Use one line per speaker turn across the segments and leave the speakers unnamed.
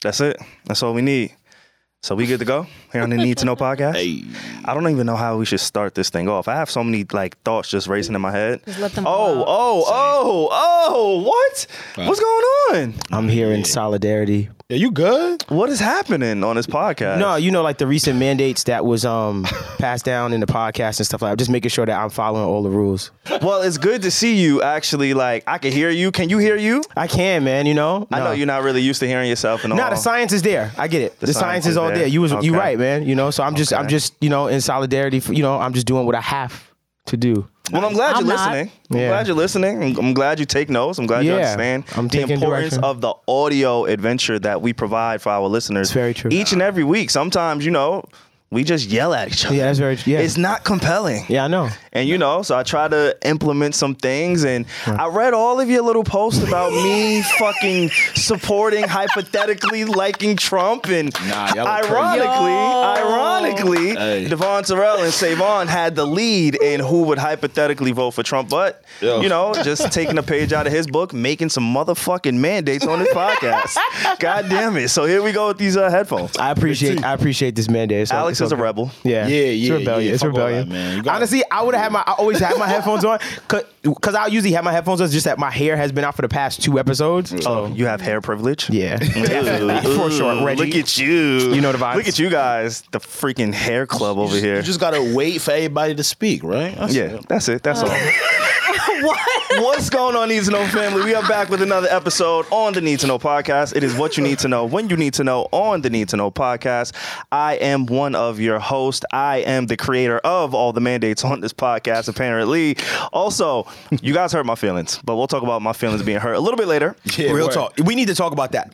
That's it. That's all we need. So we good to go here on the Need to Know podcast.
Hey.
I don't even know how we should start this thing off. I have so many like thoughts just racing in my head.
Just let them
Oh,
flow.
oh, oh, oh! What? What's going on?
I'm here in solidarity.
Yeah, you good?
What is happening on this podcast?
No, you know, like the recent mandates that was um passed down in the podcast and stuff like that. Just making sure that I'm following all the rules.
Well, it's good to see you. Actually, like I can hear you. Can you hear you?
I can, man. You know.
I know
No.
you're not really used to hearing yourself and all.
No, the science is there. I get it. The, science, is all there. You was you
Okay.
right, man. You know, so I'm just I'm
Okay.
just you know in solidarity. For, you know, I'm just doing what I have to do.
Well, I'm glad
I'm
you're
not.
listening. I'm
Yeah.
glad you're listening. I'm, I'm glad you take notes. I'm glad you
Yeah.
understand
I'm
the
taking
importance
direction.
of the audio adventure that we provide for our listeners.
It's very true.
Each and every week. Sometimes, you know, we just yell at each other.
Yeah, that's very tr- yeah.
It's not compelling.
Yeah, I know.
And you know, so I try to implement some things, and I read all of your little posts about me fucking supporting, hypothetically liking Trump, and
Nah, y'all are crazy.
ironically, ironically,
Hey.
Devon Terrell and Savon had the lead in who would hypothetically vote for Trump, but
Yo.
you know, just taking a page out of his book, making some motherfucking mandates on this podcast. God damn it! So here we go with these uh, headphones.
I appreciate I appreciate this mandate. so
Alex
it's
is a
okay.
rebel.
Yeah,
Yeah, yeah,
It's rebellion.
yeah.
It's
Fuck all
rebellion.
that, man. You gotta-
Honestly, I would have had my. I always had my headphones on because I usually have my headphones on. Just that my hair has been out for the past two episodes.
Oh, you have hair privilege.
Yeah,
Ooh,
for
ooh,
sure. Reggie.
Look at you.
You know the vibes.
Look at you guys, the freaking hair club over here.
You just gotta wait for everybody to speak, right? That's
yeah,
it.
that's it. That's all.
oh.
what? What's going on, Need to Know family? We are back with another episode on the Need to Know podcast. It is what you need to know when you need to know on the Need to Know podcast. I am one of your hosts. I am the creator of all the mandates on this podcast, apparently. Also, you guys hurt my feelings, but we'll talk about my feelings being hurt a little bit later.
Yeah,
Real
word.
talk. We need to talk about that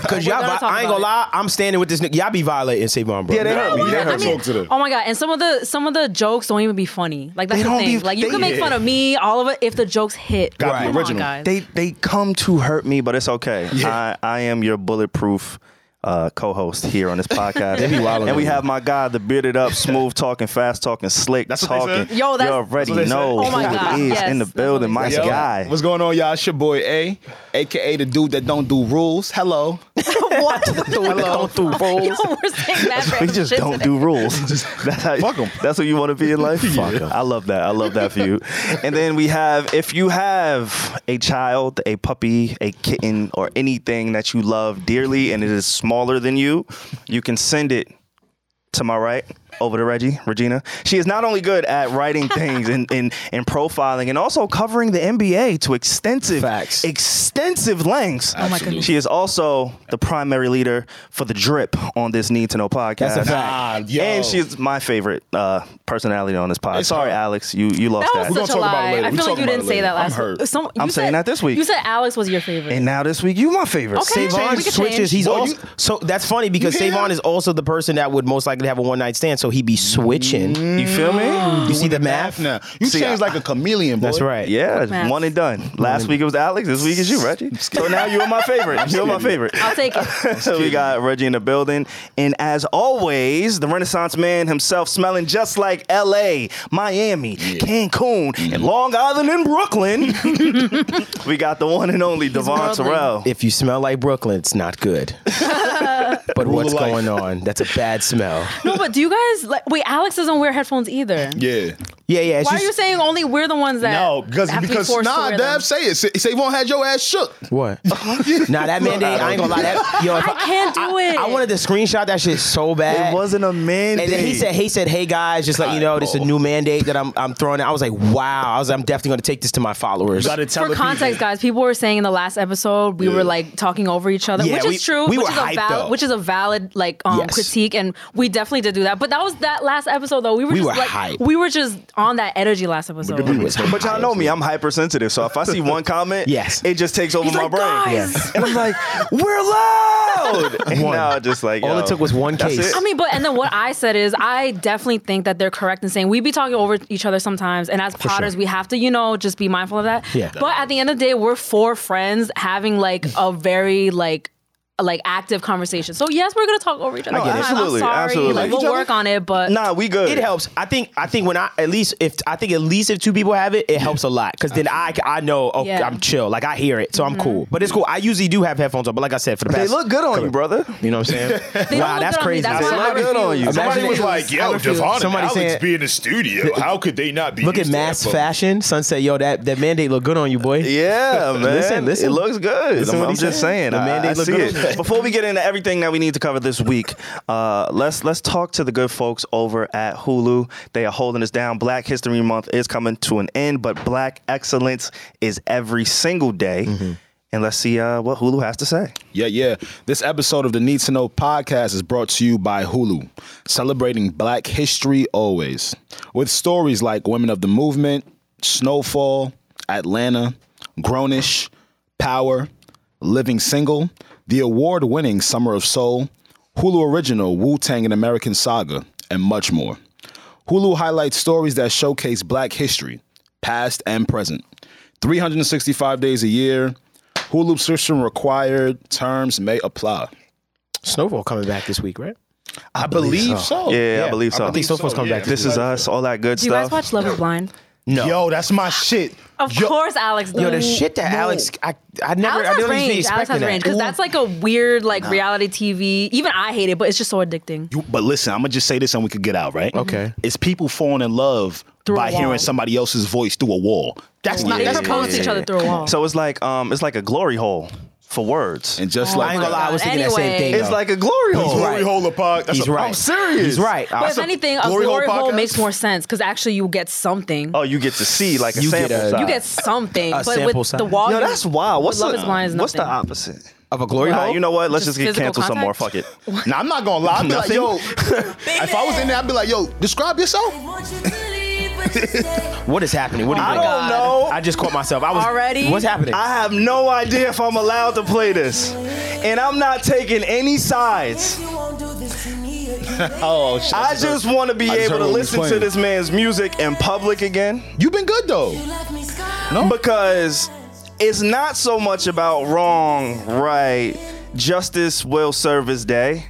because y'all.
gonna
vi-
talk
I ain't gonna
about
lie. I'm standing with this nigga. Y'all be violating Savon, bro.
Yeah, they hurt me.
Well,
They
I
hurt
mean,
me.
talk to them.
Oh my god! And some of the some of the jokes don't even be funny. Like that's
They
the
don't
thing.
be-
like you
they-
can make fun of me, all of it, if the jokes hit.
Gotta be
Come on,
original.
guys.
They they come to hurt me, but it's okay. I, I am your bulletproof uh, co-host here on this podcast.
They be wildin'
and we
over
have my guy, the bearded up, smooth talking, fast talking, slick
That's what they
talking.
said?
Yo, that's-
you
That's
already
what they said?
know
Oh my
who
God,
it is
yes,
in the
that's what
building,
they
my
said.
Yo,
guy.
What's going on, y'all? It's your boy A, aka the dude that don't do rules. Hello.
what?
don't do
Yo,
rolls.
we're saying that
We
random
just
shit
don't
today.
do rules. that's how,
Fuck 'em.
That's what you want to be in life. Fuck 'em. I love that. I love that for you. And then we have if you have a child, a puppy, a kitten, or anything that you love dearly, and it is smaller than you, you can send it to my right over to Reggie, Regina. She is not only good at writing things and, and, and profiling and also covering the NBA to extensive
Facts.
extensive lengths.
Oh my goodness.
She is also the primary leader for the drip on this Need to Know podcast.
That's a fact.
Ah, yo.
And she's my favorite uh, personality on this pod.
It's
Sorry,
her.
Alex, you you lost
That
that.
was
We're gonna
such a
talk about it
lie.
later.
I
We're
feel like
talking
you
about
didn't
it
say that
later. I'm
last.
hurt.
Some, you
I'm
said,
saying that this week.
You said Alex was your favorite.
and now this week, you my favorite.
Okay.
Savon
We could
switches.
change.
He's
Well,
also
Oh, you-
so that's funny because
hear
Savon
that?
is also the person that would most likely have a one night stand. So he be switching.
Mm-hmm.
You feel
Mm.
me?
You see the math?
Now you
See,
change
I-
like a chameleon, boy.
That's right.
Yeah,
Math.
one and done. Last week it was Alex. This week is you, Reggie. So now you're my favorite. You're my favorite.
I'll take it.
So we got Reggie in the building. And as always, the Renaissance man himself smelling just like LA, Miami, Cancun, and
Mm-hmm.
Long Island and Brooklyn. we got the one and only Devon
worldly.
Terrell.
If you smell like Brooklyn, it's not good. but
Rule
what's
of life.
going on? That's a bad smell.
No, but do you guys like? Wait, Alex doesn't wear headphones either.
Yeah.
Yeah, yeah. It's
Why
just,
are you saying only we're the ones that?
No, because
have to be
because
forced to
nah,
wear them?
Dab, say it. Say, say won't had your ass shook.
What? nah, that mandate. I ain't gonna lie. That, yo, if
I can't do it.
I wanted to screenshot that shit so bad.
It wasn't a mandate.
And then he said, "He said, hey guys, just let you know, this is a new mandate that I'm I'm throwing." out." I was like, "Wow!" I was, like, I'm definitely gonna take this to my followers.
For context, guys, people were saying in the last episode we were like talking over each other,
Yeah,
which is
we-
true,
we
which
were
is a
hyped, though.
valid, which is a valid like um,
Yes.
critique, and we definitely did do that. But that was that last episode though. We were
We
just
were
like
hyped.
we were just on that energy last episode.
It was-
But y'all know me, I'm hypersensitive. So if I see one comment,
Yes.
it just takes over
He's
my
like,
brain.
"Guys!"
Yeah. And I'm like, we're loud. And
One.
now just like
All
yo,
it took was one
that's
case.
it.
I mean, but and then what I said is, I definitely think that they're correct in saying we be talking over each other sometimes, and as Potters,
sure.
we have to, you know, just be mindful of that.
Yeah.
But at the end of the day, we're four friends having like a very like like active conversation. So yes, we're gonna talk over each other.
I get it.
all the time.
Absolutely,
I'm sorry.
absolutely.
Like
Like each
we'll work on it, but
Nah, we good.
It helps. I think. I think when I at least if I think at least if two people have it, it helps a lot because then I I know okay,
Yeah. Mm-hmm.
I'm chill. Like I hear it, so I'm cool. But it's cool. I usually do have headphones on, but like I said, for the
They
past,
look good on you, brother.
You know what I'm saying?
They don't
wow,
look
that's
good on me.
crazy.
That's
They
why I
look good on
refuse.
you.
That's why I
Somebody was
refuse.
like,
I
yo,
refuse.
Devon and
Somebody
Alex
saying-
be in the studio. How could they not be
Look at
used to that,
Mass
bro?
Fashion Sunset. Yo, that that mandate look good on you, boy.
Yeah, man.
Listen, listen.
It looks good.
Listen
I'm,
what
I'm
he's
just saying.
saying. The
I,
mandate
I
look
see
good.
it. Before we get into everything that we need to cover this week, uh, let's let's talk to the good folks over at Hulu. They are holding us down. Black History Month is coming to an end, but Black excellence is every single day. And let's see uh, what Hulu has to say.
Yeah, yeah. This episode of the Need to Know podcast is brought to you by Hulu, celebrating black history always. With stories like Women of the Movement, Snowfall, Atlanta, Grownish, Power, Living Single, the award winning Summer of Soul, Hulu Original, Wu Tang and American Saga, and much more. Hulu highlights stories that showcase black history, past and present. 365 days a year. Hulu subscription required. Terms may apply.
Snowfall coming back this week, right?
I believe so.
Yeah, I believe so.
I think Snowfall's coming
yeah.
back. This
this is us, all that good
Do you
stuff.
guys watch Love Is Blind?
no.
Yo, that's my shit.
Of
Yo,
course, Alex.
Yo, the
does.
shit that Alex, I, I never,
Mm, Alex has
I didn't even
range.
expect
Alex has
that.
range because that's like a weird like reality TV. Even I hate it, but it's just so addicting.
You, but listen, I'm gonna just say this and we could get out, right?
Okay.
It's people falling in love
Through a
by hearing
wall.
somebody else's voice through a wall. That's not
They
that's
propose to each other through a wall.
so it's like um, it's like a glory hole for words.
And just
I
like
ain't gonna lie, I was
God.
thinking that same
Anyway.
thing.
it's
though.
like a glory hole.
Glory
right.
hole apart. That's
he's
a-
right.
I'm serious.
He's right.
but
I-
if anything, a
Glory Hole
glory hole
podcast?
makes more sense because actually you get something.
Oh, you get to see like a
You get
sample
a-
size.
You get something,
A
but
sample
with
size.
the wall,
Yo,
you-
that's wild. What's
with Love
the,
Is Blind is
what's the
nothing.
opposite?
of a glory
Nah,
hole.
you know what? Let's just,
Just
get
physical
canceled some more. Fuck it.
contact?
Nah, I'm not gonna lie. I'd be like,
Nothing?
yo, if I was in there, I'd be like, yo, describe yourself.
what is happening? What do you
I
think?
don't
God.
know.
I just caught myself. I was
Already?
What's happening?
I have no idea if I'm allowed to play this. And I'm not taking any sides.
Oh, shit.
I just want to be
I just heard
able to
what we
listen to
explained.
this man's music in public again
You've been good though.
because it's not so much about wrong, right? Justice will serve his day.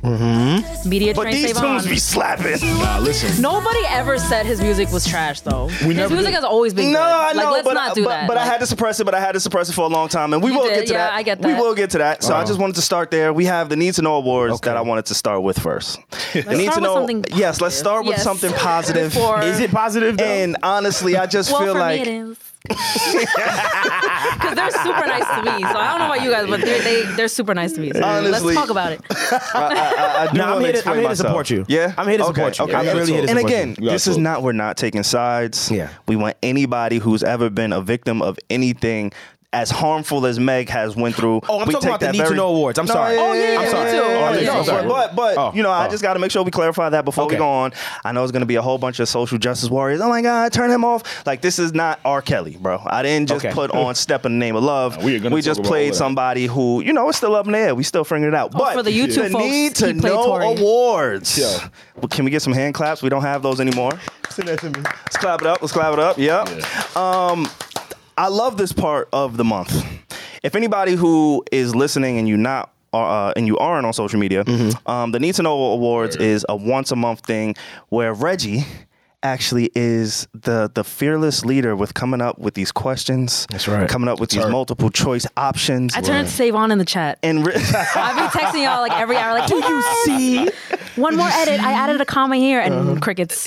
media
But
train
these
save
tunes
on.
be slapping.
Nah, listen.
Nobody ever said his music was trash, though. his
never
music
did.
has always been
No,
good.
I know,
like, let's
but,
not do
but,
that.
but I
Like,
had to suppress it. But I had to suppress it for a long time, and we
You
will
did,
get to
yeah,
that.
I get
We
that.
will get to that. So I just wanted to start there. We have the need to know awards that I wanted to start with 1st need
start
to
with
know.
something
yes, let's
positive.
start with
Yes.
something positive.
Before-
is it positive? Though?
And honestly, I just
well,
feel
for
like
me it is. Because they're super nice to me, so I don't know about you guys, but they're they, they're super nice to me. So
Honestly.
let's talk about it.
I, I do
Nah, I'm
want explain
here to- I'm here to
myself.
support you.
Yeah,
I'm here to
Okay,
support you.
Okay,
I'm
yeah.
really here to
And
support
again,
you. You
this is
absolutely.
not we're not taking sides.
Yeah.
we want anybody who's ever been a victim of anything. As harmful as Meg has went through.
Oh, I'm
we
talking
take
about the
that
Need to
very-
Know awards. I'm sorry.
Oh, yeah,
I'm
yeah,
sorry.
yeah, yeah,
Oh,
yeah,
no,
yeah,
sorry.
yeah.
But but
Oh,
you know, I
oh.
just got to make sure we clarify that before we
Okay.
go on. I know it's going to be a whole bunch of social justice warriors. Oh my God, turn him off! Like this is not R. Kelly, bro. I didn't just
Okay.
put on "Step in the Name of Love."
We are gonna talk
just
about all
played
that.
somebody who you know it's still up in the air. We still figuring it out. but
Oh, for the YouTube
the
folks,
need to
he played
know
Tory.
awards. Well, can we get some hand claps? We don't have those anymore. Let's clap it up. Let's clap it up. Yep. Um, I love this part of the month. If anybody who is listening and you not uh, and you aren't on social media, um, the Need to Know Awards is a once a month thing where Reggie actually is the the fearless leader with coming up with these questions. That's
right.
Coming up with these multiple choice options.
I turned save on in the chat.
and re-
I've been texting y'all like every hour, like, do you see? One more edit. I added a comma here and
Uh-huh.
crickets.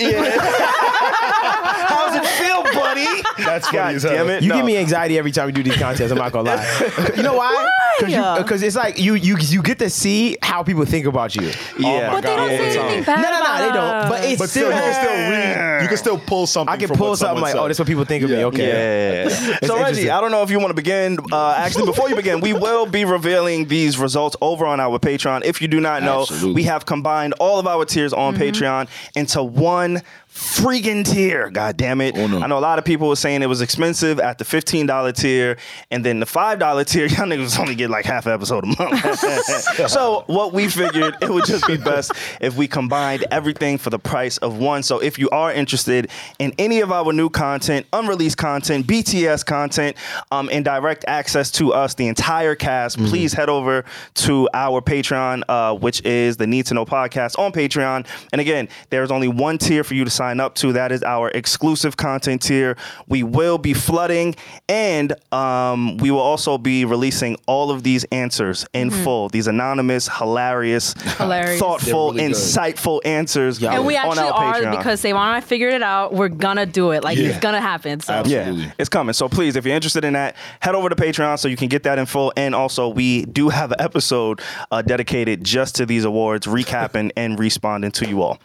how's it feel, buddy?
Oh
That's funny
God
as hell.
damn it!
You
no.
give me anxiety every time we do these contests. I'm not gonna lie. You know why?
Why?
Because it's like you you you get to see how people think about you. Oh.
Yeah.
But they don't
Yeah.
say anything bad
No, no,
about
no, they don't. But
us.
it's
But still,
still.
you can still read. You can still pull something.
I can
from
pull
what
something
someone
like,
said.
oh, that's what people think of me.
Yeah.
Okay.
Yeah. so Reggie,
interesting.
I don't know if you want to begin. Uh, actually, before you begin, we will be revealing these results over on our Patreon. If you do not know,
Absolutely.
we have combined all of our tiers on Patreon into one freaking tier. God damn it.
Oh, no.
I know a lot of people were saying it was expensive at the $15 tier, and then the $5 tier, y'all niggas only get like half an episode a month. so what we figured it would just be best if we combined everything for the price of one. So if you are interested in any of our new content, unreleased content, BTS content, um, and direct access to us, the entire cast,
Mm-hmm.
please head over to our Patreon, uh, which is the Need to Know podcast on Patreon. And again, there's only one tier for you to sign up to. That is our exclusive content tier. We will be flooding, and um, we will also be releasing all of these answers in full. These anonymous, hilarious,
Mm-hmm. Hilarious.
thoughtful,
They're really good.
insightful answers.
Yeah.
And we
on
actually
our
are
Patreon.
because Savon and I figured it out. We're gonna do it. Like
Yeah.
it's gonna happen. So
Absolutely.
Yeah, it's coming. So please, if you're interested in that, head over to Patreon so you can get that in full. And also, we do have an episode uh, dedicated just to these awards, recapping and responding to you all.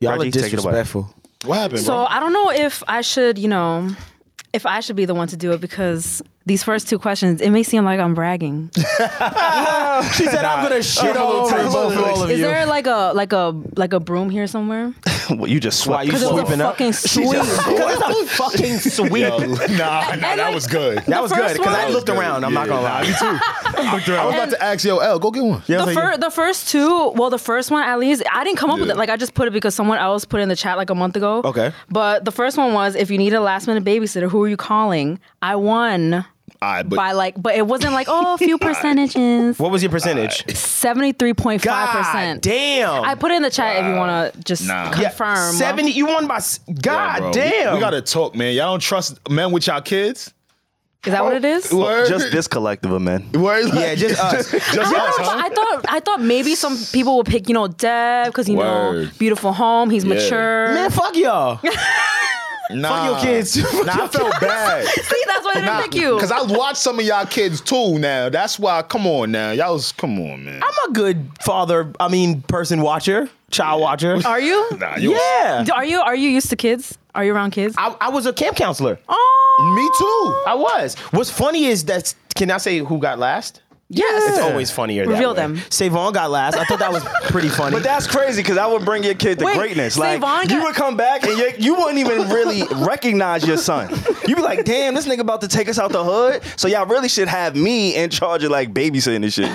Y'all
Reggie,
are disrespectful.
What happened,
So
bro?
I don't know if I should, you know, if I should be the one to do it because these first two questions, it may seem like I'm bragging.
She said, "I'm gonna shit all over both all of
Is
you."
there like a like a like a broom here somewhere?
Take it away. you just swept.
Why you
me.
Because it was a
Sweeping
fucking
up.
sweep. Because it's a fucking sweep.
Yo, nah, nah, that
like-
was good.
That was good
first
because I
one?
looked around. I'm not gonna lie.
too. I was about to ask yo, L, go get one.
Yeah, I
The,
was like,
fir- the first two, well, the first one at least, I didn't come up with
Yeah.
it. Like, I just put it because someone else put it in the chat like a month ago.
Okay.
But the first one was if you need a last minute babysitter, who are you calling? I won
All right, but
by like, but it wasn't like, oh, a few percentages.
What was your percentage?
73.5%.
God damn.
I put it in the chat if you want to just
Nah.
confirm.
Yeah,
Seventy. You won by. s- God
bro, we-
damn.
We, gotta talk, man. Y'all don't trust men with y'all kids.
Is that what it is?
Word.
Just this collective of men.
Word, like-
Yeah, just us.
just us, huh?
I, thought, I thought I thought maybe some people would pick you know Deb because you know
Word.
beautiful home he's
Yeah.
mature.
Man, fuck y'all.
nah.
your kids.
Nah, I felt bad.
See that's why they didn't
Nah,
pick you.
Cause I watched some of y'all kids too. Now that's why. Come on now, y'all was. Come on, man.
I'm a good father. I mean, person watcher, child watcher.
Are you?
nah, you was-
Yeah.
Do- Are you are you used to kids? Are you around kids?
I, I was a camp counselor.
oh
Me too.
I was. What's funny is that's. Can I say who got last?
yes.
It's always funnier. That
Reveal
way.
them.
Savon got last. I thought that was pretty funny.
But that's crazy because I would bring your kid to
Wait,
greatness. Like
Savon
you
got-
would come back and you, you wouldn't even really recognize your son. You'd be like, "Damn, this nigga about to take us out the hood." So y'all really should have me in charge of like babysitting and shit.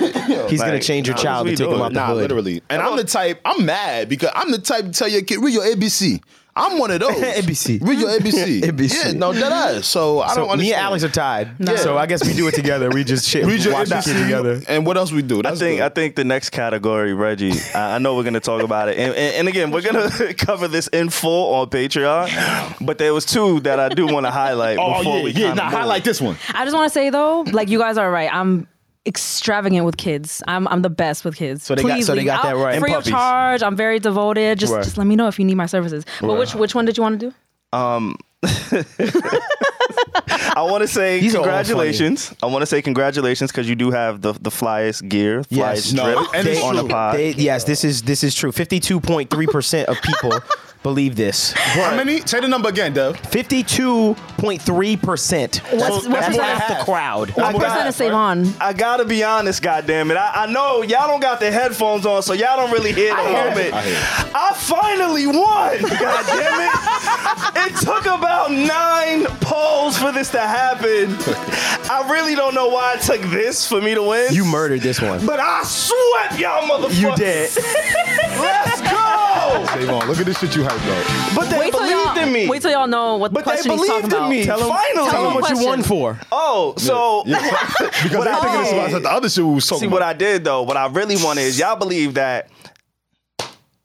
He's gonna
Like,
change your
nah,
child
what
to
we
take him
doing?
out the
Nah,
hood.
literally. And I'm the type. I'm mad because I'm the type to tell your kid read your ABC. I'm one of those.
ABC.
Read your ABC.
ABC.
Yeah, no, that is. So I
So
don't understand.
me and Alex are tied. So I guess we do it together. We just shit.
read your
watch that shit
ABC.
together.
And what else we do?
I
That's
think
good.
I think the next category, Reggie. I, I know we're gonna talk about it, and, and, and again, we're gonna cover this in full on Patreon. But there was two that I do want to highlight.
Oh
before
yeah,
we
yeah.
kinda
Nah,
move.
highlight this one.
I just want to say though, like you guys are right. I'm extravagant with kids. I'm I'm the best with kids. So
they got-
Please
so they
leave.
got that
I'll-
right. And
Free of
puppies.
charge. I'm very devoted. Just
Right.
just let me know if you need my services. But which which one did you want to do?
I want to say
These are all
congratulations. I want to say congratulations because you do have the the flyest gear, flyest
Yes,
drip
no, and it's
on
true.
the pod.
They- yes, this is this is true. Fifty-two point three percent of people believe this.
How many? Say the number again, Dev.
Fifty-two point three percent.
What's- what's
That's
the-
half the crowd.
I
What
got
percent
it,
of save on?
I gotta be honest, goddammit. I, I know y'all don't got the headphones on, so y'all don't really hear the
hear
whole
it.
bit.
I hear it.
I finally won, goddammit. it took about nine polls for this to happen. I really don't know why it took this for me to win.
You murdered this one.
But I swept y'all motherfuckers.
You did.
Let's go.
Davon, look at this shit you hyped
But they
wait till
believed
y'all
in me.
Wait till y'all know what
But they
question he's
believed in
talking about.
me. Tell 'em- Finally.
Tell them what you
Question.
won for.
Oh, so
up. Because
I
I'm thinking this
did-
about the other shit we was talking
See
about.
what I did though. What I really want is y'all believe that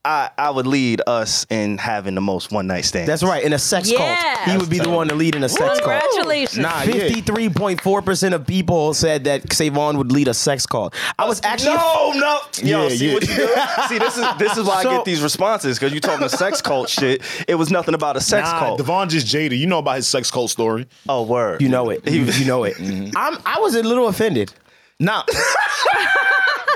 I I would lead us in having the most one night stands.
That's right. In a sex
Yeah.
cult, he would be the one to lead in a sex cult.
Congratulations.
Nah, yeah.
Fifty-three point four percent of people said that Savon would lead a sex cult. I was actually
No, no. Yo,
Yeah,
see
yeah.
what you do? see, this is this is why I
So-
get these responses because you talking sex cult shit. It was nothing about a sex
Nah,
cult.
Devon just jaded. You know about his sex cult story.
oh, word.
You know it. You, you know it.
Mm-hmm.
I'm, I was a little offended.
Nah.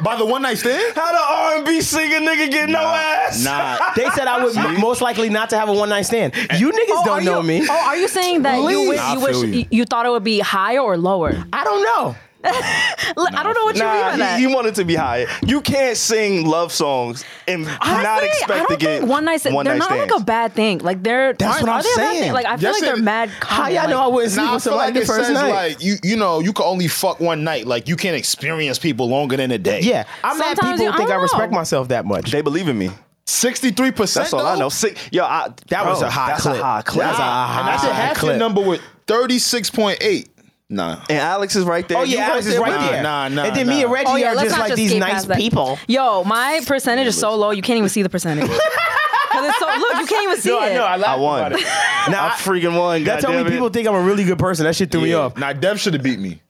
By the one night stand?
How the R and B singer nigga get no ass?
Nah.
They said I would m- most likely not to have a one night stand. You niggas
Oh, are
don't know
you-
me.
Oh, are you saying that you
Please.
wish,
Nah, I
you, wish
feel you.
you. you thought it would be higher or lower?
I don't know.
Like, I don't know what you mean by
Nah,
that.
he, he wanted to be high. You can't sing love songs and not
Honestly,
expect
I don't
to get
think one night. Stand,
One
they're
night
not
stands.
like a bad thing. Like they're.
That's
aren't-
what
are
I'm
they a bad
saying.
thing? Like I feel
Yes,
like they're
it-
mad.
How
common,
y'all know I
like-
wouldn't sleep
Nah, I
with
feel
somebody
like
the
it
first
says
night?
like you you know you can only fuck one night. Like you can't experience people longer than a day.
yeah, I'm mad
Sometimes
people
you- I
think I
don't
respect
know.
myself that much.
They believe in me.
sixty three percent.
That's all I know. Six, yo, I,
That was
bro,
a high
that's
clip.
A high clip.
That's a
Ah, And that's a
high
half
clip.
your number with thirty six point eight. Nah.
And Alex is right there.
Oh
You
yeah, Alex is right
with me.
there.
Nah, nah,
and then me
nah.
and Reggie
Oh yeah,
are
let's
just
not
like
just
these
skate
nice
past that.
people.
Yo, my percentage is so low. You can't even see the percentage. Cause it's so look, you can't even see it.
I won.
Now
I freaking won.
That's how
goddamn
many
it.
people think I'm a really good person. That shit threw me off.
Nah, Dev should have beat me.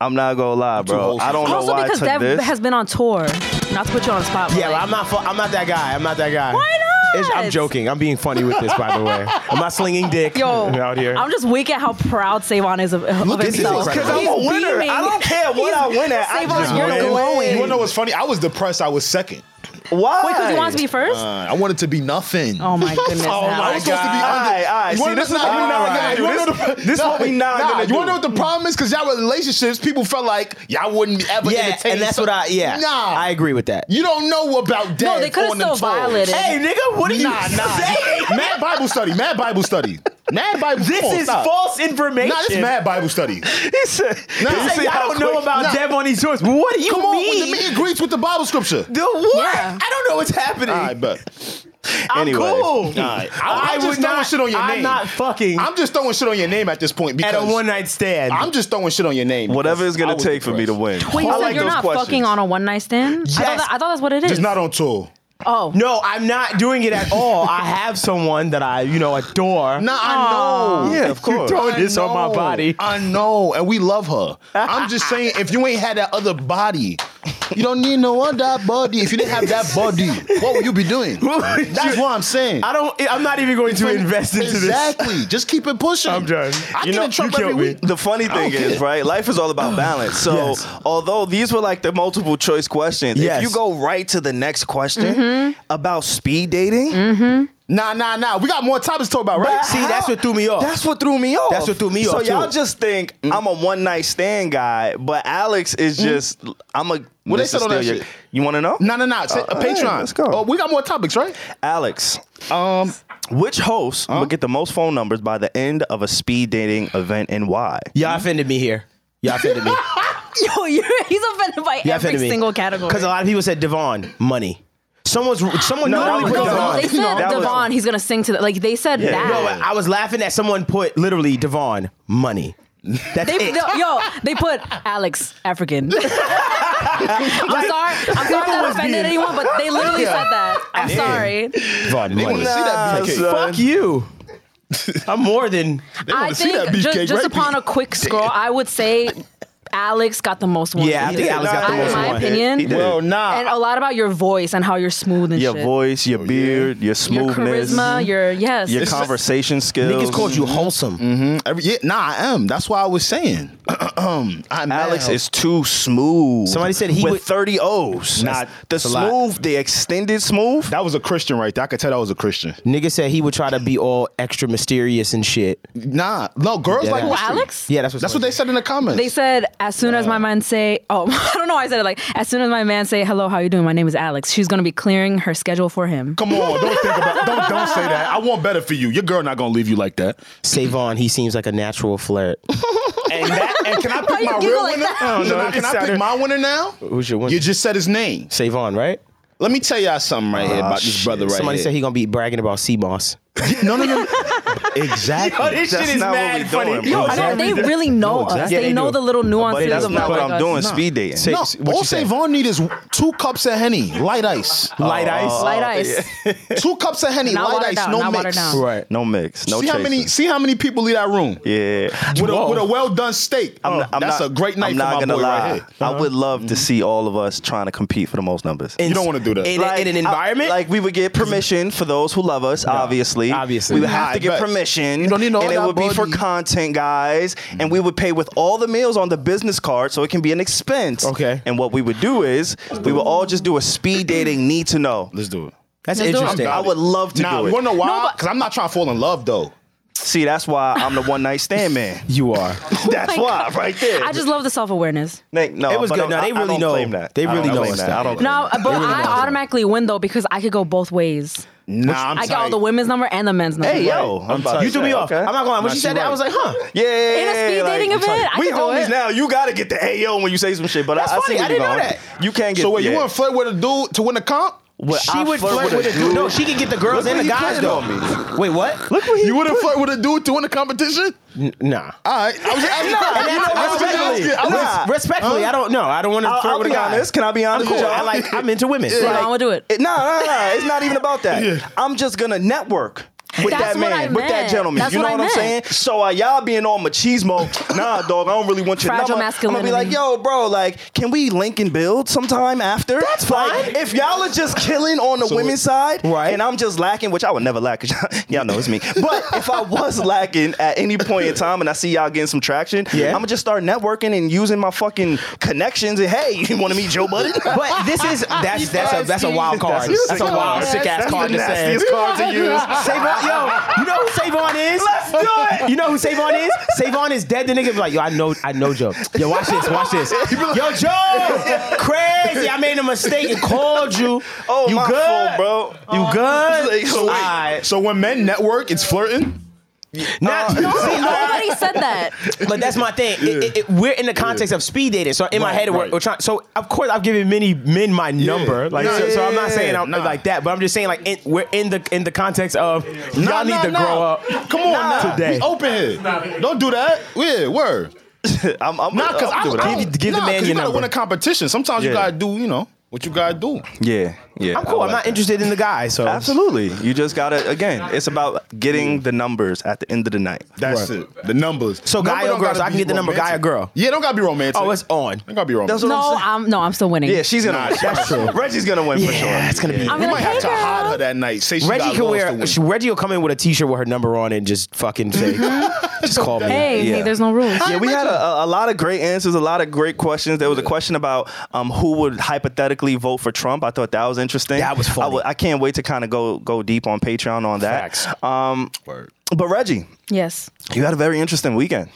I'm not gonna lie, bro.
wholesome.
I don't know
also
why I
because
took
Dev
this.
has been on tour. Not to put you on the spot. But
Yeah, but
like,
I'm not. fu- I'm not that guy. I'm not that guy.
Why not?
I'm joking. I'm being funny with this, by the way. I'm not slinging dick
Yo,
out here.
I'm just weak at how proud Savon is of, of
this is
himself.
incredible. 'Cause
I'm a
He's
winner.
beaming.
I don't care what I win at. I
Savon,
just
you're
win.
glowing.
You wanna know what's funny? I was depressed. I was second.
Why?
Wait, because you want to be first?
Uh, I wanted to be nothing.
oh my goodness.
Oh
Alex.
my god!
Alright, alright. See, this is what we not gonna do. This- this what we not gonna
You wanna know
do.
what the problem is? Because y'all relationships, people felt like y'all wouldn't ever
yeah,
entertain.
and that's
some-
what I. Yeah,
nah,
I agree with that.
You don't know about death.
No, they could have still violated.
Hey, nigga, what are you
Nah, nah.
saying?
Mad Bible study. Mad Bible study. Mad Bible.
This
come on,
is
stop.
false information.
Nah, this is mad Bible study.
He said,
Nah.
you
He said,
see
I
how
don't know
quick-
about
Nah.
Dev on these joints. What do you
Come on,
mean?
when the man agrees with the Bible scripture.
The what?
Yeah.
I don't know what's happening.
All right, but
I'm
Anyway.
cool.
right. I'm just throwing shit on your
I'm
name.
not fucking
I'm just throwing shit on your name at this point
at
because
a one night stand.
I'm just throwing shit on your name.
Whatever
because
it's
I
gonna
was
take for me to
depressed.
win.
Wait, you
I
said
like
you're
those
not
questions.
fucking on a one night stand? I,
Yes.
thought that, I thought that's what it is.
Just not on tour.
oh.
no, I'm not doing it at all. I have someone that I, you know, adore.
Nah, I know.
Yeah, of
You're
course.
throwing
I
this on my
know.
body.
I know, and we love her. I'm just saying, if you ain't had that other body, you don't need no other body. If you didn't have that body, what would you be doing?
What would
That's
you-
what I'm saying.
I don't. I'm not even going to invest into this.
exactly. Just keep it pushing.
I'm done.
I
You
get
know,
in trouble
you
every
killed me.
week.
The funny
I don't
thing is,
care.
right? Life is all about balance. So,
Yes.
although these were like the multiple choice questions,
Yes.
if you go right to the next question
Mm-hmm.
about speed dating,
Nah, nah, nah. We got more topics to talk about, right?
See, that's what threw me off.
That's what threw me off.
That's what threw me
so
off,
So y'all
too. Mm.
just think I'm a one night stand guy, but Alex is just I'm a.
What they
Mr.
said on that
Steal
shit?
You want to know?
Nah, nah, nah. Say- uh,
all right,
Patreon.
let's go.
Oh, we got more topics, right?
Alex,
Uh.
Um,
which host will get the most phone numbers by the end of a speed dating event, and why?
Y'all offended me here. Y'all offended me.
Yo, you're, he's offended by
Y'all
every
offended me.
single category.
Because a lot of people said Devon money. Someone's someone
No, that was
literally put
Devon.
Devon.
They said
No, that was-
Devon, he's gonna sing to the like. They said that.
No, I was laughing at someone put literally Devon money. That's
They,
it.
no, yo, they put Alex African. I'm sorry, I'm sorry if that offended anyone, but they literally said that. I'm
Yeah.
sorry.
Devon money.
wanna see that
Nah,
BK.
son.
Fuck you. I'm more than.
I
see that
think ju-
beefcake
just,
right
upon
there.
a quick scroll, I would say Alex got the most ones.
Yeah, I think
did.
Alex got the
Nah,
most
in my
one.
opinion.
He did. Well,
nah.
and a lot about your voice and how you're smooth and
Your
shit.
voice,
Oh,
your beard, your
your
smoothness,
charisma, your yes,
your
It's-
conversation skills.
Niggas called you wholesome.
Every, yeah, nah, I am. That's why I was saying. I'm
Alex
mad.
is too smooth.
Somebody said he
with
would-
30 O's. Not the
that's a lot.
smooth, the extended smooth.
That was a Christian right there. I could tell that was a Christian.
Nigga said he would try to be all extra mysterious and shit.
Nah, no, girls like
that-
Who,
mystery.
Alex?
Yeah, that's what.
That's what they said in the comments.
They said as soon as my man say, oh, I don't know why I said it. Like as soon as my man say, hello, how you doing? My name is Alex. She's gonna be clearing her schedule for him.
Come on, don't think about don't don't say that. I want better for you. Your girl not gonna leave you like that.
Savon, he seems like a natural flirt.
And, that, and can I
Why
pick
you
my
giggle
real
like
winner?
that?
I don't know.
No, it
can I
sounded-
pick my winner now?
Who's your winner?
You just said his name.
Savon, right?
Let me tell y'all something right here
Ah,
about this brother right
Somebody
here.
said he gonna be bragging about Seaboss.
no, no, no. exactly.
this
That's not what we doing, bro.
Yo,
Oh, Exactly.
no, they really know us.
exactly. Yeah,
they
they
know
do.
the little
But
nuances
that's
of
not what
like
I'm
us.
doing. Speed dating.
Say-
no,
what you
all
say?
Savon need is two cups of Henny, light ice. Oh.
Light ice.
Oh,
Light ice.
two cups of Henny,
Not
light
watered
ice,
down,
no
not watered
mix.
down.
Right.
No mix. No
see how many?
chasing.
See how many people leave that room
Yeah.
with a,
Whoa.
with a well done steak.
I'm,
Oh,
I'm
That's
not,
a great night
I'm
for
not
my
gonna
boy
lie.
right here. Uh-huh. Mm-hmm.
I would love to see all of us trying to compete for the most numbers.
In-
You don't wanna do that.
in, a- in an
I-
environment.
like we would get permission for those who love us, obviously.
obviously.
we would have
Nah,
to get
but
permission,
you don't need no
and it
other
would be for
body.
content guys, and we would pay with all the meals on the business card, so it can be an expense.
Okay.
And what we would do is we would all just do a speed dating need to know.
Let's do it.
that's
Let's do it.
interesting.
I would love to
nah,
do it.
you wanna know
No,
why?
but-
Because I'm not trying to fall in love though.
See, that's why I'm the one night stand man.
You are.
Oh
That's
my
why,
God.
right there.
I just love the self awareness.
They- no,
It was
but
good. No,
I-
they
I
really
don't
know.
claim that.
They
I
really
don't
know
claim
us
that.
that.
I don't. claim
No, but I automatically win though because I could go both ways.
Nah, I'm
I get all the women's number and the men's number.
Hey yo, I'm about to
You threw
say,
me off.
okay.
I'm not going. to When
Nah,
she
she
said that, I
right.
was like, huh.
Yeah, yeah,
In a
yeah,
speed
yeah,
dating
I'm
event,
sorry.
I
we
could do
homies
it.
now. You gotta get the ayo when you say some shit. But
That's
I, I see
funny.
where you're
I didn't know
going.
that.
You can't get.
So wait,
yeah.
you want to flirt with a dude to win a comp?
What,
She
I
would flirt with a dude. No, she can get the girls
Look
and
what
the
he
guys
putting
though.
on me.
Wait, what?
Look what he.
You wouldn't flirt with a dude to win a competition?
N- nah.
All right, I was asking.
And
I
that's-
was just
respectfully,
asking- I was-
Nah.
res- respectfully, I don't know. I don't want to
I'll,
flirt
I'll
with a
be
guy.
honest. Can I be honest
Cool.
with y'all?
I like. I'm into women.
Ron
Like,
would do it.
It, no, no, no, no. It's not even about that. I'm just gonna network with
That's
that
what
man,
I
with that
meant.
gentleman.
That's
you know
what
what, I'm
I
saying?
meant.
So are y'all being all machismo? nah, dog. I don't really want your
Fragile
number. I'm gonna be
masculinity.
like, yo, bro. Like, can we link and build sometime after? That's
fine.
Like, if y'all are just killing on the women's side,
Right.
and I'm just lacking, which I would never lack, you y'all know it's me. But if I was lacking at any point in time, and I see y'all getting some traction,
Yeah.
I'm gonna just start networking and using my fucking connections. And hey, you want to meet Joe Budden?
But this is that's that's a that's a wild card.
That's-
That's a wild
that's-
sick ass
that's
card
the
to say.
nastiest card to use.
Savon, yo, you know who Savon is? Let's do it. You know who Savon is? Savon is dead. The nigga be like, yo, I know, I know Joe. Yo, watch this, watch this. Yo, Joe, crazy. I made a mistake and called you.
Oh,
you
my
good,
fault, bro.
You
Oh.
good?
So wait.
Alright.
So when men network, it's flirting. Uh,
Not- see, no,
Nobody said that.
But that's my thing. It- it- it- we're in the context of speed dating, so in my
Right,
head, we're,
right.
we're trying. So of course, I've given many men my number, like so, so I'm not
Yeah,
saying I'm
nah.
like that, but I'm just saying like in, we're in the in the context of y'all
Nah,
need
nah,
to
nah.
grow up.
Come on, nah.
today.
We open here. Don't do that. Yeah, word.
I'm, I'm
Nah, cause I,
I'm doing
I,
it.
don't-
Give- give the
nah,
man
'cause
your
you gotta
number.
win a competition. Sometimes you
Yeah.
gotta do, you know, what you gotta do.
Yeah, yeah.
I'm cool.
I
I'm
like
not
that.
interested in the guy. So
Absolutely. You just gotta again. It's about getting the numbers at the end of the night.
That's it. The numbers.
So guy
Number
or
don't
girl,
gotta
so I can
be
get the number guy or
romantic.
girl?
Yeah, don't gotta be romantic.
oh, it's on.
Don't gotta be romantic.
That's what I'm
No,
saying.
I'm no, I'm still winning.
yeah, she's gonna. win.
that's true.
Reggie's gonna win for sure.
Yeah, it's gonna be.
I'm
You
gonna
might have
take
to
her.
hide her that night. Say she
Reggie
got
can
lost
wear.
to win.
Reggie will come in with a T-shirt with her number on and just fucking say, just call me.
Hey,
Yeah.
hey, there's no rules.
Yeah, we had a, a, a lot of great answers, a lot of great questions. There was a question about um, who would hypothetically vote for Trump. I thought that was interesting.
That was funny.
I, would- I can't wait to kind of go go deep on Patreon on that.
Facts.
Um, but Reggie,
Yes,
you had a very interesting weekend.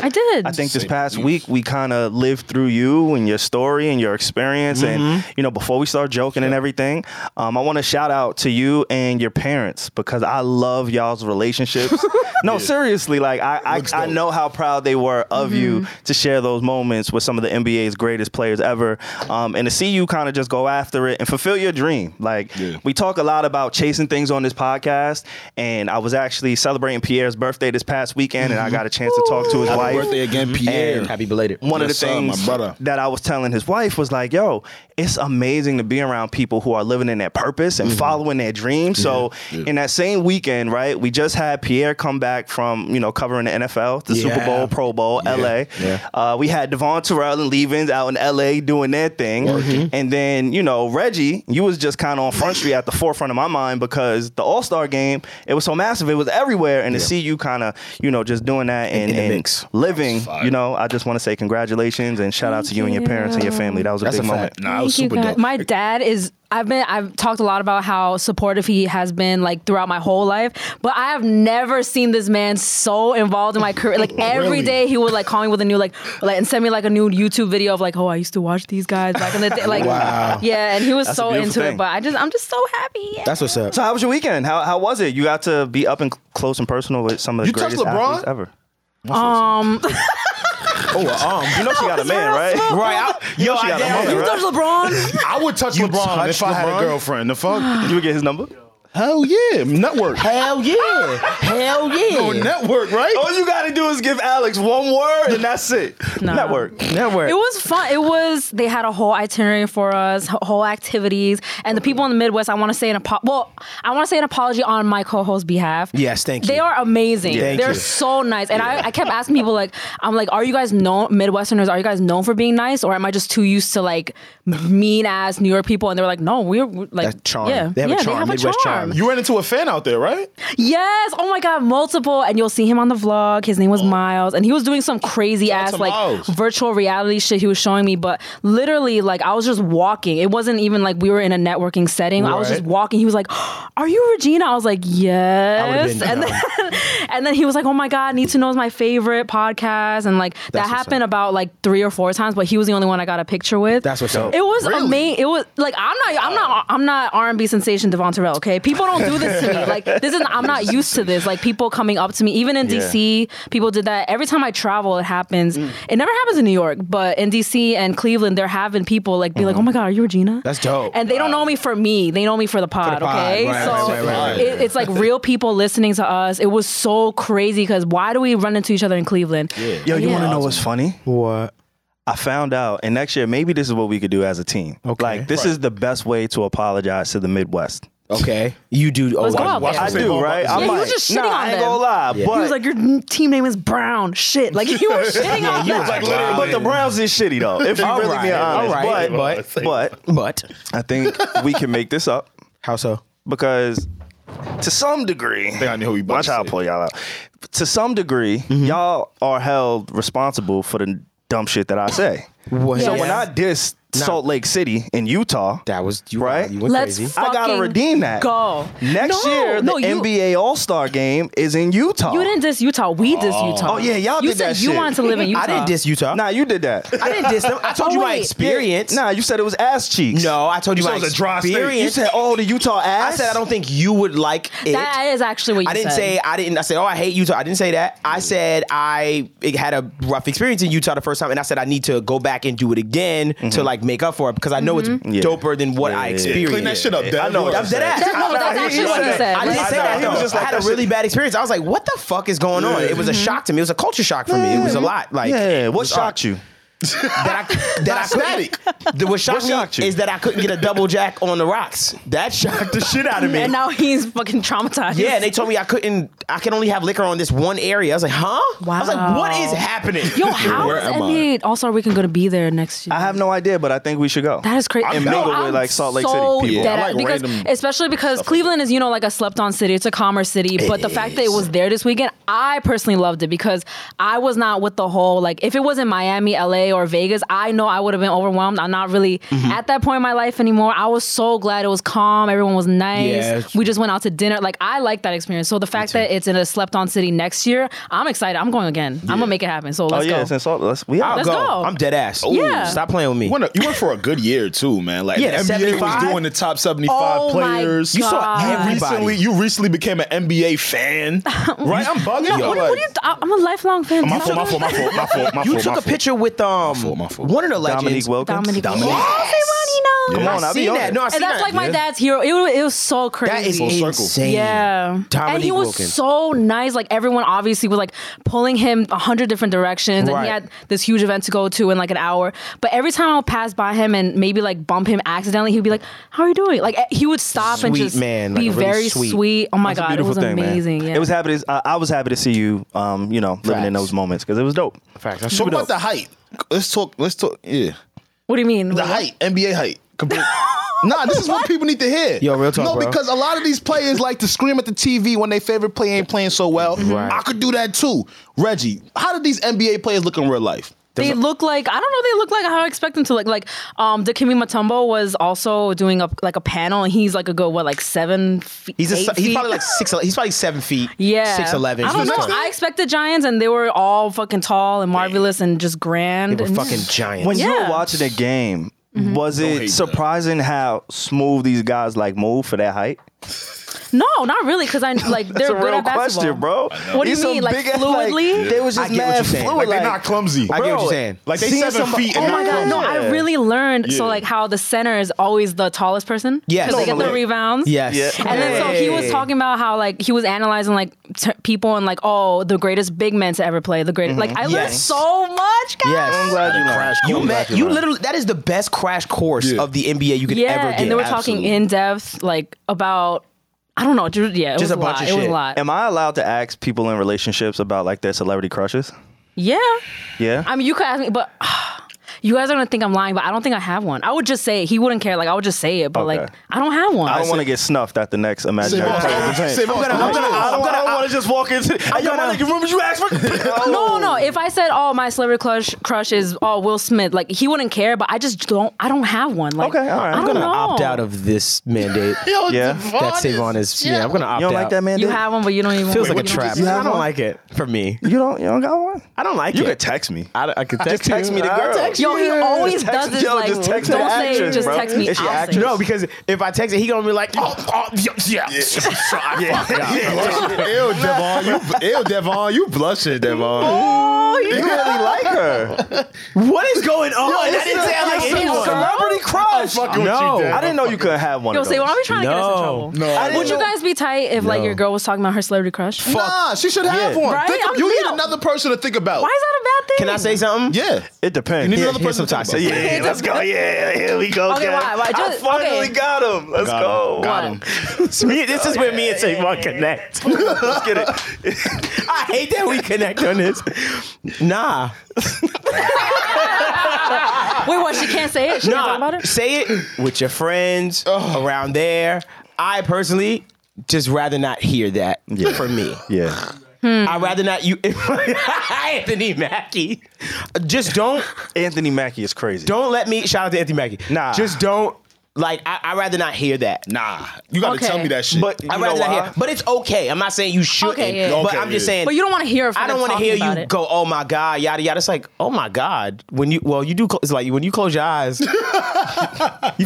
I did.
I think this past week we kind of lived through you and your story and your experience.
Mm-hmm.
And, you know, before we start joking and everything, um, I want to shout out to you and your parents because I love y'all's relationships. no, seriously, like, I, I, I know how proud they were of
Mm-hmm.
you to share those moments with some of the NBA's greatest players ever. Um, and to see you kind of just go after it and fulfill your dream. Like,
Yeah.
we talk a lot about chasing things on this podcast. And I was actually celebrating Pierre's birthday this past weekend, and I got a chance to talk to his
Happy
wife.
birthday again, Pierre.
And
Happy belated.
One of the
Yes, sir, my
things
brother.
that I was telling his wife was like, yo, it's amazing to be around people who are living in their purpose
Mm-hmm.
and following their dreams. So in that same weekend, right, we just had Pierre come back from, you know, covering the NFL, the Super
Yeah.
Bowl, Pro Bowl, LA.
Yeah.
Uh, we had Devon Terrell and Levens out in LA doing their thing. Mm-hmm. And then, you know, Reggie, you was just kind of on Front Street at the forefront of my mind because the All Star game, it was so massive. It was everywhere. And to see you kind of, you know, just doing that and,
in the
and
mix.
living,
fire.
you know, I just want to say congratulations and shout out to you and your parents and your family. That was a
That's
big
a
moment.
fact.
Nah, it was
Thank you,
Oh, super
guys.
dope.
My dad is. I've been. I've talked a lot about how supportive he has been, like throughout my whole life. But I have never seen this man so involved in my career. Like every
Oh, Really?
day, he would like call me with a new like, like, and send me like a new YouTube video of like, oh, I used to watch these guys back in the day. Like, yeah, and he was
That's a
so
beautiful
into
thing.
it. But I just, I'm just so happy. Yeah.
That's what's up.
So how was your weekend? How, how was it? You got to be up and cl- close and personal with some of the
You touched
greatest
LeBron?
athletes ever.
um,
Oh, um,
You know she got a man, right?
right? I, yo,
she
I
got a
did.
mother,
you
right?
touch LeBron.
I would touch
You
LeBron
touch
if I had
LeBron?
a girlfriend. The fuck?
You would get his number.
Hell yeah, network.
Hell yeah! Hell
Go
yeah!
network, right?
All you gotta do is give Alex one word, and that's it.
Nah.
Network.
Network.
It was fun. It was. They had a whole itinerary for us, wh- whole activities, and the people in the Midwest. I want to say an apo- well, I want to say an apology on my co-host's behalf.
Yes, thank
They
you.
are amazing.
Thank
They're
you.
so nice, and I, I kept asking people like, I'm like, are you guys known Midwesterners? Are you guys known for being nice, or am I just too used to like mean ass New York people? And they were like, no, we're, we're like
That charm.
Yeah,
They have a
yeah,
charm,
They have
Midwest
a charm. him.
You ran into a fan out there, right?
Yes. Oh my God, multiple. And you'll see him on the vlog. His name
Oh.
was Miles. And he was doing some crazy ass
to
like
Miles.
virtual reality shit he was showing me. But literally, like I was just walking. It wasn't even like we were in a networking setting. I was just
Right.
walking. He was like, Are you Regina? I was like, Yes.
been
and
down.
then and then he was like, Oh my God, Need to Know is my favorite podcast. And like
That's
that
what's
happened
up.
about like three or four times, but he was the only one I got a picture with.
That's what's up.
It was
Really?
amazing. It was like I'm not I'm not I'm not R and B sensation Devon Terrell. Okay, people don't do this to me. Like this is I'm not used to this. Like people coming up to me, even in
Yeah.
DC, people did that. Every time I travel, it happens. It never happens in New York, but in DC and Cleveland, they're having people like be like, "Oh my God, are you Regina?"
That's dope.
And they don't know me for me. They know me for the pod.
pod,
okay,
right,
so
right, right, right, right.
It, it's like real people listening to us. It was so crazy because why do we run into each other in Cleveland?
Yo, you
Yeah.
want to know what's funny?
What?
I found out, and next year maybe this is what we could do as a team.
Okay.
Like this is the best way to apologize to the Midwest.
Okay. You do. Oh,
Let's go out
watch
there.
I
Say
do,
more
right?
about
I'm
this. Yeah, he was
like,
just shitting
nah,
on
I ain't
them.
gonna lie, but
he was like, "Your team name is Brown." Shit, like you were shitting on them.
like literally, but the Browns is shitty though. If you really
right,
being honest,
all right,
but but but
But
I think we can make this up
how so?
because to some degree,
think I knew who you about
watch
to
how I
say.
pull y'all out. To some degree,
Mm-hmm.
y'all are held responsible for the dumb shit that I say.
What?
So
Yes.
when I diss Salt Lake City in Utah,
that was you.
Right?
You went
Let's
crazy.
I gotta
fucking
redeem that.
Go
Next
No,
year, the
no, you,
NBA All Star game is in Utah.
You didn't diss Utah. We diss Utah.
Oh, yeah, y'all
You
did
said
that
you
shit.
wanted to live in Utah.
I didn't diss Utah.
Nah, you did that.
I didn't diss them. I told
Oh,
you my
wait.
experience.
Nah, you said it was ass cheeks.
No, I told you,
You
my
said it was a dry state. You
You
experience.
said, oh, the Utah ass.
I said I don't think you would like it.
That is actually what you
I didn't
said.
say I didn't. I said, oh, I hate Utah. I didn't say that.
Mm.
I said I it had a rough experience in Utah the first time, and I said I need to go back and do it again to like make up for it because I know
Mm-hmm. Yeah.
it's doper than what I
yeah, yeah.
experienced.
Clean that shit up, Dad.
I know
Look.
what
I'm dead ass.
Mm-hmm. That's-
I-
no,
I-
that's
he-
actually
he
what he
said-
said.
I didn't
Like,
say
I-
that.
he was
though.
just like,
I had
that
a really
shit- Mm-hmm.
bad experience. I was like, what the fuck is going on? It was a shock to me. It was a culture shock for me. It was a lot. Like,
Yeah, what shocked you?
that I that I couldn't. The, what shocked
What shocked you?
me is that I couldn't get a double jack on the rocks. That shocked the shit out of me.
And now he's fucking traumatized.
yeah, they told me I couldn't. I can only have liquor on this one area. I was like, huh? I was like,
Wow.
what is happening?
Yo, how
Where
is
am I?
NBA All Star Weekend going to be there next year?
I have no idea, but I think we should go.
That is crazy.
And mingle with like Salt Lake
so
City people.
dead
Yeah, I
ass-
like
because,
random
especially because Cleveland is you know like a slept on city. It's a commerce city, but the fact that it was there this weekend, I personally loved it because I was not with the whole like if it was in Miami, LA, or Vegas, I know I would have been overwhelmed. I'm not really
Mm-hmm.
at that point in my life anymore. I was so glad it was calm. Everyone was nice.
Yeah, it's-
we just went out to dinner. Like I like that experience. So the fact that it's in a slept on city next year, I'm excited. I'm going again. I'm gonna make it happen. So
Oh
let's
yeah, it's
go.
in Salt. Let's we out.
I'll
Let's go.
I'm dead ass.
Yeah.
Stop playing with me.
You went, you went for a good year too, man. Like
Yeah,
the NBA
75?
was doing the top seventy-five
Oh my
players.
You saw
you
God.
recently. You recently became an NBA fan, right? I'm bugging
No,
you.
what, what do you? th- I- I'm a lifelong fan.
my
Don't
fault. My
you-
fault. My fault. My fault. My
You
fault,
took
my
a picture with um
fault, my fault.
one of the legends.
Dominique Wilkins.
Dominic.
Dominic.
Yes, Irani, no.
Come
I
on, I'll be
seen
on
that.
it.
No, I
And
seen
that's
that.
like my dad's hero. It was, it was so crazy.
That is insane.
Yeah. and
Dominique
he was
Wilkins.
so nice. Like everyone obviously was like pulling him a hundred different directions. And
Right.
he had this huge event to go to in like an hour. But every time I would pass by him and maybe like bump him accidentally, he'd be like, How are you doing? Like eh, he would stop and
Sweet
just
man, like
be
really
very
sweet.
sweet. Oh my
That's
God. It was amazing.
Man.
Yeah.
It was happy. To, uh, I was happy to see you. Um, you know, living in
Facts.
those moments because it was dope.
Facts.
Talk about the height. Let's talk. Let's talk. Yeah,
what do you mean?
the height. NBA height. Compar- Nah, this is what people need to hear.
Yo, real talk,
No,
bro.
because a lot of these players like to scream at the TV when their favorite player ain't playing so well.
Right.
I could do that too. Reggie, how do these NBA players look in real life?
They look like I don't know. They look like how I expect them to look. Like, um, Dakimi Matumbo was also doing a like a panel, and he's like a good what, like seven feet.
He's a,
eight
si- he's
feet?
probably like six. ele- He's probably seven feet.
yeah,
six eleven.
I don't know. I expected giants, and they were all fucking tall and marvelous and just grand.
They were
and-
fucking giants.
When you were
Yeah. Mm-hmm.
watching the game, was it
hate
surprising how smooth these guys like move for that height?
No, not really, because I like they're
That's a
good
real
at basketball.
question, bro.
What do you
These some
mean, like
big ass, like-
fluidly?
They was
I
just
get what
mad
you're saying.
fluid.
Like,
they're not clumsy.
I get what
Bro,
you're saying.
Like they
seeing
seven
somebody-
feet.
oh
And
Oh
not
my god! No,
clumsy.
I
Yeah.
really learned. So
Yeah.
like how the center is always the tallest person.
Yes.
because they get the
Normally.
rebounds.
Yes.
Yeah.
And then so he was
Hey.
talking about how like he was analyzing like t- people and like oh the greatest big men to ever play the greatest like I learned
Mm-hmm. Yes.
so much guys.
Yes.
I'm glad you learned.
You met. You literally. That is the best crash course
Yeah.
of the NBA you could
Yeah,
ever get.
and they were talking in depth like about I don't know. ju- Yeah, it was
Just
a,
a bunch
lot.
of
It was a
shit.
lot.
Am I allowed to ask people in relationships about like their celebrity crushes?
yeah,
Yeah.
I mean you could ask me, but. you guys are gonna think I'm lying, but I don't think I have one. I would just say it. he wouldn't care. Like I would just say it, but like
Okay.
I don't have one.
I don't want to get snuffed at the next imaginary.
Savon,
play.
Savon,
I don't- I don't, want to just walk into. I don't
gonna-
want to remember you asked for.
No, no. If I said, "Oh, my celebrity crush, crush is oh Will Smith," like he wouldn't care. But I just don't. I don't have one. Like,
Okay, all right.
I
I'm
don't
I'm gonna
know.
opt out of this mandate.
Yo,
Yeah.
Devon
that Savon is. Yeah, I'm gonna opt
You don't
out.
like that man?
You
dude?
have one, but you don't even.
Feels
you
like a
don't
trap.
just-
I
have
don't
one?
like it for me.
You don't. You don't got one.
I don't like
You
it.
could text me.
I, I could text,
Just text
you.
me the
I'll
girl.
text you.
Yo, he always
Just text-
does this.
yo,
like,
just text
don't
the
say,
actress,
just
bro.
text me.
Is she
I'll
actress?
say.
No, because if I text it, he gonna be like, oh,
Oh, yeah, yeah. yeah. Ew, Devon, you, ew, Devon, you blushing, Devon.
Oh, you really like her.
"What is going on?" I didn't say I like
It's a
anyone.
Celebrity crush.
Fucking with
No.
you, Devon.
I didn't know you could have one.
Yo,
of
say, why
those.
are we trying to get us in trouble?
No,
No, I
Would you
didn't know-
guys be tight if like your girl was talking about her celebrity crush?
Nah, she should have
Yeah.
one.
Right?
Think-
I'm
you
real.
need another person to think about.
Why is that a bad thing?
Can I say something?
Yeah.
It depends.
You need
Yeah.
another person to
here's
talk
some
about.
Yeah, yeah, let's go. Yeah, here we go.
Okay,
Kev.
why- why?
I
Just-
finally
okay.
got him. Let's
Got
go.
him. Got him.
Me, this is where me and Savon connect.
Let's get it.
I hate that we connect on this. Nah,
Wait, what? She can't say it. She can't talk
nah.
about it.
Say it with your friends around there. I personally just rather not hear that from me.
yeah.
I'd rather not you, Anthony Mackie. Just don't,
Anthony Mackie is crazy.
don't let me. Shout out to Anthony Mackie.
Nah.
just don't. Like I, I'd rather not hear that.
Nah, you gotta
Okay.
tell me that shit.
But-
I'd
You
rather
know
not
why?
hear. But it's okay. I'm not saying you shouldn't.
Okay, yeah, yeah.
But
Okay,
I'm just
yeah.
saying.
But you don't want to hear.
I don't
want to
hear you
it.
go, oh my God, yada yada. It's like, oh my God. When you, well, you do, cl- it's like when you close your eyes, you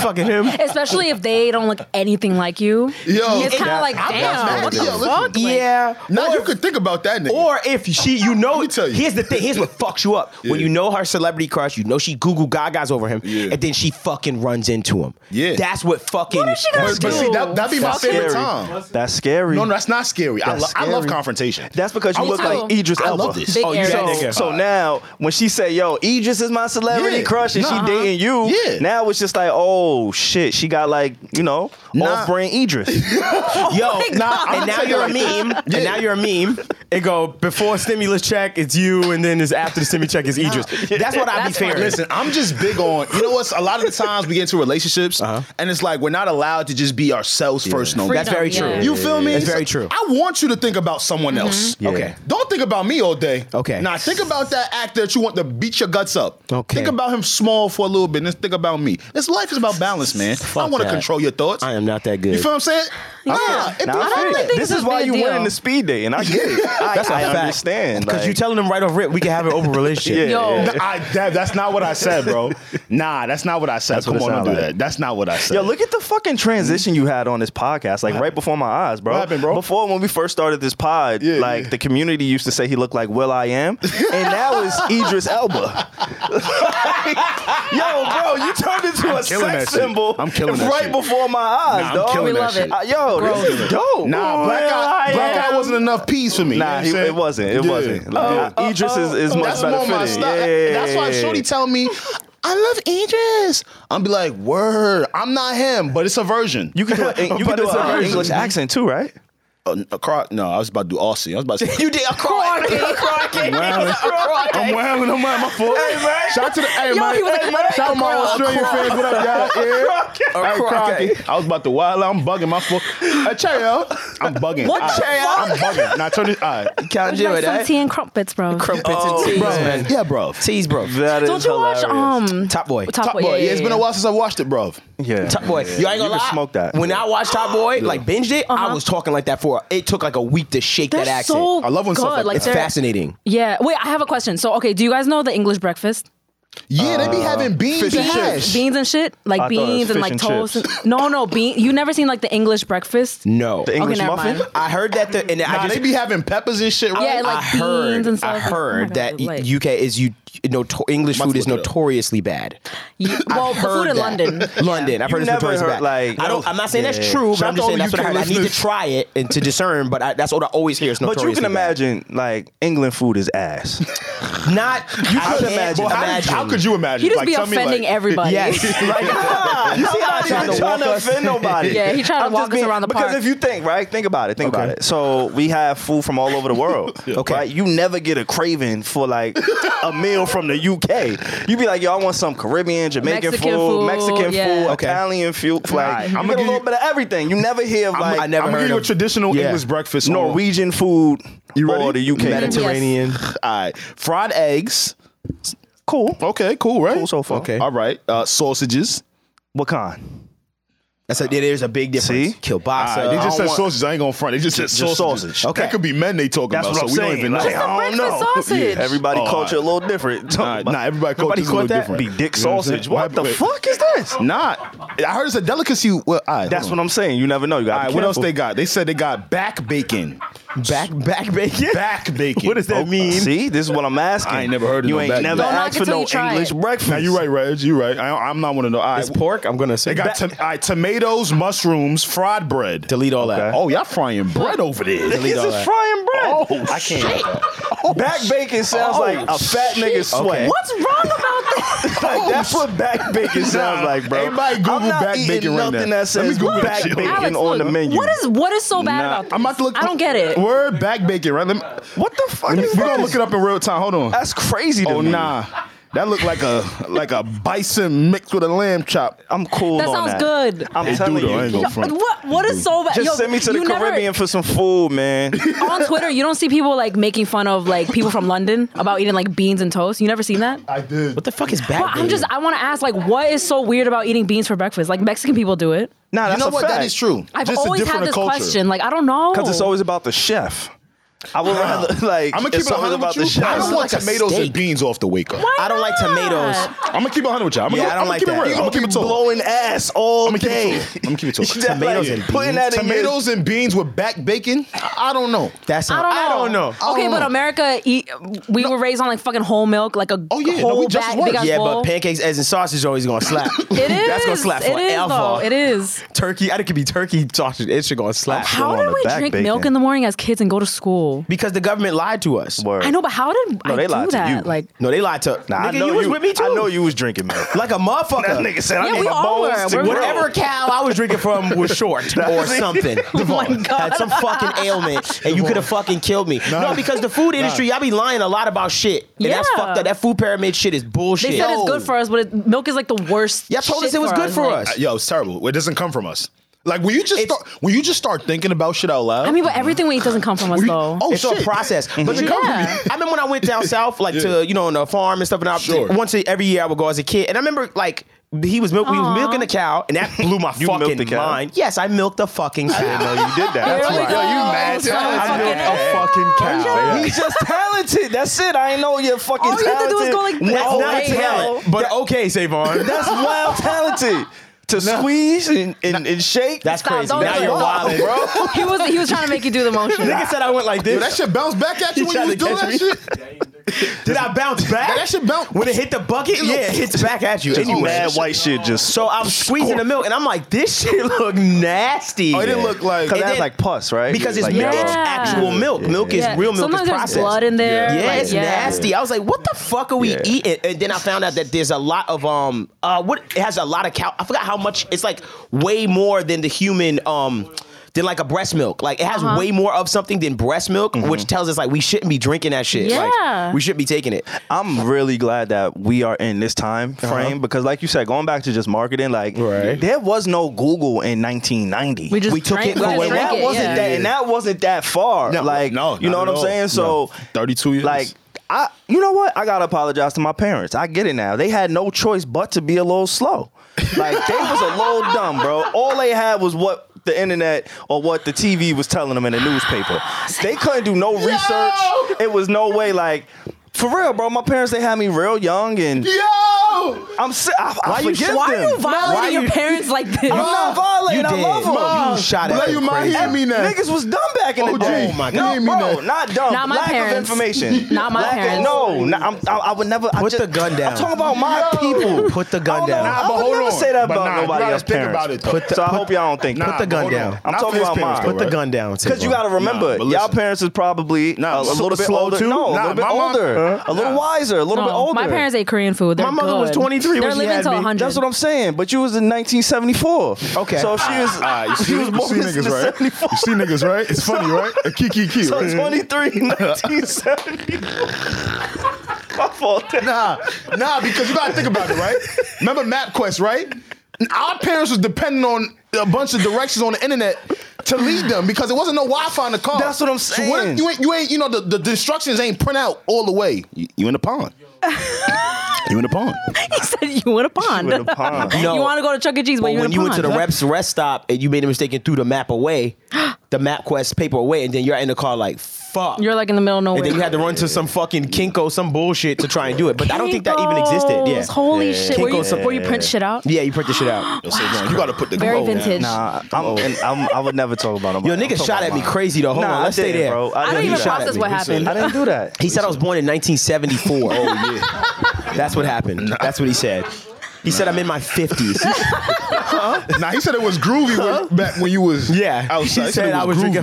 fucking him.
Especially if they don't look anything like you.
Yo,
it's kind of
that-
like,
I'm not
damn,
mad
what
at that.
the
Yo, listen.
fuck? Like,
yeah.
now you could think about that nigga.
Or if she, you know,
Let me tell you.
here's the thing. Here's what fucks you up. When
Yeah.
you know her celebrity crush, you know she Google Gaga's over him,
Yeah.
and then she fucking runs into him.
Yeah.
That's what fucking.
What is she gonna
but, but see, that that be my
That's
favorite
scary.
time.
That's scary.
No, no, that's not scary. I,
That's
lo- I love
scary.
confrontation.
That's because you
Me
look
too.
like Idris
I
Elba.
love this.
Big
Oh,
you
Eric.
that
So,
nigga.
so now when she said, "Yo, Idris is my celebrity
Yeah.
crush," and
Nah.
she
uh-huh.
dating you,
Yeah.
now it's just like, "Oh shit," she got like you know
Nah.
off-brand Idris.
Oh
Yo, nah, and now
telling
you're a
you.
meme. And now you're a meme. It go before stimulus check, it's you, and then it's after the stimulus check, it's Idris. That's what I be
That's funny.
fearing.
Listen, I'm just big on you know what's a lot of the times we get into relationships
Uh-huh.
and it's like we're not allowed to just be ourselves first no more.
That's very
Freedom,
true.
yeah.
You feel me?
That's
So
very true.
I want you to think about someone else.
Mm-hmm.
Okay.
Don't think about me all day.
Okay.
Now think about that actor that you want to beat your guts up.
Okay.
Think about him small for a little bit, and then think about me. This life is about balance, man. I want to
that.
control your thoughts.
I am not that good.
You feel what I'm saying? Yeah. it
Now,
be
I
fun.
feel
really
it.
think
this
this
is
would
why
be a
you winning
deal.
the speed date, and I get it. I,
That's a
I
fact.
understand
Because
like-
you telling them right off rip, we can have an open relationship.
Yeah.
Yo,
Nah, I, that- that's not what I said, bro. Nah, that's not what I said.
That's what
Come
it
on, don't
sound
do
like.
that. That's not what I said.
Yo, look at the fucking transition you had on this podcast, like right before my eyes, bro.
What happened, bro?
Before when we first started this pod,
Yeah,
like
yeah.
the community used to say he looked like Will I Am, and now it's Idris Elba. yo, bro, you turned into a
killing that
sex
shit.
symbol.
I'm killing that
right
shit.
before my eyes,
Nah, I'm
dog.
killing
We that love shit. it.
Uh, yo, this is dope.
Nah, black
Will I
eye, black
Am.
eye wasn't enough peas for me. you know
Nah,
what
he,
I'm saying?
it wasn't. It
Yeah.
wasn't. Like,
Yeah.
uh, Idris is, is much
Oh, That's more
better
my
fitting.
style.
Yeah.
That's why Shorty tell me, I love Idris. I'm be like, word, I'm not him, but it's a version.
you can do a, you can do an English accent too, right?
Uh, a cro- no, I was about to do Aussie. I was about to say,
You did a crocky.
I'm wailing. I'm wailing. I'm wailing. My fault. Hey, man. Shout out to the, hey,
Yo,
man.
he was a
Hey, man. Shout out to my Australian fans. What up, y'all? Yeah. All right, Crocky. I was about to wild out. I'm bugging. My fault. Hey, cheerio. I'm bugging.
What
All
the
right. I'm bugging. Now turn it. All right.
Can't
it's like some tea and crumpets, bro.
eh? Crumpets and teas, man.
Yeah, bro.
Teas, bro.
That is
Don't you watch
hilarious.
um
Top Boy.
Top,
Top
Boy?
boy. Yeah, it's been a while since I watched it, bro.
yeah.
Top Boy. You ain't gonna
You can
lie.
smoke that.
When I watched Top Boy, like binged it, I
Uh-huh.
was talking like that for it took like a week to shake
They're
that accent.
so
I love when
good.
stuff like that.
like
it's
they're-
fascinating.
Yeah. Wait, I have a question. So, okay, do you guys know the English breakfast?
Yeah, they
Uh,
be having beans and hash.
Beans and shit, like
I thought it was
beans and
fish
like
and
toast.
chips.
and- no, no, bean. You never seen like the English breakfast?
No.
The English
never
muffin?
mind.
I heard that the and I
Nah,
just
they be having peppers and shit, right?
Yeah, like
I heard,
beans and stuff.
I
Like, oh my
heard
God,
that
like-
UK is you noto- English
Must
food is
look it up.
notoriously bad.
You, well,
I've
the food
heard
in
that.
London.
London. I've
You
heard it's
never
notoriously
heard,
bad.
like-
I don't. I'm not saying that's
Yeah.
true, but
Shout
I'm just
out
saying
to
that's what I
UK
heard. I need to
listeners.
try it and to discern, but I, that's what I always hear. Is
But you
notoriously
can
bad.
imagine, like England food is ass.
not. You
could imagine.
Well, how,
imagine.
how could you imagine?
He just be
tell me,
offending everybody.
Yes. Like, ah,
you see, I'm not
I'm not trying
even
to walk
trying to
us.
offend nobody.
Yeah, he trying to
I'm
walk
just
us around the
Because
park.
if you think, right, think about it, think about
Okay.
it. So we have food from all over the world.
Okay.
right? you never get a craving for like a meal from the UK. You be like, yo, I want some Caribbean, Jamaican
Mexican
food,
food,
Mexican
yeah.
food,
Okay.
Italian food. Like,
Alright.
you
I'ma
get a
give
little
you-
bit of everything. You never hear like
I never
I'm gonna
heard
give you a
of-
traditional
Yeah.
English breakfast. on-
Norwegian food
You
or
ready?
the UK.
Mediterranean.
Mediterranean.
All right, fried eggs.
Cool.
Okay, cool, right?
Cool so far.
Okay.
All right, uh, sausages.
What kind?
That's a, there's a big difference. uh,
See?
All
Kielbasa.
right, they just
I
said
don't want-
sausages. I ain't gonna front. They just said
Just
sausages.
sausage.
Okay,
Okay.
that could be men they talking
That's
about.
what I'm
so we don't
saying.
even know.
Like, I don't
Breakfast
know.
sausage.
Everybody
Oh,
culture a
alright.
little different.
Nah, nah, everybody culture is a little different.
Be dick
You know what I'm saying?
sausage. What
Why-
the
wait.
fuck is this?
Not. I heard it's a delicacy. Well, all right,
That's
hold
what I'm saying. You never know. You
on.
got.
All right, what else they got? They said they got back bacon.
back back bacon.
Back bacon.
What does that
Oh,
mean?
See, this is what I'm asking.
I ain't never heard of
You
no
ain't
back-
never
Don't
knock
asked
it
for
till
no
you try
English
it.
breakfast.
Now you right, Reg. You right. I, I'm not one to know. All right,
It's pork. I'm gonna say.
They got
back-
to- all right, tomatoes, mushrooms, fried bread.
delete all that.
Oh, y'all frying bread over there.
This
all
is
that.
frying bread.
Oh, I can't.
back bacon sounds
Oh,
like a fat nigga sweat.
Okay.
What's wrong about this?
Like, that's what back bacon sounds
Nah,
like, bro.
everybody Google
I'm not
back
eating
bacon right
nothing
now.
that
Let me
says
Google
back
that shit.
bacon
Alex,
on
look,
the menu.
What is what is so bad
Nah,
about this?
I'm about to look.
I don't get it.
Word back bacon, right? Let me,
What the fuck
we're
is
gonna
this?
look it up in real time. Hold on.
That's crazy to
oh
me.
nah, that looked like a like a bison mixed with a lamb chop.
I'm cool
That
on
sounds
that.
good.
I'm
They do
telling
though, I ain't
you.
gonna-
Yo,
front.
what what is so bad?
Just
Yo,
send me to the
you never-
Caribbean for some food, man.
on Twitter, you don't see people like making fun of like people from London about eating like beans and toast. You never seen that?
I did.
What the fuck is back
But I'm
bacon?
just I want to ask like what is so weird about eating beans for breakfast? Like Mexican people do it.
Nah,
you
that's
know
a
what?
fact.
That is true.
I've
Just a
always had
different
this
culture.
question. Like I don't know.
Because it's always about the chef. I would rather like.
I'm gonna keep
it's
it
always
100
about
with you.
the chef.
I don't
It's
want
like a
tomatoes and
steak.
beans off the wake up.
I don't like tomatoes.
I'm gonna keep it 100 with you. I'm gonna,
Yeah, I
I'm
don't
gonna
like
keep it
that.
real.
You
I'm gonna keep it total.
blowing ass all
I'ma keep it
day.
total. I'ma keep it total.
That,
Tomatoes
like,
and
putting
beans.
that in your-
Tomatoes and beans with back bacon? I I don't know.
That's
I don't know.
I
Okay,
don't
but
Oh.
know.
America, eat, we were raised on like fucking whole milk, like a
Oh, yeah. No,
whole
we just as
bag,
white.
big ass
Yeah,
bowl.
but pancakes, eggs, and sausage always gonna slap.
it is.
That's gonna slap
It is
forever.
though. It is.
Turkey, I think it could be turkey sausage. It should gonna slap.
How
on
did
the
we
back
drink
bacon.
milk in the morning as kids and go to school?
Because the government lied to us.
Word.
I know, but how did
No,
I
they
do
lied to
that?
you.
Like,
No, they lied to.
Nah,
nigga,
I know
you was with me too.
I know you was drinking milk.
Like a motherfucker.
that nigga said,
Yeah,
I need
we
my
all were.
bones to
We're
grow.
Whatever cow I was drinking from was short or something.
oh my god,
Had some fucking ailment, and you could have fucking killed me. No, because the food industry, y'all be lying a lot about shit, and that's
Yeah.
fucked up. That food pyramid shit is bullshit.
they said it's good for us, but it, milk is like the worst.
Y'all told us
shit
it was good for
like-
us.
Uh, Yo, it's terrible. It doesn't come from us. Like when you just
It's-
start, when you just start thinking about shit out loud.
I mean, but everything we eat doesn't come from us
when you-
though.
oh
it's
shit,
a process. But you
Mm-hmm. Yeah.
know, I remember when I went down south, like to you know, on the farm and stuff, and I
Sure.
once a- every year I would go as a kid, and I remember like. He was milk. We was
Aw.
milking the cow, and that blew my
You milked the
fucking
cow?
mind. Yes, I milked the fucking
No,
cow.
you did that.
That's right.
Yo, you mad?
Oh,
I
fucking
milked a
hell.
fucking cow.
He's just talented. That's it. I ain't know you're fucking
All you
talented.
have to do is go like
Wild
that.
That's
Hey,
not talent, but okay, Savon.
That's wild talented. To squeeze and, and, and shake.
That's
Stop,
crazy.
don't
Now
do
you're
it.
wilding, bro.
he was he was trying to make you do the motion.
Nigga said I went like
Yo,
this.
that shit bounce back at you when
tried
you was
to
doing
catch
that
me.
shit.
Did I bounce back?
That shit bounce.
When it hit the bucket, yeah, it hits back at you.
Any
Anyway.
mad white shit just
So I'm squeezing the milk, and I'm like, this shit look nasty.
Oh, it didn't look like.
because
It
that's
did.
like pus, right?
because it's
like
milk.
yellow.
It's actual milk. Milk is
Yeah.
real milk.
Sometimes
is
there's
processed.
blood in there.
Yeah,
like,
it's nasty. I was like, what the fuck are we
Yeah.
eating? And then I found out that there's a lot of um uh what it has a lot of cow I forgot how much it's like way more than the human um than like a breast milk. Like it has
Uh-huh.
way more of something than breast milk,
Mm-hmm.
which tells us like we shouldn't be drinking that shit.
Yeah.
Like we shouldn't be taking it.
I'm really glad that we are in this time
Uh-huh.
frame because, like you said, going back to just marketing, like
Right.
there was no Google in 1990.
We just
We took
drank
it for what
and
it
drank
that
it,
wasn't
yeah.
that, and that wasn't that far.
No,
like,
no,
you know
not
what I'm
at all.
saying? So,
No. 32 years.
Like, I, you know what? I gotta apologize to my parents. I get it now. They had no choice but to be a little slow. Like, they was a little dumb, bro. All they had was what the internet or what the TV was telling them in the newspaper. They couldn't do no research. It was no way. Like, for real, bro. My parents they had me real young, and
Yo,
I'm si- I, I
you-
forgive
Why are
them.
you violating
Why you-
your parents like this?
I'm not
You
violating. I
did.
love them.
Mom, shot at
Black,
them
you might hear
crazy.
me now.
Niggas was dumb back in the
OG,
day.
Oh my
no,
God.
bro,
Mean
not dumb.
Not my
Lack
parents.
of information.
Not my
Lack of-
parents.
no, no I'm, I, I would never. I
Put
just,
the gun down.
I'm talking about my people.
Put the gun
I don't know.
down.
I
Nah, but
would
hold
never
on.
say that
But
about
nah, you
nobody
gotta
else's
think
parents.
about it, though. Put
so I hope y'all don't think.
Nah,
that.
Put the gun
hold on.
down.
I'm
Not for
talking
his
about
parents,
mine.
though,
Put
Put the
right?
gun down.
Because you got to remember,
but
y'all
listen.
parents is probably
Nah,
a, a
so-
little bit
slow
older.
too?
No, a
Nah,
little bit
my mom-
older, a little
Nah.
wiser, a little bit
No,
older.
my parents ate Korean food. They're
My mother was
good.
23 when
They're
she
living
had
till
me.
100.
That's what I'm saying. But you was in 1974.
Okay.
So if she was,
Ah, you see,
she was
you
born
see
in
niggas, right? You
74.
see niggas, right? It's funny, right? A kiki key,
So
right?
23, 1974. My fault.
Nah, nah, because you gotta think about it, right? Remember MapQuest, right? Our parents was depending on a bunch of directions on the internet to lead them because there wasn't no Wi-Fi in the car.
That's what I'm
So what
saying.
if you ain't, you ain't, you know, the, the instructions ain't print out all the way. You, you in the pond. you in the pond.
he said you in a pond.
in a pond.
No.
you want to go to Chuck E. Cheese, but
But
you're in
when
a
you
pond.
went to the reps rest stop and you made a mistake and threw the map away, the map quest paper away, and then you're in the car like fuck.
you're like in the middle of nowhere.
and then you had to run to some fucking Kinko, some bullshit to try and do it. But I don't think that even existed. Yeah.
Kinkos, Holy shit. Where you,
Kinkos,
where you print shit out?
Yeah, you print the shit out.
You gotta put the
Very
oh,
vintage.
Nah, I'm, and I'm, I would never talk about him.
Oh. Yo, nigga shot at me crazy though. Hold
Nah,
on,
I
let's stay
didn't,
there.
bro. I
I don't
He
even
shot at
process
me.
what
He
happened.
I didn't do that.
He said I was born in 1974. oh yeah, that's what happened. That's what he said. He said I'm in my 50s.
Nah, he said it was groovy when, back when you was
Yeah,
outside.
he said I was drinking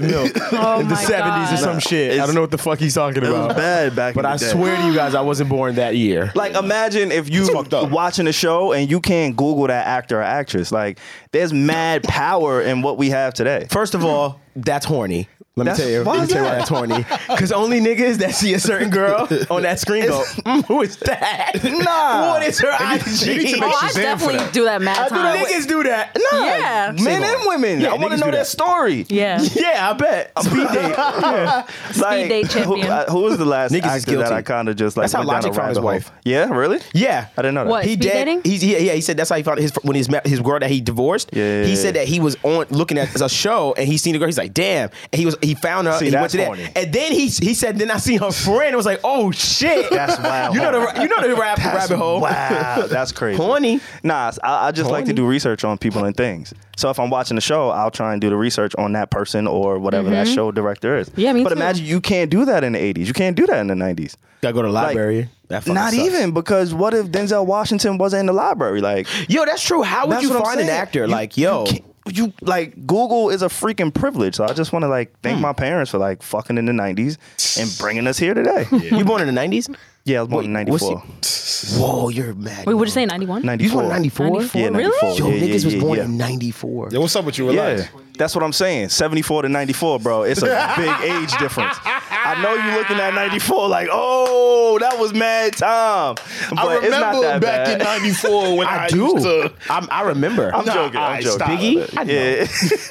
milk
Oh
in the
my
70s or
God.
some shit. I
it's-
don't know what the fuck he's talking
was
about.
bad back in
but
the
I
day.
swear to you guys, I wasn't born that year.
Like, imagine if you
fucked up.
watching a show and you can't Google that actor or actress. Like, there's mad power in what we have today.
First of all, that's horny. Let me
That's-
tell you. Let
why
me
is
tell you why
that?
that's horny. Because only niggas that see a certain girl on that screen go, "Mm, who is that?
Nah.
What is her
you need
IG?
to
Oh,
make
I
Shazam for
definitely
that.
do that mad time.
Niggas do that.
Nah,
Yeah.
men and women.
Yeah,
I want to
niggas
know
do
their
that.
story.
Yeah.
Yeah, I bet. Speed date.
Like,
date
who,
champion.
uh, who was the last
Niggas is
actor that
guilty.
I kind of just like
That's how
went down
Logic
a
found his
rabbit hole?
wife.
Yeah, really?
Yeah.
I didn't know that.
What?
He
Speed dating?
did. He's, yeah, yeah. He said that's how he found his when his ma- his girl that he divorced.
Yeah, yeah,
he
yeah.
said that he was on looking at a show and he seen the girl. He's like, damn. And he was he found her.
See,
and he went
that's
to
horny.
that. And then he he said, then I seen her friend. It was like, oh shit.
That's wild.
You know the you know the rap,
That's-
rabbit hole.
Wow, that's crazy.
Horny.
Nah, I, I just like to do research on people and things. So if I'm watching a show, I'll try and do the research on that person or whatever that show director is.
Yeah, me
But
too.
imagine you can't do that in the 80s. You can't do that in the 90s.
Gotta go to the library. That
Like,
fucking
not
sucks.
even because what if Denzel Washington wasn't in the library? Like,
Yo, that's true. How would
that's
you
what I'm
find an
saying.
actor?
You-
like, yo.
you, can't- you- like Google is a freaking privilege. So I just want to like thank my parents for like fucking in the 90s and bringing us here today. Yeah,
You born in the nineties?
I was born in 94.
Whoa, you're mad.
Wait, what'd you say? 91?
94.
born in 94?
94?
Yeah,
Really?
94.
Yo,
yeah, yeah,
niggas was
yeah,
born
yeah.
in '94.
Yo, what's up with you? Relax.
Yeah, that's what I'm saying. 74 to 94, bro. It's a big age difference. I know you looking at 94 like, oh, that was mad time. But
I
it's not
remember
that
back
bad.
in '94 when I,
I do.
used to.
I'm, I remember.
I'm
Nah,
joking. I'm
alright,
joking.
stop
it. I know.
Yeah.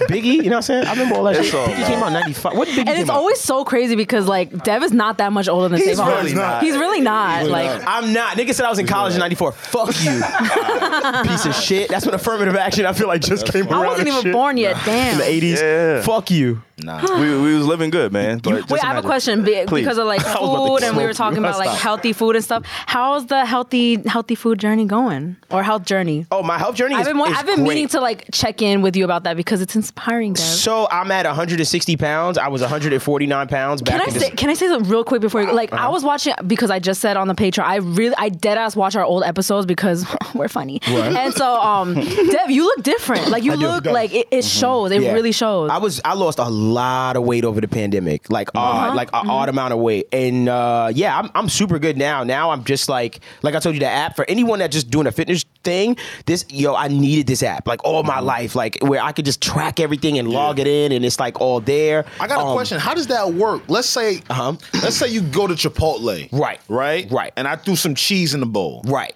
Biggie, you know what I'm saying? I remember all that
It's
shit.
all
Biggie
right.
came out in 95. What did Biggie
And
came
it's
out?
always so crazy because like Dev is not that much older than
He's
Savon.
really not.
He's really not.
really
like
not.
I'm not. Nigga said I was in college in 94. Fuck you. Piece of shit. That's when affirmative action I feel like just came around.
I wasn't
and
even
shit.
born yet. Damn.
In the 80s.
Yeah.
Fuck you.
we, we was living good, man. But just
Wait, I have
imagine.
a question be-
Please.
because of like food, and we were talking about like healthy food and stuff. How's the healthy healthy food journey going, or health journey?
Oh, my health journey
I've
is
been wa-
is
I've been
great.
meaning to like check in with you about that because it's inspiring, Dev.
So I'm at 160 pounds. I was 149 pounds back
Can I
in
say can I say something real quick before you like I was watching because I just said on the Patreon I really I dead ass watch our old episodes because we're funny and so um Dev you look different like you look like it, it shows it
Yeah.
really shows
I was I lost a lot of weight over the pandemic, like odd,
Uh-huh.
like
Mm-hmm.
an odd amount of weight, and uh, yeah, I'm I'm super good now. Now I'm just like like I told you the app for anyone that just doing a fitness thing. This yo, I needed this app like all
Mm-hmm.
my life, like where I could just track everything and log it in, and it's like all there.
I got a
Um,
question. How does that work? Let's say,
Uh-huh.
let's say you go to Chipotle,
Right.
right,
Right.
and I threw some cheese in the bowl.
Right.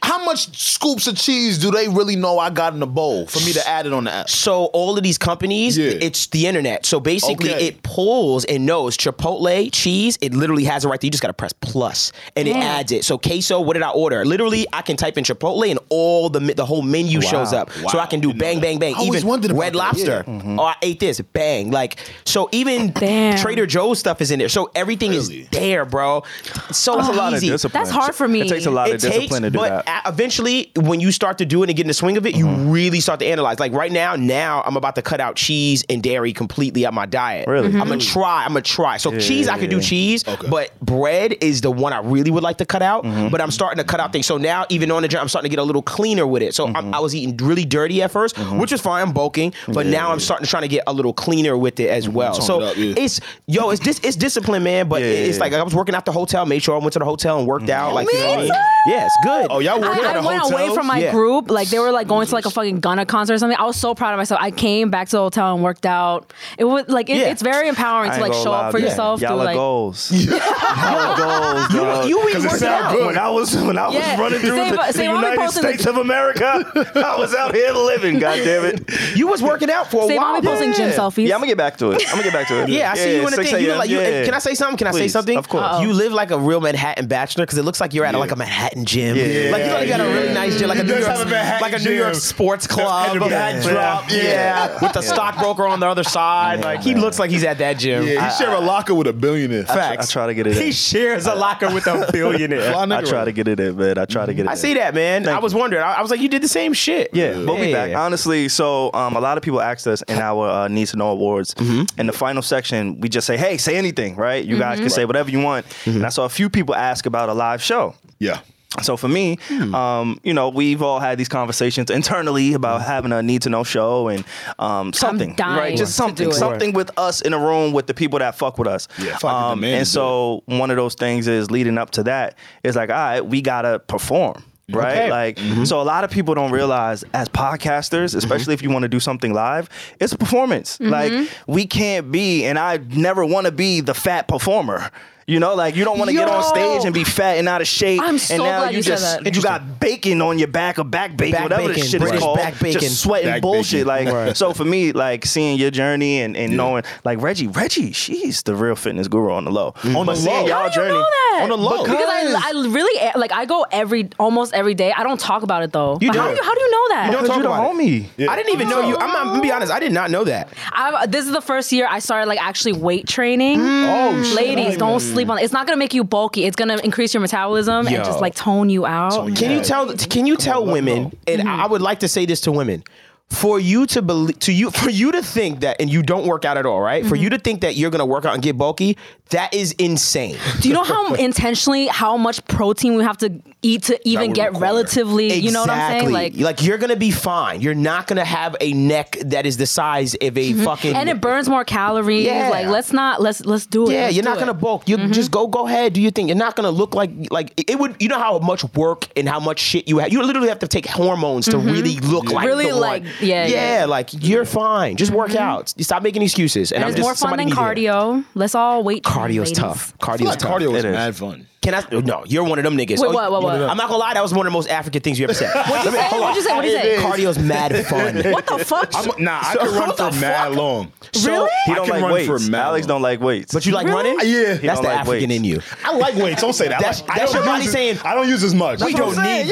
How much scoops of cheese do they really know I got in the bowl for me to add it on the app?
So all of these companies,
Yeah.
it's the internet. So basically,
Okay.
it pulls and knows Chipotle cheese. It literally has it right there. You just gotta press plus, and it
Yeah.
adds it. So queso, what did I order? Literally, I can type in Chipotle, and all the me- the whole menu shows up. So I can do bang, bang, bang.
I always wondered
Even
about
Red
that,
Lobster. Oh, I ate this. Bang. Like so, even
Damn.
Trader Joe's stuff is in there. So everything is
Really?
there, bro. So
That's a lot of
easy.
discipline.
That's hard for me.
It takes a lot of
It takes,
discipline to do
but
that. Mm-hmm.
a- eventually, when you start to do it and get in the swing of it, you really start to analyze. Like right now, now I'm about to cut out cheese and dairy completely out my diet.
Really?
I'm gonna try. I'm gonna try. So cheese, I can do cheese, but bread is the one I really would like to cut out.
Mm-hmm.
But I'm starting to cut out things. So now, even on the gym, I'm starting to get a little cleaner with it. So
Mm-hmm.
I'm, I was eating really dirty at 1st which was fine. I'm bulking, but now I'm starting to trying to get a little cleaner with it
Mm-hmm.
as well. So
it up, yeah.
it's yo, it's dis- it's discipline, man. But it's
yeah, Mm-hmm.
like I was working at the hotel, made sure I went to the hotel and worked out. Like you know what I
Me
mean? Yeah, it's good.
Oh, y'all work
I,
at
I
a
went
hotel?
away from my
Yeah.
group. Like they were like going to like a fucking Gunna concert or something. I was so proud of myself. I came back to the hotel and worked out. It was like it,
Yeah.
it's very empowering
I ain't
to like
gonna
show
lie,
up for
man.
yourself.
Y'all
through,
are
like,
goals. Y'all are goals, dog.
you ain't
it
working
sound
out.
good.
when I was when I was
Yeah.
running through the,
Same-
the
same- I'm
United
posting the-
States of America, I was out here living. God damn it!
You was working out for a
Save
while.
mommy posting gym selfies.
Yeah, I'm gonna get back to it. I'm gonna get back to it.
Yeah, I see you in the
6
thing. You look
a.m.,
like you,
yeah.
Can I say something? Can I say
Please,
something?
of course. Uh-oh.
You live like a real Manhattan bachelor because it looks like you're at like a Manhattan gym.
Yeah.
Like you look like you got a really
Yeah.
nice gym, like a
He
New
does
York,
have a Manhattan
like a New York
gym.
sports club,
And a back drop,
yeah,
yeah.
with the stockbroker on the other side. like he looks like he's at that gym.
Yeah, he share a locker with a billionaire.
I try to get it.
He
In.
shares a locker with a billionaire.
Fly
I
nigga
try
right.
to get it in, man. I try to get it.
I
in.
see that, man. I was wondering. I, I was like, you did the same shit.
Yeah, we'll be back.
Yeah.
Honestly, so um, a lot of people asked us in our uh, Need to Know Awards. In the final section, we just say, hey, say anything, Mm-hmm. right? Mm-hmm. You guys can say whatever you want. And I saw a few people ask about a live show.
Yeah.
So for me, um, you know, we've all had these conversations internally about having a need to know show and um, something,
dying
right? Just
to do
something,
it.
something with us in a room with the people that fuck with us.
Yeah, fucking
um,
demand
and
to
so one of those things is leading up to that is like, all right, we gotta perform. Right,
Okay.
like so, a lot of people don't realize as podcasters, especially if you want to do something live, it's a performance.
Mm-hmm.
Like we can't be, and I never want to be the fat performer. You know, like you don't want to get on
Yo.
stage and be fat and out of shape,
I'm
and
so
now
glad
you
you said
just
that.
and you got bacon on your back or back bacon,
Back
whatever
bacon,
this shit
British
is called.
back bacon.
Just sweating
Back
bullshit.
bacon.
Like so for me, like seeing your journey and, and knowing like Reggie, Reggie, she's the real fitness guru on the low. On
the low.
y'all
How do you
journey
know that?
on the low.
because I, I really like I go every almost every day. I don't talk about it though.
You
But how
don't.
do you how do you know that?
You don't
Because
talk
you the
about it.
homie.
I didn't even know you. I'm, not- I'm gonna be honest. I did not know that.
I, this is the first year I started like actually weight
Mm.
training.
Oh, shit.
Mm. Ladies, don't sleep on it. It's not gonna make you bulky. It's gonna increase your metabolism
Yo.
and just like tone you out.
Can you tell? Can you tell women? And I I would like to say this to women: for you to believe, to you, for you to think that, and you don't work out at all, right?
Mm-hmm.
For you to think that you're gonna work out and get bulky, that is insane.
Do you know how intentionally how much protein we have to eat to even
would
get
require-
relatively? You know what I'm saying?
Exactly. like you're gonna be fine. You're not gonna have a neck that is the size of a fucking.
Mm-hmm. and it burns more calories.
Yeah.
Like let's not let's let's do it.
Yeah,
Let's
you're
do
not
it. Mm-hmm.
gonna bulk. You just go go ahead, do your thing. You're not gonna look like like it would. You know how much work and how much shit you have. You literally have to take hormones to really look like
Mm-hmm. Really
the one.
like- yeah,
yeah,
yeah.
like you're fine. Just work out. Stop making excuses. And,
And
I'm
it's
just
more fun
somebody
than
need to hear.
cardio. Let's all wait.
Cardio's tough. Cardio's
Like
tough.
cardio is
It is.
mad fun.
Can I? No, you're one of them niggas.
Wait, what, what, what?
I'm not gonna lie. That was one of the most African things you ever said. What'd
you say? What'd you say? What'd you say?
Cardio's mad fun.
What the fuck?
I'm, nah, I
So-
can run
what the
for mad
fuck?
long.
Really?
He
I
don't
can
like
run for
weights.
mad
Alex
long.
don't like weights.
But you like
Really?
running?
Yeah. He
that's
don't
the
like
African
weights.
in you.
I like weights. Don't say that. I
That's-
like- I
that's
don't
your body
use-
saying-
I don't use as much.
We don't need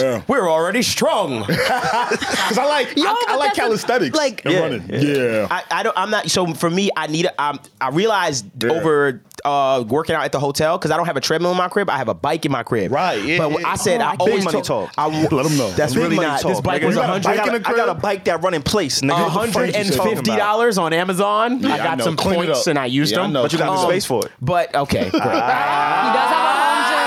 Yeah.
We're already strong.
Because I like I, I
but
like
that's a-
calisthenics.
like-
and
Yeah.
running. Yeah.
I, I don't. I'm not. So for me, I need. A, um, I realized
Yeah.
over uh, working out at the hotel because I don't have a treadmill in my crib. I have a bike in my crib.
Right, yeah,
but
yeah,
I said
yeah.
Oh, I
Big
always
money
told-
talk.
I,
Let 'em know.
That's
Big
really
money
not.
talk,
This bike
nigga.
was
You got a
100.
bike
I
in
got,
the crib? I got a bike that run in place, nigga. What the fuck you
hundred and
talking
fifty
about?
dollars on Amazon. I
I
got
know.
some
Clean it
points
up.
and I used
Yeah, I
them.
know.
But you got the
Um,
space for it.
But okay.
He does
Ah,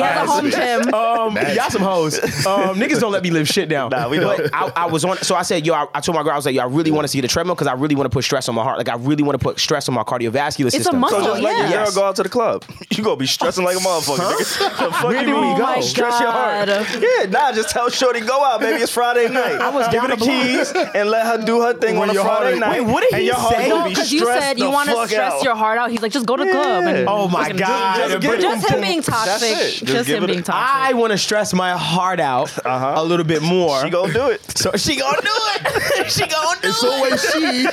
have a home gym. He has a home gym.
Um, y'all some hoes. Um, niggas don't let me live shit down.
Nah, we don't.
But I, I was on. So I said, yo, I, I told my girl, I was like, yo, I really want to see the treadmill because I really want to put stress on my heart. Like I really want to put stress on my cardiovascular
a
system.
muscle,
So just let
yeah.
your girl
Oh, Yes.
go out to the club. You gonna be stressing like a motherfucker. nigga. The fuck you
do
mean?
we go?
Stress your heart.
Oh God.
Yeah, nah. Just tell Shorty go out, baby. It's Friday night. I
was
Give her
down
the
the block.
keys and let her do her thing on
When
a
your heart
Friday
is-
night.
Wait, what did
and
he
your heart
say?
gonna
No,
be
because you
stressed
said you
the
want to
fuck
stress
out.
your heart out. He's like, just go to the club.
Yeah.
And
Oh my
Just-
God.
just give it
just him being toxic.
it.
Just,
Just give
him
it a-
being
I
toxic.
want to stress my heart out a little bit more.
Uh-huh. She gonna do it.
so she gonna do it. she gonna do
It's always she.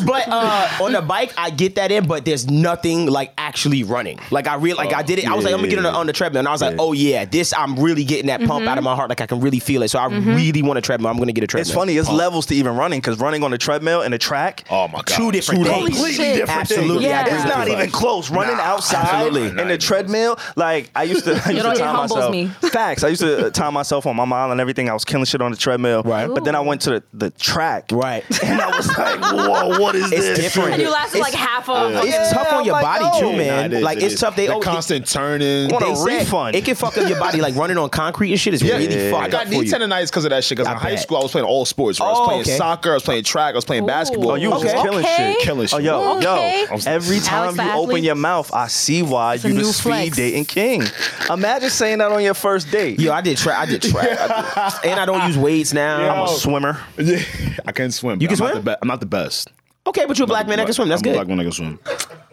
it. But uh, on the bike, I get that in. But there's nothing like actually running. Like I real like
Oh,
I did it. I was like, I'm gonna get on the, on the treadmill, and I was like, oh yeah, this I'm really getting that pump
Mm-hmm.
out of my heart. Like I can really feel it. So I really want a treadmill. I'm gonna get a treadmill.
It's funny. It's levels to even running because running on a treadmill and a track.
Oh my God.
Two different
Two
things.
completely
Holy shit.
different
Absolutely.
things.
Yeah.
It's not even close. Running
Nah,
outside
absolutely.
in the treadmill. Like I used to. I used
know,
to
it
time
humbles
myself.
me.
Facts. I used to time myself on my mile and everything. I was killing shit on the treadmill.
Right.
But then I went to the, the track.
Right.
And I was like, whoa, what is
It's
this?
different.
And you lasted like half of.
It's tough on your
I'm like,
body
oh.
too, man.
Nah, it is,
like
it
it's
is.
tough. They
the
oh, it-
constant turning.
What
they
a
said
refund.
It can fuck up your body. Like running on concrete and shit is really
I
fucked up
got
for
knee
you.
tendonitis because of that shit. Because in
I
high
bet.
school, I was playing all sports. Right? I
Oh,
was playing
okay.
soccer. I was playing track. I was playing
Ooh.
basketball.
Oh, you was
Okay.
just killing
Okay.
shit.
Killing
Oh,
shit.
yo,
Okay.
yo. Every time
the
you open
athlete.
your mouth, I see why
a
you the
new
speed
flex.
dating king. Imagine saying that on your first date.
Yo, I did track. I did track. I did- and I don't use weights now.
I'm a swimmer.
Yeah, I can swim. You
can
I'm Not
swim?
the be- I'm not the best.
Okay, but you're a black man that can swim. That's
I'm A black
good.
man that can swim.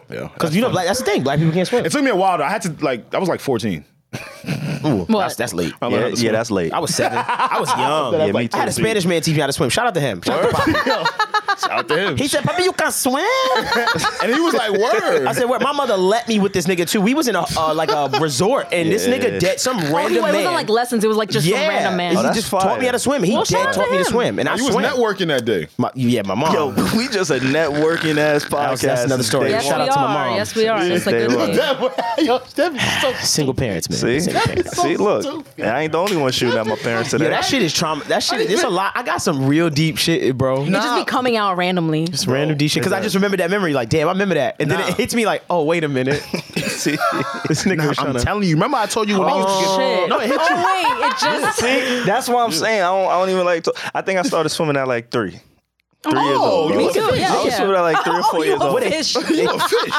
Yeah,
Because you know, black. That's the thing. Black people can't swim.
It took me a while. Though. I had to like. I was like 14.
That's, that's late.
I learned how
Yeah,
to
yeah,
swim.
that's late.
I was seven. I was young.
Yeah, me
I had a
too.
Spanish man teach me how to swim. Shout out to him. Shout out to Pop.
Shout out to him.
He said, "Papi, you can swim."
and he was like, "Word."
I said, "Where?" My mother let me with this nigga too. We was in a uh, like a resort, and this nigga dead some
Oh, he-
random
it wasn't
man.
like lessons. It was like just
yeah,
some random man.
he
Oh, that's
just
fire.
taught me how to swim. He
Well, shout
dead
out
taught
to
me to
him.
swim, and I
You was
swam.
networking that day.
My- yeah, my mom.
Yo, we just a networking ass podcast.
was- that's another story.
Day
yes,
one.
Shout
we
out
are.
to my mom.
Yes, we are. It's a
They
good
were.
thing.
Yo, that was so-
single parents, man.
See,
Single parents.
see, look, I ain't the only one shooting at my parents today.
Yo, that shit is trauma. That shit. There's a lot. I got some real deep shit, bro.
It just be coming out randomly.
Just random deep shit. Because I just remembered that memory. Like, damn, I remember that. And then it hits me like, oh, wait a minute.
See,
This nigga was
I'm
trying to.
telling you. Remember, I told you when I used to
Oh
get
shit!
No, it hit you.
Oh wait, it just.
see, that's what I'm saying. I don't, I don't even like. To, I think I started swimming at like three, three years
Oh,
old.
you
bro.
was a
fish.
I was
Yeah.
swimming at like
Oh,
three or four years old.
a
Fish.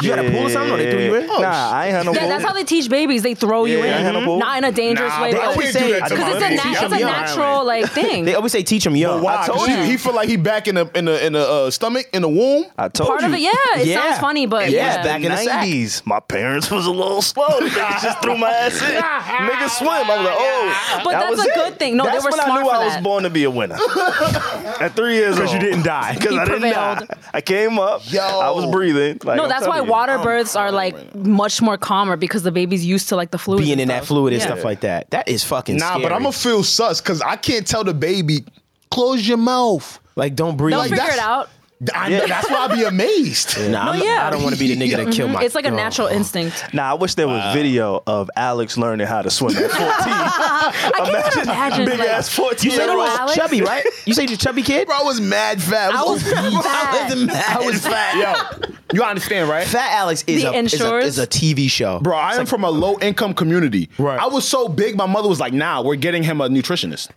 You had a pool or something, or they threw you in?
Nah, I ain't had no
Yeah,
pool.
that's how they teach babies. They throw you
Yeah, I had a
in,
bowl.
not in a dangerous
Nah,
way.
bro, I
Because
can't do that to my
it's a,
babies.
nat-
Y'all
it's a
be
natural like thing.
They always say teach them young.
Why?
I told
'Cause
you.
He, he feel like he back in the in the in the uh, stomach in the womb.
I told
Part
you.
of it, yeah. It
Yeah.
sounds funny, but
Yeah,
yeah.
back in the sack.
90s, my parents was a little slow. Niggas just threw my ass in. Niggas swim. I was like, oh.
But
that
that's
was
a
it.
good thing. No, they
that's
were
when I
smart
knew
for
I was
that.
born to be a winner. At three years old. Because you didn't die. Because
He
I didn't die.
prevailed.
I came up.
Yo.
I was breathing. Like,
no,
I'm
that's why
telling you.
water births are like much more calmer because the baby's used to like the fluid.
Being
and
in that
stuff.
fluid and
Yeah.
stuff like that. That is fucking
Nah,
scary.
but I'm gonna feel sus because I can't tell the baby close your mouth.
Like, don't breathe.
They'll
Like,
figure it
that's-
out.
I, know That's why I be amazed.
Nah, I'm-
yeah.
I don't want to be the nigga that kill my.
It's like a
Oh.
natural instinct.
Nah, I wish there was video of Alex learning how to swim at 14.
I can't even imagine.
Big
like,
ass 14
You
year
said you
old.
Little
was
Alex?
chubby, right? You said you chubby kid.
Bro, I was mad fat.
I was
I was
fat.
mad. I was fat.
Yo, you understand, right?
Fat Alex is
The
a, is, a,
insurers?
is a TV show.
Bro, I am from a low income community.
Right.
I was so big, my mother was like, "Nah, we're getting him a nutritionist."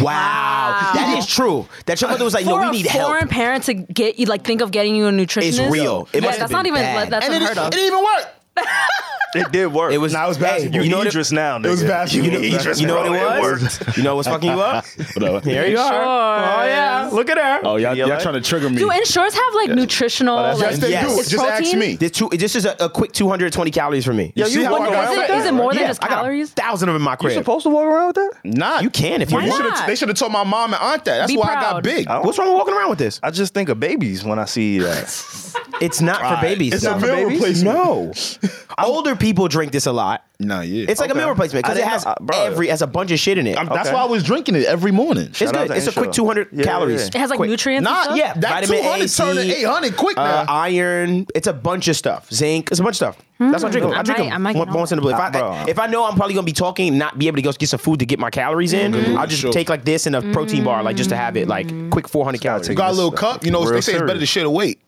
Wow. That is true. That your mother was like, no,
For
we
a
need help.
foreign parent to get you like think of getting you a nutritionist.
real. It
yeah,
must have
that's not
been
even
bad.
that's
and it,
unheard
it
of.
didn't even work.
It did work.
It was- Nah, it was basketball.
You,
You know
know
what it-
Idris now, nigga.
was basketball.
You
It was
Idris
You know what it
now.
was?
worked.
You know what's fucking you up? Here you are.
Sure.
Oh yeah. Look at her.
Oh, y'all,
y'all
y'all
like-
trying to trigger me?
Do insurers have like
Oh,
nutritional?
that's
like,
yes, they
Yes.
do.
It's
Just ask
protein?
me.
This, two, this is a, a quick 220 calories for me.
Yo,
see
you
how I
walk
got
around
Is
with
it,
that?
is it more than
Yeah,
just
I got
calories?
a thousand of them in my crib.
to walk around with that?
Nah,
You can if you
Why
They
want.
should
not?
have. They should have told my mom and aunt that. That's
Be
why I got
proud.
big.
I don't-
Oh. What's wrong with walking around with this?
I just think of babies when I see that.
It's not for babies.
It's
though.
a meal
babies?
replacement.
No. Older people drink this a lot.
Nah, yeah.
It's like a
Okay.
meal replacement because
I
it
didn't
has
know- uh, bro.
every has a bunch of shit in it.
I'm- That's
Okay.
why I was drinking it every morning.
it's
Shout out
good.
to
It's a quick
Angela.
200
Yeah, yeah,
calories.
yeah.
It has like
Quick.
nutrients. and
Nah,
stuff?
Yeah,
That
vitamin
200
A, C,
turned to 800 quick
uh,
now.
iron. It's a bunch of stuff. Zinc. It's a bunch of stuff. That's what I drink. 'em.
Hmm. I
I drink
might- I
them
might get on
once in a blue. If,
that.
I, if I know I'm probably gonna be talking, not be able to go get some food to get my calories in, I'll just
Mm-hmm. Sure.
take like this and a protein bar, like just to have it, like
Mm.
quick 400 calories.
take
Got a
this
little
stuff.
cup. You know,
Real
they say it's better
serious.
to share the weight.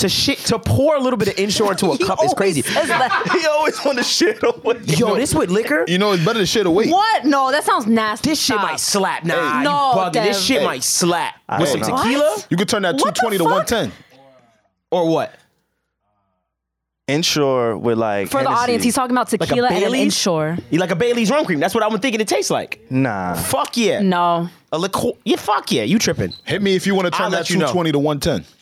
To shit, to pour a little bit of inshore into a cup is crazy.
he always want to shit away.
Yo, this with liquor,
You know, it's better to share the weight.
What? No, that sounds nasty.
this shit
Stop.
might slap. Nah,
Hey.
you
No,
bugging.
Dev.
This shit
Hey.
might slap
I
with some
don't know.
tequila
What?
You could turn that
What the
220 to
fuck?
110.
or what?
Inshore with like
For the
Hennessy.
audience, he's talking about
Like a
tequila and an
Bailey's?
inshore.
You like a Bailey's rum cream? That's what i been thinking it tastes like.
Nah,
Fuck yeah.
No.
A liqueur. Yeah, fuck yeah. You tripping?
Hit me if you want to
I'll
turn
let
that
you know.
220 to 110.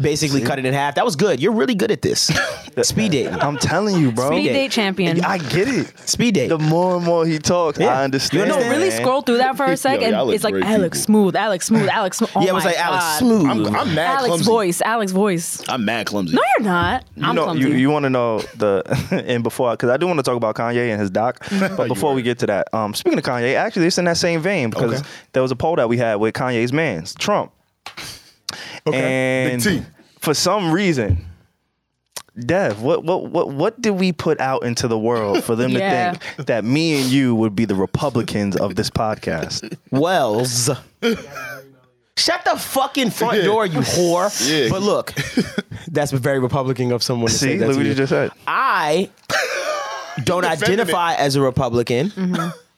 Basically, cut it in half. That was good. You're really good at this. Speed dating.
I'm telling you, bro.
Speed
date.
date champion.
I get it.
Speed date.
The more and more he talks,
Yeah.
I understand.
No, really
man.
scroll through that for a sec,
Yo, y'all
and
look
it's like
great
Alex
people.
smooth, Alex smooth, Alex smooth. Oh
yeah, it was
my
like Alex
God.
Smooth.
I'm, I'm mad
Alex
clumsy.
voice, Alex voice.
I'm mad clumsy.
No, you're not.
You
I'm
know,
clumsy.
you, you want to know the and before because I do want to talk about Kanye and his doc, but before we get to that, um, speaking of Kanye, actually it's in that same vein because
Okay.
there was a poll that we had with Kanye's man's Trump,
Okay.
and
Big T.
for some reason, Dev, what what what what did we put out into the world for them
Yeah.
to think that me and you would be the Republicans of this podcast?
Wells. Shut the fucking front door, you whore.
Yeah.
But look, that's very Republican of someone to say
See,
that
look
to
what
you.
you just said.
I don't
Defending
identify as a Republican.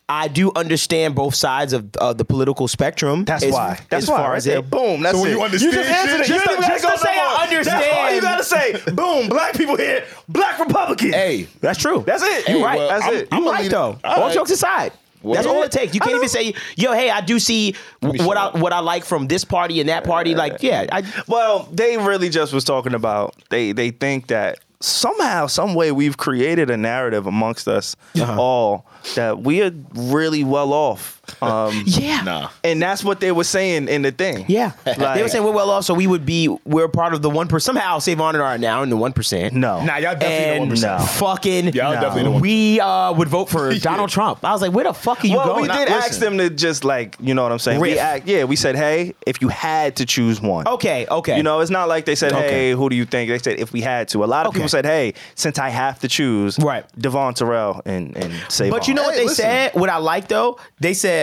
I do understand both sides of, of the political spectrum.
That's
as-
why. That's
as
why.
far
Right
as
there.
it-
Boom. That's
So when
it.
you understand
you just answered it.
shit-
You
Just-
don't even
just
have
to say I
no more. That's all you
understand.
gotta say. Boom. Black people here. Black Republicans.
Hey,
That's true.
That's it. You
Hey,
right.
well,
That's
I'm-
it.
I'm
You
right
believe-
though.
All
All
right.
jokes aside, that's all it takes. You can't even say, "Yo, hey, I do see
shut
what I
up.
what I like from this party and that party." Like, yeah, I,
Well, they really just was talking about they they think that somehow, some way, we've created a narrative amongst us all that we are really well off. Um,
yeah,
Nah.
and that's what they were saying in the thing.
yeah.
Like-
they were saying we're well off, so we would be we're part of the one percent. Somehow, Save On are now in the one percent.
no,
Nah, y'all
And
definitely the 1%.
No.
fucking,
Y'all definitely the 1%.
we uh, would vote for Donald Trump. I was like, where the fuck are you
well,
going?
we did
Now,
ask them to just like you know what I'm saying. We
Riff.
act, yeah, we said, hey, if you had to choose one,
Okay, okay.
You know, it's not like they said,
Okay.
"Hey, who do you think?" They said, "If we had to." A lot of
Okay.
people said, "Hey, since I have to choose,
Right.
Devon Terrell and and Savon."
But you know what
Hey,
they
listen.
said? What I like though, they said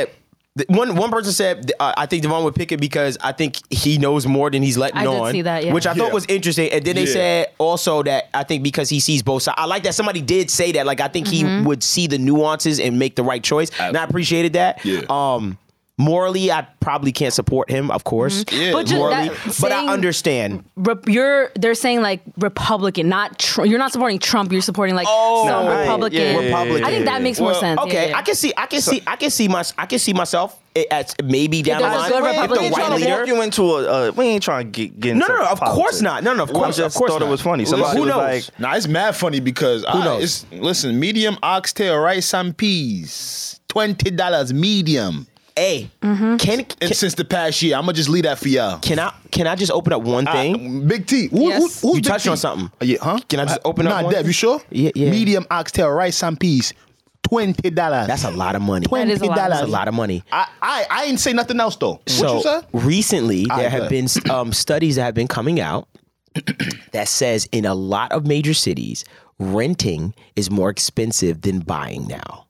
th- one one person said uh, I think Devon would pick it because I think he knows more than he's letting
I did
on.
see that, yeah.
Which I thought
Yeah.
was interesting. And then they
Yeah.
said also that I think because he sees both sides. I like that somebody did say that. Like I think
Mm-hmm.
he would see the nuances and make the right choice. And I appreciated that.
Yeah.
Um morally I probably can't support him, of course.
Yeah. But
ju-
morally.
Mm-hmm. that
but I
saying-
understand.
Rep- you're they're saying like Republican, not tr- you're not supporting Trump. You're supporting like
Oh,
some
right.
Republican.
Yeah, yeah, yeah,
Republican.
I think that makes
Well,
more sense.
Okay,
Yeah, yeah.
I can see, I can see, I can see my, I can see myself at maybe down the
there's a
line
good
if
we
the
Republican
ain't
right
trying to
leader.
walk you into a. Uh, we ain't trying to get, get
No,
into
no, no, of
politics.
course not. No, no, of
I
course,
just
of course
thought
not.
it was funny. Somebody
Who
was
knows?
like,
Nah, it's mad funny because who
knows?
It's, listen, medium oxtail rice, some peas, twenty dollars medium.
Hey,
Mm-hmm.
can,
And
can
since the past year, I'm gonna just leave that for y'all.
can I can I just open up one thing?
Big T, who,
Yes.
who, who's
You
Big
touched
T?
on something.
Uh, Yeah, huh?
Can I just open up
Nah,
one?
Dev, you sure?
Yeah, yeah.
Medium oxtail rice, some peas, twenty dollars.
That's a lot of money.
That is a lot of
That's a
money.
lot of money.
I, I I ain't say nothing else though.
so
what you say?
recently, there
Alright,
have
go
been um, studies that have been coming out that says in a lot of major cities, renting is more expensive than buying now.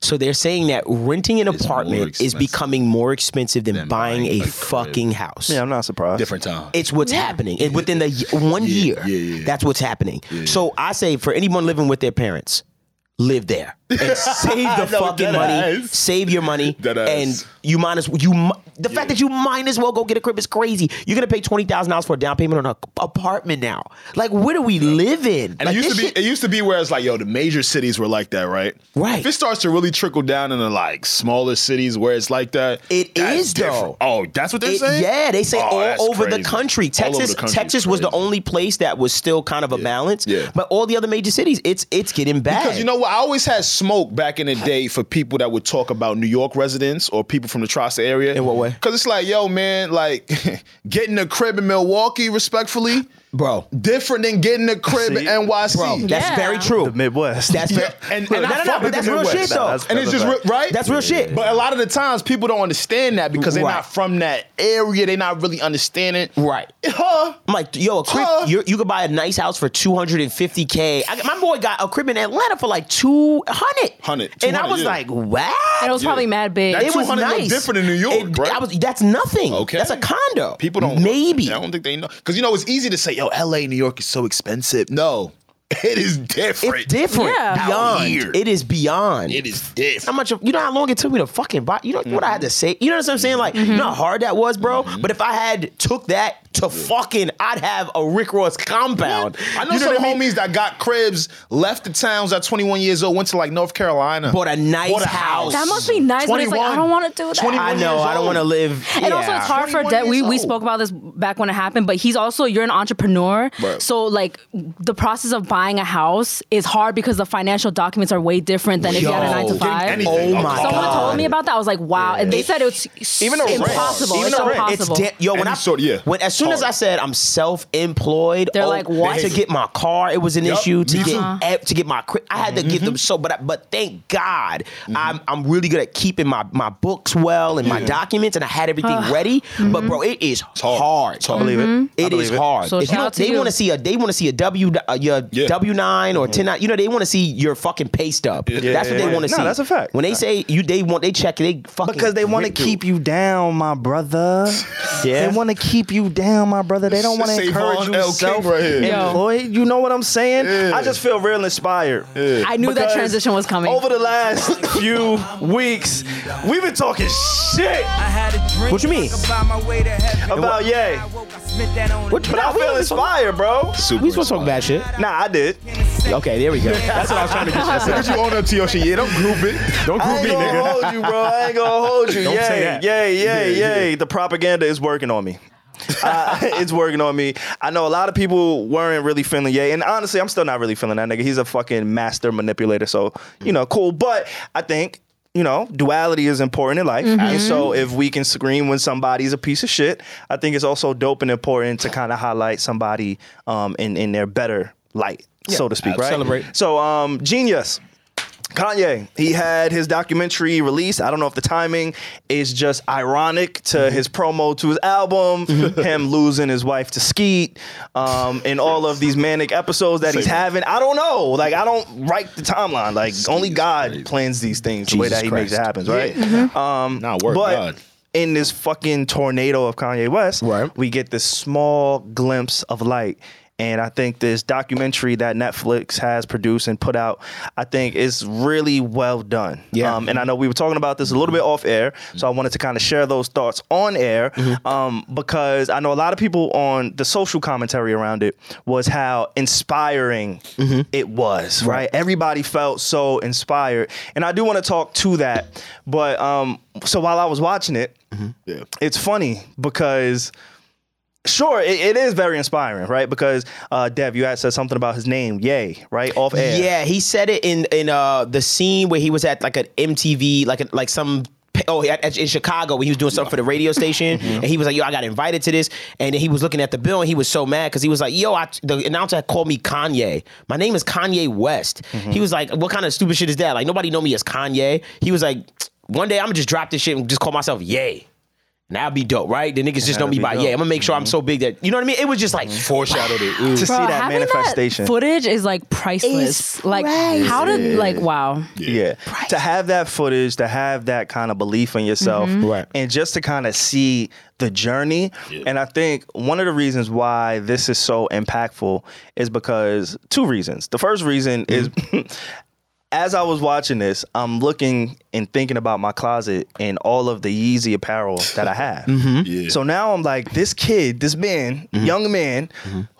So they're saying that renting an
more
apartment is
expensive
becoming more expensive than,
than
buying,
buying a
a
crib.
fucking house.
"Yeah, I'm not surprised."
Different time.
It's what's happening. And within the y- one year,
yeah, yeah.
that's what's happening. So I say for anyone living with their parents, live there and save the
No,
fucking
dead
money.
ass.
Save your money,
Dead ass.
and you might as you mi- the fact that you might as well go get a crib is crazy. You're gonna pay twenty thousand dollars for a down payment on an apartment now. Like, where do we live in?
And it
Like,
used
this
to be
shit-
it used to be where it's like, yo, the major cities were like that, right?
Right.
If it starts to really trickle down into like smaller cities where it's like that,
It
it is
is, though.
Oh, that's what they're
It-
saying?
yeah, they say
Oh, that's
all over the
crazy.
country.
All over
Texas,
the country is
Texas was the
crazy.
only place that was still kind of a balance.
Yeah.
But all the other major cities, it's it's getting bad.
Because you know what? I always had smoke back in the day for people that would talk about New York residents or people from the tri-state area.
In what way?
Because it's like, yo, man, like getting a crib in Milwaukee, respectfully,
bro,
different than getting a crib
See?
in NYC.
bro, that's
Yeah.
very true.
The Midwest.
That's
Yeah,
fair.
and,
no,
and
no,
I
no,
fuck
but
with
that's
the
real
Midwest.
shit though.
Nah, that's-
and it's just
That's
real- right.
That's real shit.
But a lot of the times, people don't understand that because they're
Right.
not from that area. They're not really understanding.
Right.
Huh?
I'm like, yo, a crib,
Huh?
you you could buy a nice house for 250K. I, my boy got a crib in Atlanta for like 200.
100,
And I
200,
was
yeah.
like, wow.
And it was probably mad big.
That
It was
200 look
nice.
different in New York,
It-
right?
I was, that's nothing.
Okay.
That's a condo.
People don't
Maybe.
I don't think they know because you know it's easy to say, "Yo, L.A., New York is so expensive." No, it is different.
It's different.
Yeah. Out
here.
Beyond. It is beyond.
It is
how
different.
much of, you know how long it took me to fucking buy you know what I
Mm-hmm.
had to say you know what I'm saying like you know how hard that was bro but if I had took that to fucking I'd have a Rick Ross compound
I know,
you know
some
what I mean?
homies that got cribs, left the towns at 21 years old, went to like North Carolina,
Bought a nice house.
That must be nice, but it's like, I don't wanna do that.
21
I know
years
I don't
old.
want to live
And also,
yeah.
it's hard for
21
Dev. We,
years
we
old.
spoke about this back when it happened, but he's also, you're an entrepreneur.
Right.
So, like, the process of buying a house is hard because the financial documents are way different than if you had a nine to five.
anything.
Oh my
Someone
Someone
God.
told me about that. I was like, wow. And they said it's
Even a rent.
impossible.
Even
it's
a rent.
It's
impossible.
da- yo. When
Any
I
sort, yeah.
when as soon as I
Hard.
said I'm self-employed,
They're
oh,
like, what? Uh-huh.
To get my car, it was an
Yup,
issue. To
me
get
too. Mm-hmm.
eh, to get my, cri- I had to give them so. But I, but thank God, I'm I'm really good at keeping my my books well and my documents, and I had everything ready.
Mm-hmm.
But bro, it is hard. Mm-hmm.
hard. It's hard. I believe it.
It is
believe it.
hard.
So
if you
shout
don't,
out to
they
you.
want to see a they want to see a W uh, your
Yeah. Mm-hmm.
W nine or ten nine. You know they want to see your fucking pay stub. that's what they
yeah,
want to
yeah.
see.
No, that's a fact.
When they say you, they want they check they fucking
Because they want to
rip you.
keep you down, my brother.
Yeah.
They want to keep you down, my brother. They don't want to
Savon
encourage you
L. King
self
right here.
Yo.
employed. You know what I'm saying?
Yeah.
I just feel real inspired.
I knew that
Because
transition was coming.
Over the last few weeks, we've been talking shit
What you mean?
about Ye.
What-
But I feel inspired, bro.
We supposed to talk bad shit.
Nah, I did.
Okay, there we go. That's what I was trying to get. you.
Look at you own up to your shit. Yeah, don't group it. Don't
I ain't gonna hold you, bro. I ain't gonna hold you. yay,
say that.
yay, yay, yay. The propaganda is working on me. Uh, it's working on me. I know a lot of people weren't really feeling yay, and honestly, I'm still not really feeling that nigga. He's a fucking master manipulator, so you know, cool. But I think you know, duality is important in life, and so if we can scream when somebody's a piece of shit, I think it's also dope and important to kind of highlight somebody um, in in their better light, so to speak, right?
Celebrate.
So, um, genius. Kanye, he had his documentary released. I don't know if the timing is just ironic to
Mm-hmm.
his promo to his album, him losing his wife to Skeet, um, and all of these manic episodes that he's
Same.
having. I don't know. Like, I don't write the timeline. Like, only
is
God
crazy.
plans these things the way
Jesus
that he makes it
Christ.
happen, right?
Nah, work
but
God.
in this fucking tornado of Kanye West,
Right.
we get this small glimpse of light. And I think this documentary that Netflix has produced and put out, I think is really well done.
Yeah.
Um, and I know we were talking about this a little bit off air, so I wanted to kind of share those thoughts on air um, because I know a lot of people on the social commentary around it was how inspiring it was, right? Everybody felt so inspired. And I do want to talk to that. But um, so while I was watching it,
Yeah.
it's funny because sure it, it is very inspiring right because uh dev you had said something about his name yay right off air
Yeah, he said it in in uh the scene where he was at like an MTV, like a, like some. Oh, he- at- in Chicago, when he was doing something for the radio station, and he was like, "Yo, I got invited to this," and then he was looking at the bill, and he was so mad because he was like, "Yo, I, the announcer had called me Kanye. My name is Kanye West." He was like, "What kind of stupid shit is that? Like nobody know me as Kanye." He was like, "One day I'm gonna just drop this shit and just call myself Yay." And that'll be dope, right? The niggas just know me
be
by
dope.
Yay. I'm gonna make sure I'm so big that you know what I mean. It was just like Mm-hmm. foreshadowed it. Ooh.
to see
Bro,
that
having
manifestation
footage is like priceless. like how did like wow.
yeah to have that footage to have that kind of belief in yourself
Mm-hmm.
Right.
and just to kind of see the journey and i think one of the reasons why this is so impactful is because two reasons the first reason is as I was watching this, I'm looking and thinking about my closet and all of the Yeezy apparel that I have.
Yeah.
So now I'm like, this kid, this man,
Mm-hmm.
young man,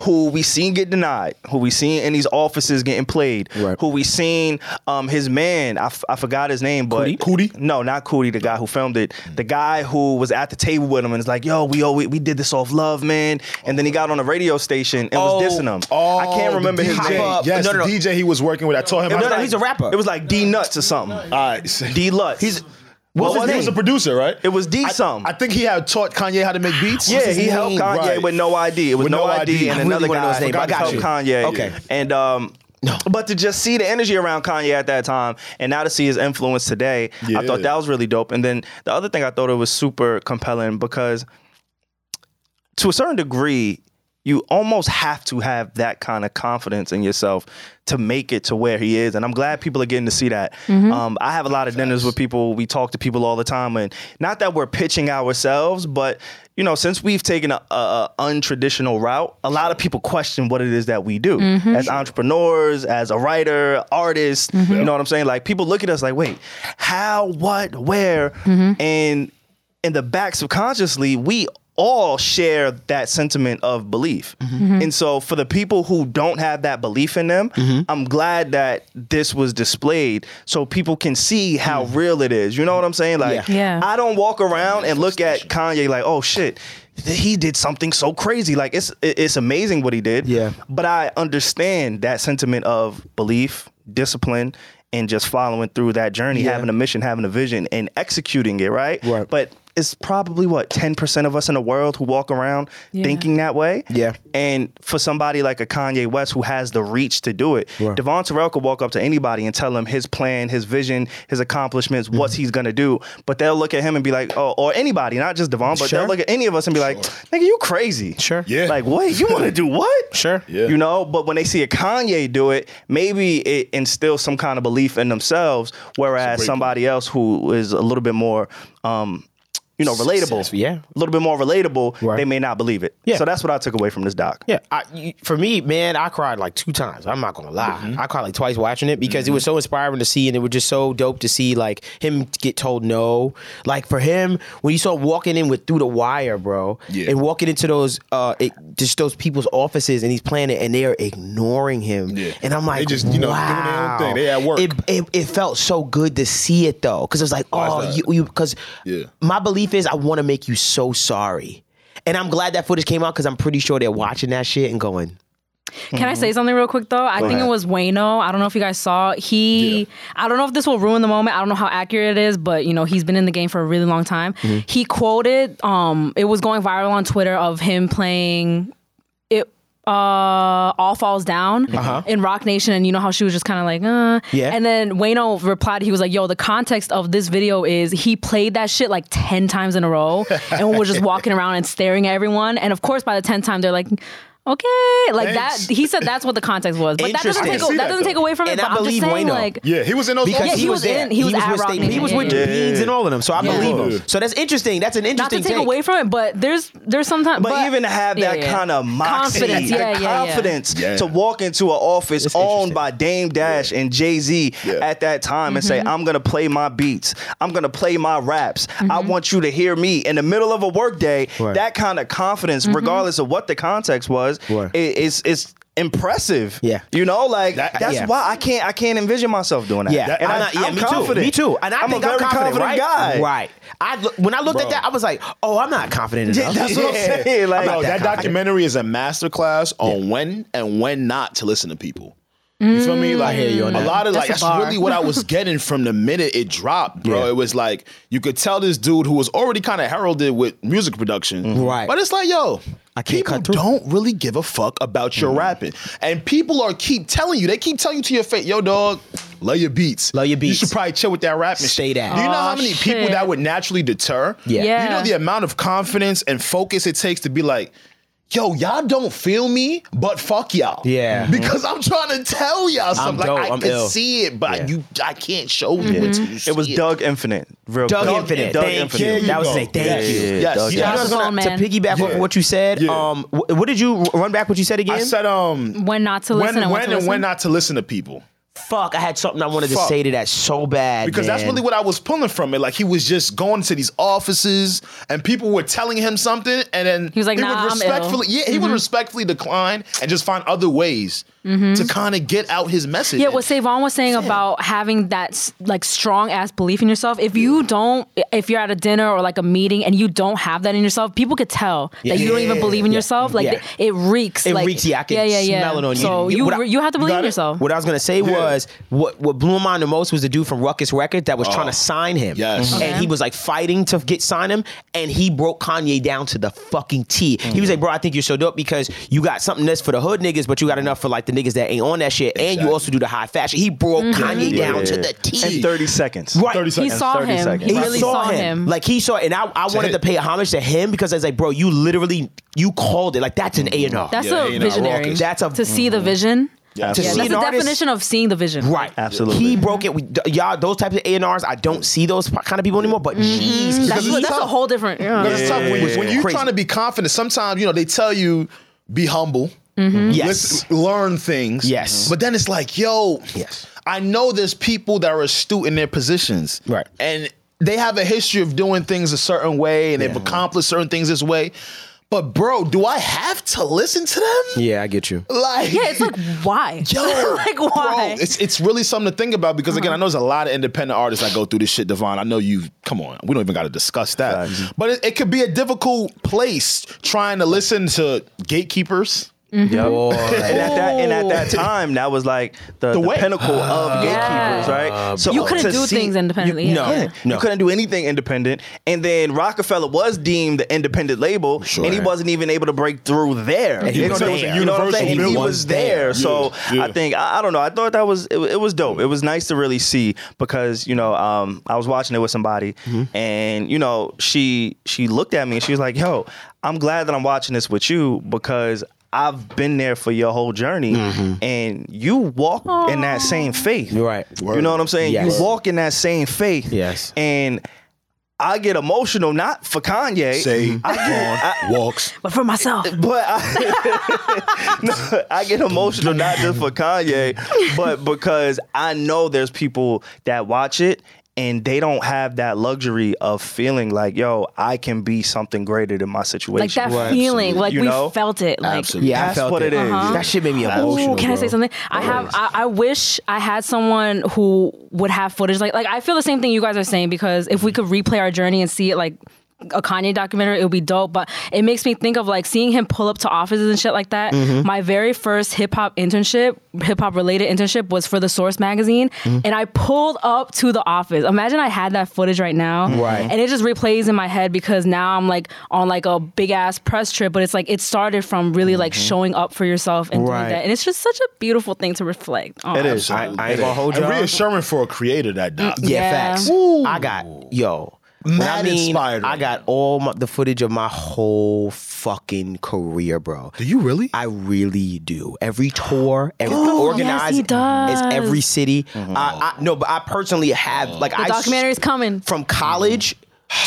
who we seen get denied, who we seen in these offices getting played, who we seen um, his man, I, f- I forgot his name, but
Cootie?
No, not Cootie, the guy who filmed it. The guy who was at the table with him and was like, yo, we, oh, we we did this off love, man. And then he got on a radio station and
Oh,
was dissing him. I can't remember his
DJ.
name.
Pop-up.
Yes,
No, no, no.
the DJ he was working with. I told him. I
No,
was
no,
like,
he's a rapper.
It was like D Nuts or something.
All right.
D Lutz.
He's what was his name? He was a producer, right?
It was D
I-
something.
I think he had taught Kanye how to make beats.
yeah, he helped Kanye
Right.
with no ID. It was
With
no,
No
ID,
ID.
and
I
really
another
wanna know
guy
his name, but I
helped
got you.
Kanye.
Okay.
and um. But to just see the energy around Kanye at that time, and now to see his influence today, I thought
Yeah.
that was really dope. And then the other thing I thought it was super compelling because, to a certain degree, you almost have to have that kind of confidence in yourself to make it to where he is. And I'm glad people are getting to see that. Um, I have a lot of dinners with people. We talk to people all the time, and not that we're pitching ourselves, but you know, since we've taken a, a, a untraditional route, a lot of people question what it is that we do as entrepreneurs, as a writer, artist. You know what I'm saying? Like people look at us like, wait, how, what, where, and in the back subconsciously, we all share that sentiment of belief. And so for the people who don't have that belief in them, I'm glad that this was displayed so people can see how real it is. You know what I'm saying? Like
Yeah. Yeah.
I don't walk around and look at Kanye like, "Oh shit, th- he did something so crazy. Like it's it- it's amazing what he did.
Yeah.
But I understand that sentiment of belief, discipline, and just following through that journey,
Yeah.
having a mission, having a vision, and executing it. Right.
Right.
But it's probably what ten percent of us in the world who walk around
Yeah.
thinking that way.
Yeah.
And for somebody like a Kanye West who has the reach to do it,
Right.
Devon Terrell could walk up to anybody and tell him his plan, his vision, his accomplishments, what
Mm-hmm.
he's gonna do. But they'll look at him and be like, oh, or anybody, not just Devon, but
Sure.
they'll look at any of us and be like, nigga, you crazy.
Sure.
Yeah.
Like, wait, you wanna do what?
Sure.
Yeah.
You know, but when they see a Kanye do it, maybe it instills some kind of belief in themselves, whereas somebody else who is a little bit more um, you know, relatable.
Successful, yeah.
A little bit more relatable,
Right.
they may not believe it.
Yeah.
So that's what I took away from this doc.
Yeah, I, you- for me, man, I cried like two times. I'm not gonna lie,
Mm-hmm.
I cried like twice watching it because it was so inspiring to see, and it was just so dope to see like him get told no. Like for him, when you saw him walking in with through the wire, bro,
Yeah.
and walking into those uh, it, just those people's offices, and he's playing it, and they are ignoring him.
Yeah.
And I'm
They
like,
just, you know, doing
wow.
their own thing. They at work.
It, it, it felt so good to see it though, because it was like, oh,
that?
you, you, because
Yeah.
my belief is I want to make you so sorry. And I'm glad that footage came out because I'm pretty sure they're watching that shit and going,
Can I say something real quick though? I think
ahead.
it was Wayno. I don't know if you guys saw. He, I don't know if this will ruin the moment. I don't know how accurate it is, but you know he's been in the game for a really long time. He quoted, um, it was going viral on Twitter of him playing it. Uh, all falls down in Rock Nation, and you know how she was just kind of like, uh,
Yeah.
And then Wayno replied, he was like, "Yo, the context of this video is he played that shit like ten times in a row, and was just walking around and staring at everyone. And of course, by the tenth time, they're like." Okay, like
Thanks.
that. He said that's what the context was, but that doesn't
Interesting.
take
I see
that
that,
doesn't take
though.
away from it.
And
but
I
I'm just
believe
saying,
Wayno.
like,
Yeah, he was in those
because
Yeah,
offices.
he,
he
was,
was
there.
in- he was at
with
Rock
State-
Nation,
He was with
yeah,
the
yeah,
Beans and all of them. So I
Yeah.
believe
Yeah.
him. So that's interesting. That's an
not to
interesting
take
take.
away from it, but there's there's sometimes.
But, even to have
yeah,
that
yeah.
kind of moxie,
confidence,
the
yeah, yeah, yeah.
confidence
Yeah.
to walk into an office
That's
owned
interesting.
by Dame Dash and Jay Z
Yeah.
at that time and
Mm-hmm.
say, "I'm gonna play my beats. I'm gonna play my raps. I
Mm-hmm.
want you to hear me." In the middle of a workday,
Right.
that kind of confidence,
Mm-hmm.
regardless of what the context was,
Right.
i- is is impressive.
Yeah.
you know, like
That-
that's
yeah.
why I can't I can't envision myself doing that.
Yeah,
and
I'm
I,
not- yeah,
am
me
confident.
Too. Me too. And I
I'm
think
a very
I'm confident,
confident
right?
guy.
Right. I look, when I looked at
Bro.
that, I was like, oh, I'm not confident enough.
that's what I'm
Yeah.
saying, like-
Bro, that,
that confident.
documentary is a masterclass on when and when not to listen to people. You feel me? Like
hear you on
a
that.
lot of like
That's
that's
a bar.
really what I was getting from the minute it dropped, bro.
Yeah.
It was like you could tell this dude who was already kind of heralded with music production,
Mm-hmm. Right.
But it's like, yo,
I can't
people
cut through. Mm-hmm.
don't really give a fuck about your rapping, and people are keep telling you. They keep telling you to your face, yo, dog, love your beats,
Love
You
your beats.
should probably chill with that rapping.
Stay
shit."
down.
Do you know
Aw,
how many people
Oh, shit.
that would naturally deter?
Yeah.
You know
Yeah.
the amount of confidence and focus it takes to be like, yo, y'all don't feel me, but fuck y'all.
Yeah.
Because I'm trying to tell y'all something.
dope,
like I
I'm
can
ill.
see it, but
Yeah.
you I can't show you
Mm-hmm.
it. till you see
It was Doug Infinite, real
Doug
quick.
Infinite.
Doug
thank
Infinite.
you. That was
go.
a thank
Yes.
you.
Yes.
Doug,
You know, I
yes.
was gonna-
Grown man.
to piggyback off of what you said.
Yeah.
Um, wh- what did you run back? What you said again?
I said um
when not to listen
when
and
when
when, to
and
listen.
when not to listen to people.
Fuck! I had something I wanted to
Fuck.
say to that so bad
Because that's
man.
really what I was pulling from it. Like he was just going to these offices and people were telling him something, and then
He was like, "Nah, I'm ill." Mm-hmm.
respectfully, yeah, he would respectfully decline and just find other ways to kind of get out his message.
Yeah, what Savon was saying about having that s- like strong ass belief in yourself. If you don't, if you're at a dinner or like a meeting and you don't have that in yourself, people could tell that you don't even
Yeah.
believe in
Yeah.
yourself. Like
Yeah.
it reeks.
It
like,
reeks, yeah, I can smell it on you.
So
You-
you
what I-
re- you have to believe
got
in
it?
yourself.
What I was gonna say was what what blew my mind the most was the dude from Ruckus Records that was trying to sign him.
Oh, Yes. Mhm.
And he was like fighting to get sign him, and he broke Kanye down to the fucking T. He was like, bro, I think you're so dope because you got something that's for the hood niggas, but you got enough for like the niggas that ain't on that shit. And you also do the high fashion. He broke Kanye down to the T.
In 30 seconds.
Right.
he saw
30
him.
seconds.
He
He
really
saw, him. Like he saw, and I, I wanted
him.
to pay homage to him because I was like, bro, you literally you called it like that's an A and R.
that's
Yeah,
a
you know,
visionary.
Rockets.
That's a-
to see the vision.
Yeah,
To
Yeah,
see
that's
absolutely.
an
the
artist-
definition of seeing the vision.
Right.
Absolutely.
He broke it. With, y'all, those types of A&Rs, I don't see those kind of people anymore, but jeez. he-
That's,
Because it's
that's a
tough.
whole different. yeah.
Because it's tough when,
Yeah.
when you're
Crazy.
trying to be confident. Sometimes you know they tell you be humble,
Yes.
let's learn things.
Yes.
but then it's like, yo,
Yes.
I know there's people that are astute in their positions,
Right.
and they have a history of doing things a certain way, and
Yeah.
they've accomplished certain things this way. But bro, do I have to listen to them?
Yeah, I get you.
Like
Yeah, it's like why? like why?
bro,
Uh-huh.
It's it's really something to think about because again, I know there's a lot of independent artists that go through this shit, Devon. I know you. Come on, we don't even got to discuss that. But it, it could be a difficult place trying to listen to gatekeepers.
And at that and at that time, that was like the, the
way-
pinnacle of gatekeepers,
Yeah.
right? So
You couldn't
to
do things independently,
you-
yeah.
no,
Yeah.
you couldn't do anything independent. And then Rockefeller was deemed the independent label, and he wasn't even able to break through there.
he
It's
was
no-
there.
You know what I'm
Universal
saying? He
built
was
one
there.
there.
So
Yeah.
I think I, I don't know. I thought that was it, it was dope. It was nice to really see because you know um, I was watching it with somebody, and you know she she looked at me and she was like, "Yo, I'm glad that I'm watching this with you because." I've been there for your whole journey, and you walk in that same faith.
You're right.
You know what I'm saying?
Yes.
You walk in that same faith.
Yes.
And I get emotional, not for Kanye.
Say
I get, I-
walks.
But for myself.
but I, No, I get emotional not just for Kanye, but because I know there's people that watch it and they don't have that luxury of feeling like, yo, I can be something greater than my
Like
situation.
that feeling. Like
You
we
know?
felt it. Like
Absolutely.
Yeah, I
That's
felt
what it is.
That shit made me emotional.
Ooh, can I say
bro.
something? I have. I, I wish I had someone who would have footage like like I feel the same thing you guys are saying because if we could replay our journey and see it like a Kanye documentary, it would be dope. But it makes me think of like seeing him pull up to offices and shit like that.
Mm-hmm.
My very first hip hop internship, hip hop related internship, was for the Source magazine,
Mm-hmm.
and I pulled up to the office. Imagine I had that footage right now,
Right.
And it just replays in my head because now I'm like on like a big ass press trip, but it's like it started from really like showing up for yourself and doing
Mm-hmm. Right.
that. And it's just such a beautiful thing to reflect on.
It is.
I, I ain't gonna hold you.
And reassuring for a creator that doc.
Yeah,
Yeah.
facts. I got yo. when
Mad
I mean,
inspired
I
right
got all my, the footage of my whole fucking career, bro.
Do you really?
I really do. Every tour, every
yes,
organized,
he does.
it's every city. I, I, no, but I personally have like
The
I
documentary's coming.
from college.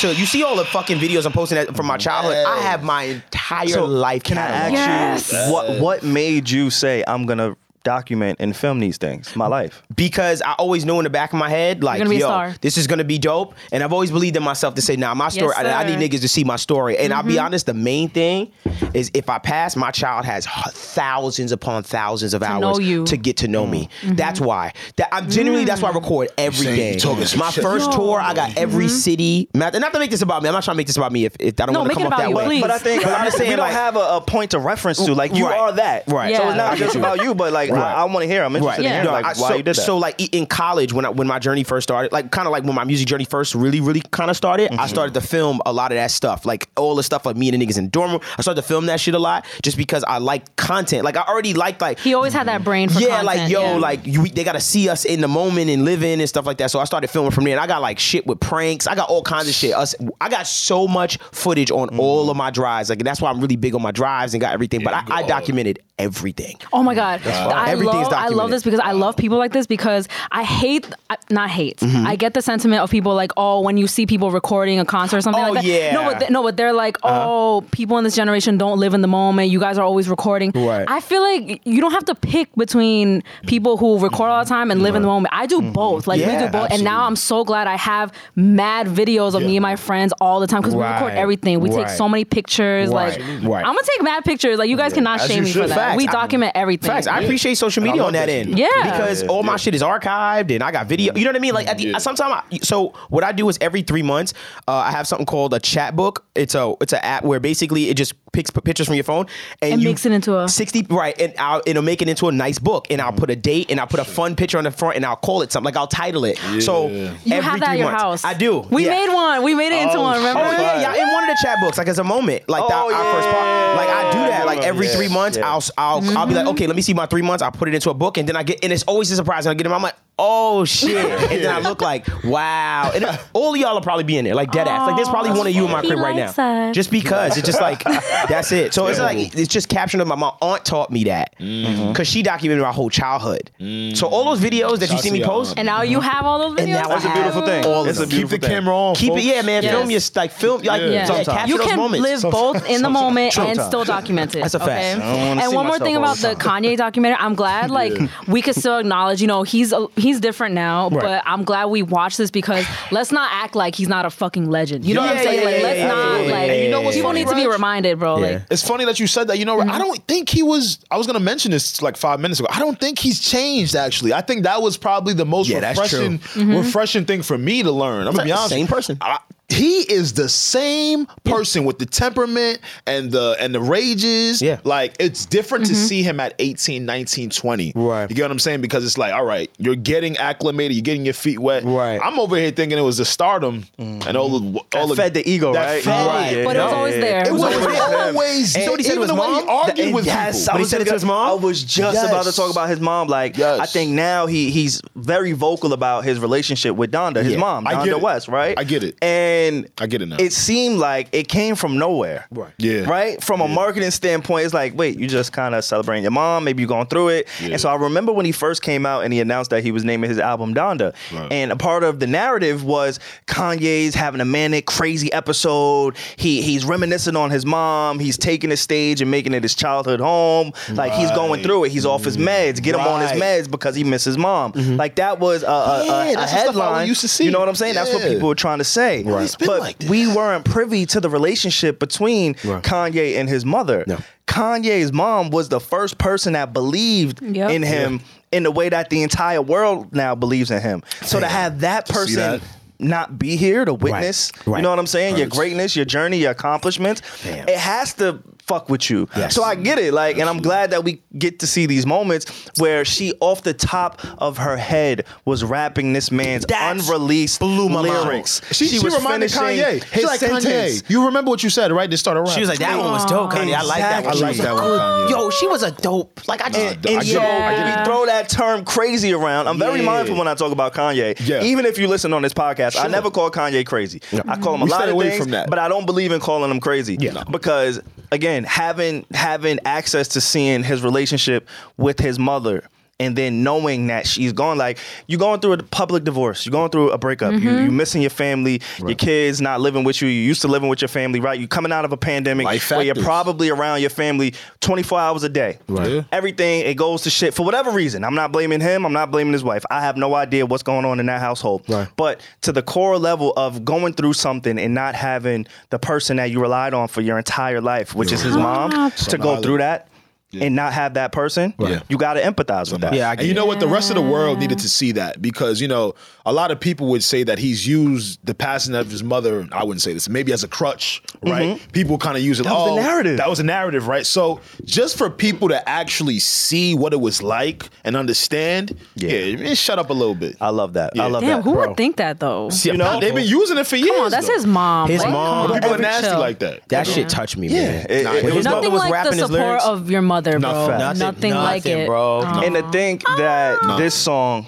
to you see all the fucking videos I'm posting that- from my childhood. I have my entire life.
Can I ask
cataloged.
Yes.
you what what made you say I'm gonna document and film these things? My life.
because I always knew in the back of my head, like,
gonna be a
yo,
star.
this is gonna be dope. And I've always believed in myself to say, nah, my story, I, I
sir. Mm-hmm.
need niggas to see my story. And I'll be honest, the main thing is if I pass, my child has h- thousands upon thousands of hours
know you. Mm-hmm. Mm.
to get to know me. That's why. That I'm genuinely, that's why I record every
saying
day.
you talking some
My
shit.
first
No.
tour, I
Mm-hmm.
got every city. Not, and not to make this about me, I'm not trying to make this about me if, if I don't
No,
wanna
make
come
it
off
about
that
you,
way.
please.
But I think
But I'm
I
just
think we
saying,
don't
like-
have a, a point of reference to. Like you
Right.
are that.
Right.
So
Yeah.
it's
I
not
get
just
you.
about you, but like
Right.
I, I want to hear. I'm interested in
Yeah.
hearing
No,
like
I-
why
so,
you did that.
So like in college when I, when my journey first started, like kind of like when my music journey first really really kind of started,
Mm-hmm.
I started to film a lot of that stuff, like all the stuff like me and the niggas in dorm room. I started to film that shit a lot just because I like content. Like I already liked like
He always had that brain for
yeah,
content,
like yo,
yeah.
like you, they gotta see us in the moment and live in and stuff like that. So I started filming from there, and I got like shit with pranks. I got all kinds of shit. Us, I got so much footage on
Mm-hmm.
all of my drives. Like that's why I'm really big on my drives and got everything. but I, I documented everything.
Oh my god, I
Everything's
love I love
documented.
this because I love people like this because I hate I- not hate.
Mm-hmm.
I get the sentiment of people like oh when you see people recording a concert or something
Oh,
like that.
yeah. Uh-huh.
No, but they, no, but they're like oh people in this generation don't live in the moment. You guys are always recording.
Right.
I feel like you don't have to pick between people who record all the time and live in the moment. I do both. Like we do
Mm-hmm. Yeah,
both, and now I'm so glad I have mad videos of me and my friends all the time because we record
Right.
everything. We take
Right.
so many pictures. Like
Right. Right.
I'm gonna take mad pictures. Like you guys cannot
As
shame
you
me
should.
for that.
Facts.
We
I-
document everything.
Facts. I appreciate social media
love
on that
that
end.
shit.
Yeah.
Because all my shit is archived and I got video. You know what I mean? Like at the sometimes I, so what I do is every three months, uh, I have something called a chat book. It's a it's an app where basically it just picks p- pictures from your phone and,
And
you-
makes it into a-
sixty right, and I'll, it'll make it into a nice book. And I'll put a date and I'll put a fun picture on the front and I'll call it something. Like I'll title it. So
You
every
have that
three
at your
months,
house.
I do.
We
Yeah.
made one. We made it into
Oh,
one. Remember?
Oh yeah, yeah, in one of the chat books, like as a moment, like that,
Oh,
our first
yeah.
part. Like I do that, like every
Yeah,
three months,
yeah.
I'll I'll, I'll be like,
Mm-hmm.
okay, let me see my three months. I'll put it into a book, and then I get, and it's always a surprise. And I get them, I'm like, oh shit, and then I look like, wow, and all of y'all will probably be in there, like dead ass. Like there's probably one of you in my
Oh, He
crib right
likes
now,
us.
just because it's just like that's it. So it's like it's just captioned. My my aunt taught me that
Mm-hmm.
because she documented my whole childhood.
Mm.
So all those videos that you
Shout
see
to
me
your
post,
aunt.
And now you have all those videos.
And now I That's a beautiful have thing. all of
It's a
them.
beautiful
Keep the
thing.
camera on.
Keep it,
folks.
yeah, man.
Yes.
Film your like film, like
Yeah.
yeah.
Yeah.
capture
you
those
can
moments.
live both in the moment and
Sometimes.
still document it.
That's a fact.
Okay?
wanna
And
see
one more
myself
thing
all
about
the
the Kanye documentary, I'm glad like we could still acknowledge. You know, he's a, he he's different now, but I'm glad we watched this because let's not act like he's not a fucking legend. You know what I'm
Yeah,
saying?
yeah,
like,
yeah,
let's
yeah,
not
absolutely.
like
And you know what's
people
funny,
need to be
Raj?
reminded, bro.
Yeah.
Like
It's funny that you said that. You know,
Mm-hmm.
I don't think he was. I was gonna mention this like five minutes ago. I don't think he's changed. Actually, I think that was probably the most
Yeah, that's true.
refreshing,
Mm-hmm.
refreshing thing for me to learn. I'm gonna be
like the
honest.
same person.
I- he is the same person with the temperament and the and the rages.
Yeah.
Like it's different
Mm-hmm.
to see him at 18, 19, 20.
Right.
You get what I'm saying? Because it's like, all right, you're getting acclimated, you're getting your feet wet.
Right. Mm-hmm.
I'm over here thinking it was the stardom and all the all
That
the
fed the ego,
that
right?
fed
Right.
it.
but it was
no.
always there.
It was always
And-
there.
So what he said to
even
his
the way
mom?
he argued with
Yes,
people.
I
But he
was
said
said it to his mom.
I was just about to
Yes.
talk about his mom. Like,
Yes.
I think now he he's very vocal about his relationship with Donda, his
Yeah.
mom,
I get
Donda
it.
West, right?
I get it.
And
I get it now.
It seemed like it came from nowhere.
Right.
Yeah.
Right? From a marketing standpoint, it's like, wait, you just kind of celebrating your mom, maybe you're going through it.
Yeah.
And so I remember when he first came out and he announced that he was naming his album Donda.
Right.
And a part of the narrative was Kanye's having a manic, crazy episode. He he's reminiscing on his mom. He's taking the stage and making it his childhood home. Like he's going through it. He's off his meds. Get him on his
Mm-hmm. Right. Mm-hmm.
meds because he misses mom. Like that was a, a,
Yeah,
a- a,
that's the stuff I
headline.
used to see.
You know what I'm saying? That's what
Yeah.
people were trying to say.
Right. been
But
like this.
we weren't privy to the relationship between Kanye and his mother.
No.
Kanye's mom was the first person that believed
Yep.
in him in the way that the entire world now believes in him. So to have that person
that?
not be here to witness,
right.
you know what I'm saying? Your
Hurts.
greatness, your journey, your accomplishments, it has to fuck with you. So I get it. Like, and I'm glad that we get to see these moments where she off the top of her head was rapping this man's unreleased lyrics.
She, she, reminded
finishing
Kanye. She's like,
sentence.
Kanye, you remember what you said, right? This started rap.
She was like, that one was dope, Kanye. I like that one.
Exactly. I like
that
She was a
one, Kanye.
good- Yo, she was a dope. Like, I just.
And,
I
and
get
so
it, I
get it.
we throw that term crazy around. I'm very
Yeah.
mindful when I talk about Kanye.
Yeah.
Even if you listen on this podcast, I never call Kanye crazy. I call him a
We
lot
stay
of
away
things,
from that.
but I don't believe in calling him crazy.
Yeah. No.
Because again, having having access to seeing his relationship with his mother. And then knowing that she's gone, like you're going through a public divorce, you're going through a breakup, you you missing your family, your kids not living with you, you used to living with your family, right? You coming out of a pandemic
Life
where you're
factors.
probably probably around your family 24 hours a day.
Right. Yeah.
Everything it goes to shit for whatever reason. I'm not blaming him. I'm not blaming his wife. I have no idea what's going on in that household.
Right.
But to the core level of going through something and not having the person that you relied on for your entire life, which is his mom,
Ah.
to go through that and not have that person,
Right.
you got to empathize with that.
Yeah, I
And you know what? The rest of the world needed to see that because you know a lot of people would say that he's used the passing of his mother. I wouldn't say this. Maybe as a crutch, right? People kind of use it. That
was the narrative.
That was a narrative, right? So just for people to actually see what it was like and understand, yeah, man, shut up a little bit.
I love that. I love
damn,
that.
who
bro.
would think that though?
you know, they've been using it for years.
Come on, that's
though.
his mom.
His
Like,
mom.
come on,
People are
every
nasty
chill.
like that.
That shit touched me, man.
It- it- it
His
was
mother
Nothing
was
like the
rapping his
support
lyrics.
of your mother,
No,
bro.
facts.
Nothing,
Nothing,
like
nothing,
it, Um,
bro.
Aw.
and to think
Ah.
that
No.
this song,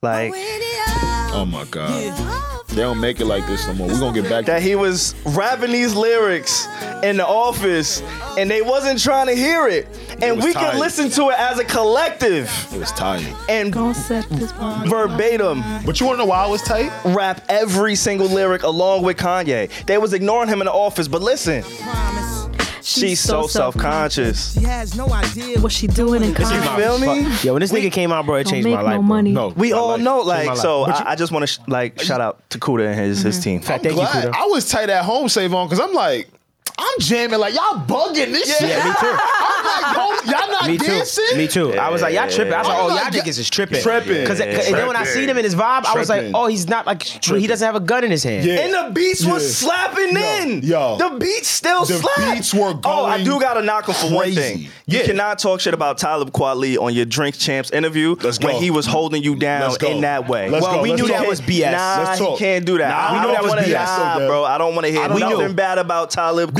like
Oh my god. They don't make it like this no more. We're gonna get back
that he was rapping these lyrics in the office and they wasn't trying to hear it and
was
we could
tight.
listen to it as a collective
it was tight.
and
Don't set this one.
verbatim
But you wanna know why I was tight?
rap every single lyric along with Kanye. They was ignoring him in the office, but listen, she's so self-conscious.
has no idea
What's she doing in
You
college?
feel me?
Yo, when this nigga came out, bro, it
Don't
changed
make
my life.
no
bro.
money.
We
my
all
life.
know,
Changed my
like,
life.
so I, I just want to sh- like shout out to Kuda and his his team.
Thank you,
Glad.
Kudo.
I was tight at home save on because I'm like, I'm jamming like y'all bugging this shit.
Yeah, me too.
I'm like, yo, y'all not
Me too.
dancing.
Me too. I was like, y'all tripping. I was like,
I'm
oh, y'all
like, yeah.
niggas is tripping.
Tripping.
Because then when I seen him in his vibe, I was like,
Tripping.
oh, he's not like he doesn't have a gun in his hand.
Yeah.
And the beats was
Yeah.
slapping in.
yo.
The beats still
The
slapped.
beats were
Oh, I
going
do gotta knock him for one
crazy.
thing. You
Yeah.
cannot talk shit about Talib Kweli on your Drink Champs interview
Let's go.
when he was holding you down
Let's go.
in that way.
Let's Well, go. we Let's knew talk. that
was BS.
Nah,
Let's
he
talk.
can't do that.
Nah,
I
we knew
don't
that was
wanna-
BS,
Nah,
though,
bro, I don't want to hear
don't know.
nothing bad about Talib Kweli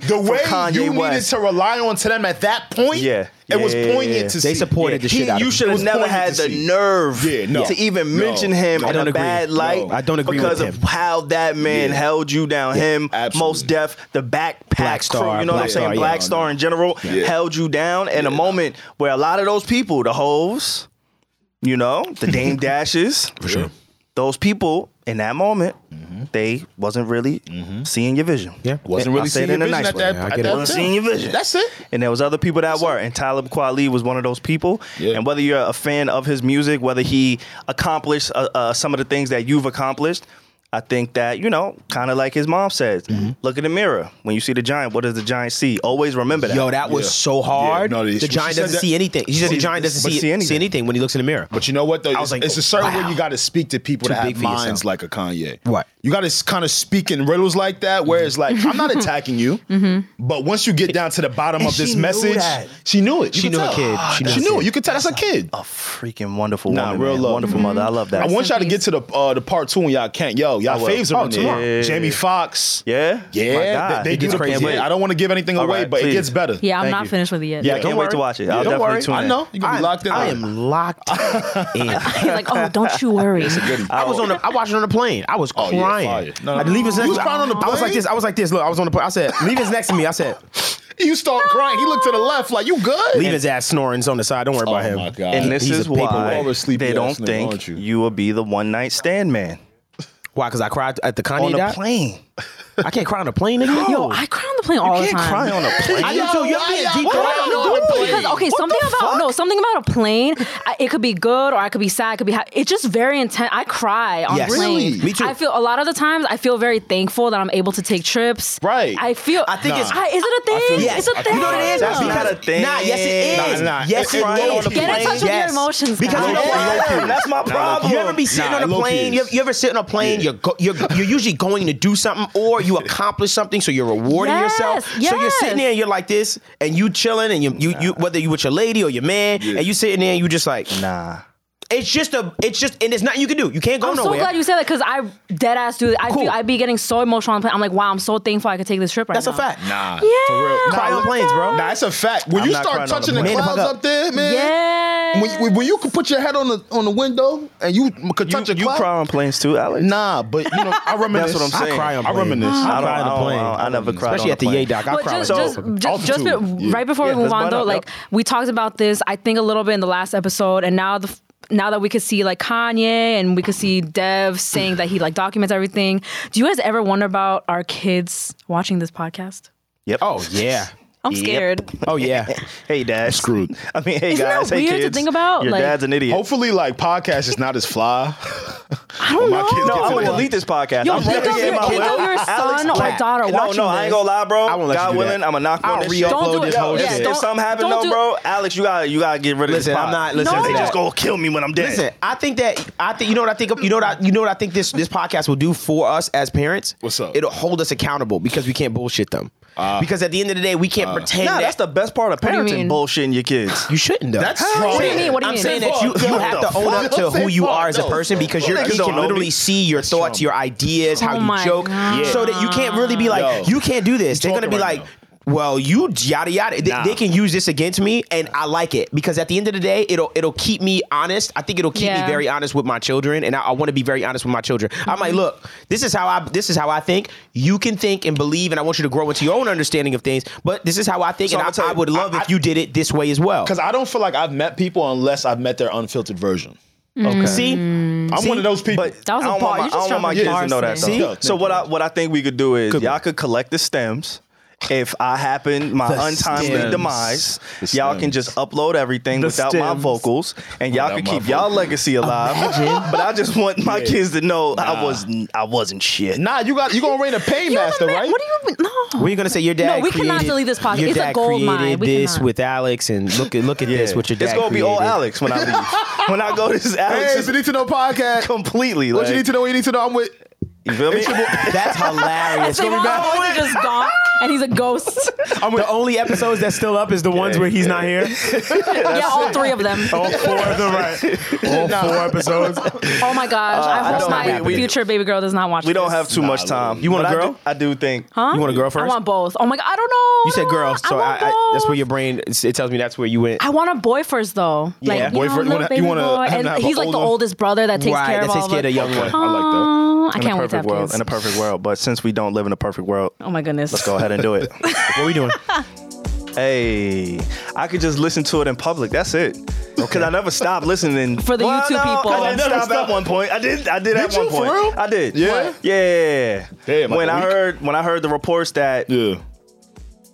because the way
from Kanye
you needed
West.
to rely on to them at that point,
Yeah.
it was
Yeah.
poignant to see.
They supported the shit
He-
out of
you
him.
should
It
have
was
never
pointed
had
to
the
see.
nerve
Yeah, no.
to even
No.
mention him
I
in a
don't agree.
bad light.
No. I don't agree with
because
him.
of how that man
Yeah.
held you down. him,
absolutely.
most deaf, the backpack
Black Star,
crew. You know what I'm
Black
saying?
Star, yeah.
Black Star in general
Yeah.
held you down in a moment where a lot of those people, the hoes, you know, the Dame Dashes,
For sure.
those people in that moment, they wasn't really seeing your vision.
Mm-hmm. Yeah.
And
Wasn't
I
really
say it
seeing your
in a
vision
nice
at
way.
that.
Yeah, I
at
get it.
that
wasn't
time.
seeing your vision.
That's it.
And there was other people that were, and Talib Kweli was one of those people.
Yeah.
And whether you're a fan of his music, whether he accomplished uh, uh, some of the things that you've accomplished, I think that you know, kind of like his mom says,
Mm-hmm.
look in the mirror when you see the giant. What does the giant see? Always remember that.
Yo, that was
Yeah.
so hard.
Yeah, no, she-
the giant
she said
doesn't
that-
see anything. She said the
She-
giant doesn't
but
see,
see
anything.
anything.
see anything when he looks in the mirror.
But you know what though?
was
It's,
like,
it's a certain
wow.
way you got to speak to people
Too
that
big
have
for yourself.
minds like a Kanye.
Right.
You got to kind of speak in riddles like that, where
Mm-hmm.
it's like, I'm not attacking you, but once you get down to the bottom
And
of this
she knew
message,
that.
she knew it. You
She
could
knew her
tell.
kid. She
She
knew
knew,
her kid.
it. You could tell. That's a kid.
a freaking wonderful
Nah,
woman,
real
man.
love.
wonderful mother. I love that.
I want
in
y'all to get
peace.
to the uh, the part two when y'all can't. Yo, y'all
will.
faves are
Oh,
on
tomorrow.
there.
Yeah.
Jamie Foxx.
Yeah?
Yeah.
My God.
They, they
It
do
gets
the
crazy.
play. I don't want to give anything
All
away,
right,
but it
please.
gets better.
Yeah, I'm
Thank
not
you.
finished with it yet.
Yeah, I
Yeah,
can't
don't
wait
worry.
to watch it.
Yeah,
I'll
don't
definitely
worry.
tune in.
I know. You're going to be locked in.
I
on it.
am locked in.
He's like, oh, don't you worry.
I was on. The, I watched it on the plane. I was
Oh, yeah,
crying.
fire. No, no,
I, Levis
no.
next.
You was crying on the
I was like
plane?
this. I was like this. Look, I was on the plane. I said, "Leave his next to me." I said,
You start crying. He looked to the left like, you good?
"Leave his ass snoring. He's on the side. Don't worry about him."
Oh my God.
And this
He's a
is why
paperweight.
they
Sleepy
don't
ass nigga,
think
aren't
you?
you?
will be the one night stand man
Why? Because I cried at the Kanye
on a
doc?
plane.
I can't cry on a plane, nigga.
Yo, I cry on the plane all
You
the
can't
time.
cry on a plane.
I do too. You're being
Why
deep
y'all-
throated.
why y'all
No,
doing plane?
Because okay, something about no, something about a plane. I, it could be good, or I could be sad. It could be. Ha- it's just very intense. I cry on
Yes.
planes.
Really? Me too.
I feel a lot of the times. I feel very thankful that I'm able to take trips.
Right.
I feel.
I think it's-
I, is it a thing?
Yes.
It's a thing.
You know what it is?
That's
Because-
not a thing.
Nah, yes it is.
Nah, nah.
Yes it
It's crying
is.
on a
Get in touch with your
Yes.
emotions.
Because
guys.
you know what?
That's my problem.
You ever be sitting
Nah,
on a
low key is.
plane? You ever, you ever sit on a plane? You're, go, you're you're usually going to do something, or you accomplish something, so you're rewarding
Yes,
yourself. So you're
yes.
sitting there and you're like this, and you chilling, and you you, you whether you with your lady or your man, and you sitting there and you just like,
nah.
it's just a, it's just, and there's nothing you can do. You can't go
I'm so
nowhere.
glad you said that because I dead ass do. I
Cool.
feel I be getting so emotional on the plane. I'm like, wow, I'm so thankful I could take this trip right
That's
now.
a fact.
Nah.
Yeah.
Cry on planes, bro.
Nah, it's a fact. When
I'm
you
not
start
crying on the
touching the
plane.
Man, the
clouds
fuck up.
up there, man.
Yeah.
When
When, when you could put your head on the on the window and you could touch
You,
a
you
cloud.
cry on planes too, Alex?
Nah, but you know, I reminisce.
That's what I'm
I
saying.
cry on
I
planes.
reminisce.
I
I don't-
cry on a
I don't-
plane.
I don't- I never cried
Especially
on a
at the
plane.
Yay doc, I
But
cry.
just,
on a
just,
plane.
just, just
Altitude,
be-
yeah.
right before
Yeah,
we move
that's
on,
why
though,
not?
like we talked about this, I think a little bit in the last episode, and now the f- now that we could see like Kanye and we could see Dev saying that he like documents everything. Do you guys ever wonder about our kids watching this podcast?
Yep.
Oh yeah.
I'm
Yep.
scared.
Oh yeah.
hey dad.
screwed.
I mean, hey
Isn't that
guys. Hey
weird to
kids.
think about?
Your
Like-
dad's an idiot.
Hopefully, like podcast is not as fly.
I don't
my
know.
kids
No,
get
I'm
to
gonna
the-
delete this podcast.
Yo,
I'm
kids
writing
of
it in
your-
my
kids
will.
of your
Alex
son or
Black.
daughter
No,
watching
no, I ain't
this. Ah,
gonna lie, bro.
I won't let
God
you do
willing,
that.
I'm gonna knock on
I'll
this.
re-
shit.
Don't
Don't do
upload
it.
this whole
If-
shit.
If,
don't-
something happened,
don't
though,
do-
bro, Alex, you gotta you gotta get rid of
Listen,
this.
I'm
pod.
not- listen
to
They
that.
just gonna kill me when I'm dead.
Listen, I think that I think you know what I think you know what I, you know what I think this this podcast will do for us as parents.
What's up? Ah.
It'll hold us accountable because we can't bullshit them. because at the end of the day, we can't pretend
Nah,
that
that's the best part of
do you
parenting
mean?
bullshitting your kids.
you shouldn't though.
That's
I'm
wrong.
saying-
What do you mean? What do you
I'm
mean?
saying that you,
Fuck,
you
yo,
have
what
to
the
own up
fuck?
to who you
Fuck,
are as a
no.
person because your
Niggas
kid
don't
can
know me.
literally see your thoughts, your ideas, how
Oh
you
my
joke,
God.
so that you can't really be like,
Yo.
you can't do this. They're
talking
gonna be
right
like.
now.
Well, you yada yada. They,
Nah.
they can use this against me, and I like it because at the end of the day, it'll it'll keep me honest. I think it'll keep
Yeah.
me very honest with my children, and I, I want to be very honest with my children. I'm
Mm-hmm.
like, look, this is how I this is how I think. You can think and believe, and I want you to grow into your own understanding of things. But this is how I think,
So I'ma
and
tell
I, I
you,
would love
I-
if you did it this way as well.
Because I don't feel like I've met people unless I've met their unfiltered version.
See,
Mm.
I'm one of those people.
But
That was
I
a
don't
bar.
want my,
You
I
just
don't want my
dropped
kids
a
to know
bar
that.
today.
Though.
See?
So what I what I think we could do is
Good
y'all
one.
could collect the stems. If I happen my
The
untimely
stems.
demise,
The
y'all
stems.
can just upload everything without my
stems.
vocals, and y'all
Without
can
my
keep y'all
vocals.
legacy alive. But I just want my kids to know I
Nah.
was I wasn't shit.
nah, you got you gonna reign a pain
You're the
master,
man-
right?
What do you mean? No.
We're gonna say your dad.
No, we cannot
created-
delete this podcast.
Your
It's a
dad
gold mine.
created
We
this
cannot.
with Alex, and look at look at this. What your dad
It's gonna be all
created.
Alex when I leave. when I go, this is Alex
Hey,
is
it's the Need to Know podcast.
completely.
What
like,
you need to know, you need to know. I'm with.
you feel me?
That's hilarious.
Savon Owen is just gone, and he's a ghost.
the only episodes that's still up is the ones where he's not here.
yeah, all three of them.
All four of them, right? All four episodes.
Oh my gosh!
I
I hope
don't-
my
we- we-
future baby girl does not watch.
We don't
this.
have too much time.
You want a
But I
girl?
do- I do think.
Huh?
You want a girl
I
first?
want both. Oh my god! I don't know.
You
I
said
don't
girl,
know.
so I,
want
I, that's
both.
where your brain. It tells me that's where you went.
I want a boy first though. Like,
Yeah.
you know,
Boyfriend, you
little
wanna-
baby
you wanna
boy.
have
And
an
he's like the
older-
oldest brother that takes
Right,
care
that
of all
takes
of
care of
us.
the young one.
I like that.
Aw, I
In a
can't wait to
perfect
have
world.
kids.
In a perfect world. But since we don't live in a perfect world,
oh my goodness.
let's go ahead and do it.
What are we doing?
hey, I could just listen to it in public. That's it. because I never stopped listening
For the
Well,
YouTube
no,
people.
I
I
didn't
never
stop at one point. I did. I did, at
you?
one point.
For real?
I did.
Yeah?
What? Yeah.
Damn, like
when
a
I
week?
heard when I heard the reports that
Yeah.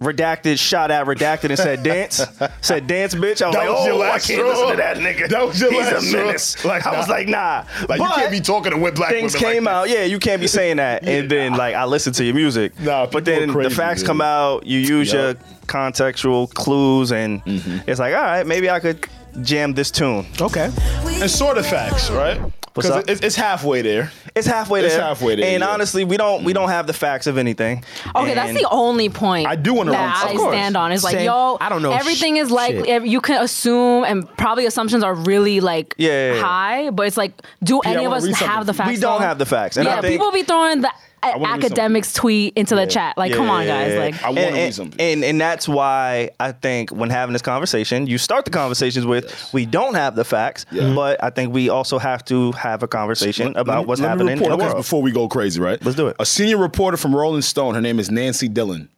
redacted shot at redacted and said dance, said dance, bitch. I was
That
like,
was
oh,
your
I
last
can't
straw.
listen to that nigga.
That was your
He's
last
a
straw.
menace.
Like,
I was
nah.
like, nah.
Like you
But-
can't be talking to white black
things
women like
came
that.
out. Yeah, you can't be saying that. And then like I listen to your music.
Nah,
but
people are
then
crazy,
the facts
dude.
come out. You use
Yup. Mm-hmm.
your contextual clues, and it's like, all right, maybe I could jam this tune.
Okay.
And sort of facts, right?
What's
Because
up?
it's, it's halfway there.
It's halfway there.
It's halfway there,
And
yeah. Mm-hmm.
honestly, we don't we don't have the facts of anything.
Okay,
And-
that's the only point
I do wanna run-
that
of
I
course.
stand on. It's like,
Same.
yo,
I don't know
Everything
sh-
is like
shit.
ev- you can assume, and probably assumptions are really like
Yeah, yeah, yeah.
high. But it's like, do
I
any of
wanna
us
read something.
have the facts?
We don't
though?
have the facts, and I
yeah,
think-
people be throwing the a-
wanna read
academics tweet into the chat. Like,
Yeah,
come on,
yeah,
guys.
yeah.
Like,
I want to
and,
read
and-
something.
and and that's why I think when having this conversation, you start the conversations with we don't have the facts, but I think we also have to have a conversation about
Let me-
what's
let me
happening in
report
the
this
world.
before we go crazy, right?
Let's do it.
A senior reporter from Rolling Stone, her name is Nancy Dillon.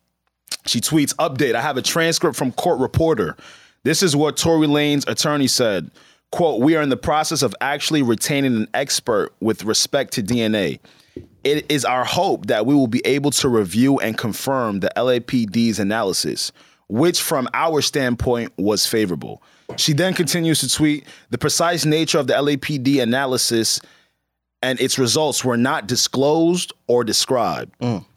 She tweets, "Update: I have a transcript from court reporter. This is what Tory Lane's attorney said." "Quote: We are in the process of actually retaining an expert with respect to DNA. It is our hope that we will be able to review and confirm the LAPD's analysis, which from our standpoint was favorable." She then continues to tweet, "The precise nature of the LAPD analysis." and its results were not disclosed or described.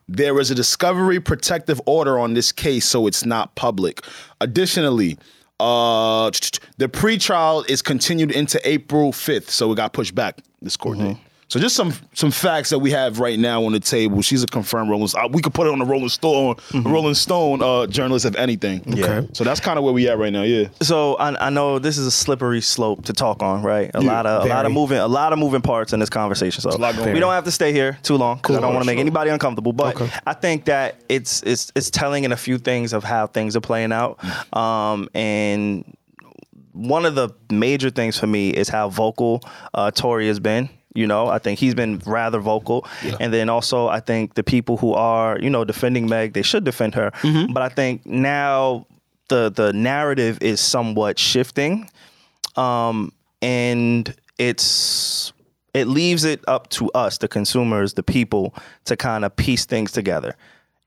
There is a discovery protective order on this case, so it's not public. Additionally, uh, the pretrial is continued into April 5th, so it got pushed back this court date. So just some some facts that we have right now on the table. She's a confirmed Rolling. Uh, we could put it on the Rolling Stone, Rolling Stone uh, journalist, if anything. Okay. So that's kind of where we at right now. Yeah.
so I, I know this is a slippery slope to talk on, right? A lot of a lot
very.
of moving a lot of moving parts in this conversation. So
lot going
we
on.
don't have to stay here too long because I don't want to make anybody uncomfortable. But
Okay.
I think that it's it's it's telling in a few things of how things are playing out. Um, and one of the major things for me is how vocal uh, Tory has been. You know, I think he's been rather vocal, and then also I think the people who are you know defending Meg, they should defend her. But I think now the the narrative is somewhat shifting, um, and it's it leaves it up to us, the consumers, the people, to kind of piece things together.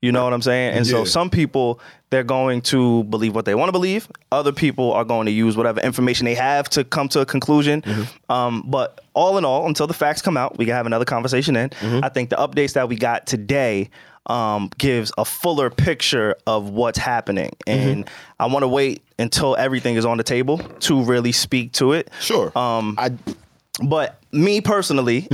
You know what I'm saying? And so some people they're going to believe what they want to believe. Other people are going to use whatever information they have to come to a conclusion. Um, but all in all, until the facts come out, we can have another conversation. In I think the updates that we got today um, gives a fuller picture of what's happening, and I want to wait until everything is on the table to really speak to it.
Sure. Um, I
But me personally,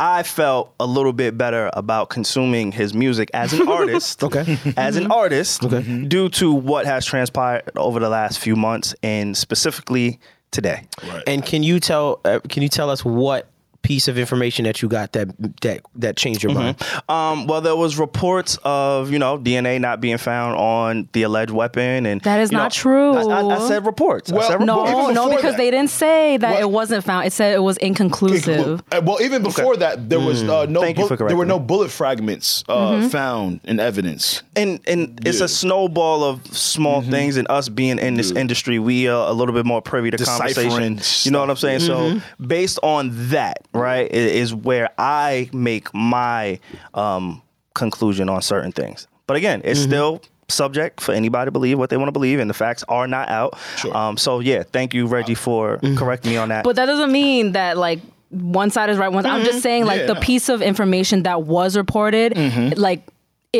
I felt a little bit better about consuming his music as an artist. okay. As an artist, due to what has transpired over the last few months and specifically today.
And can you tell? Uh, can you tell us what piece of information that you got that that that changed your mind?
Um, well, there was reports of you know DNA not being found on the alleged weapon, and
That is
you know,
not true.
I, I, I said reports. I
Well,
said
No,
reports.
no,
even
no,
before
because
that-
they didn't say that
What?
it wasn't found. It said it was inconclusive.
Uh, Well, even before that, there was uh,
Mm.
no
Thank you
bul-
for
there were
correcting
no
me.
bullet fragments uh, found in evidence.
and and it's a snowball of small
Mm-hmm.
things and us being in this industry we are a little bit more privy to
Deciphering
conversation
stuff. Mm-hmm.
you know what i'm saying so based on that right i- is where i make my um conclusion on certain things but again it's
Mm-hmm.
still subject for anybody to believe what they want to believe and the facts are not out
Sure. Uh, mm-hmm.
um so yeah thank you reggie for correcting me on that
But that doesn't mean that like one side is right. One. I'm just saying like
Yeah,
the
no.
piece of information that was reported, like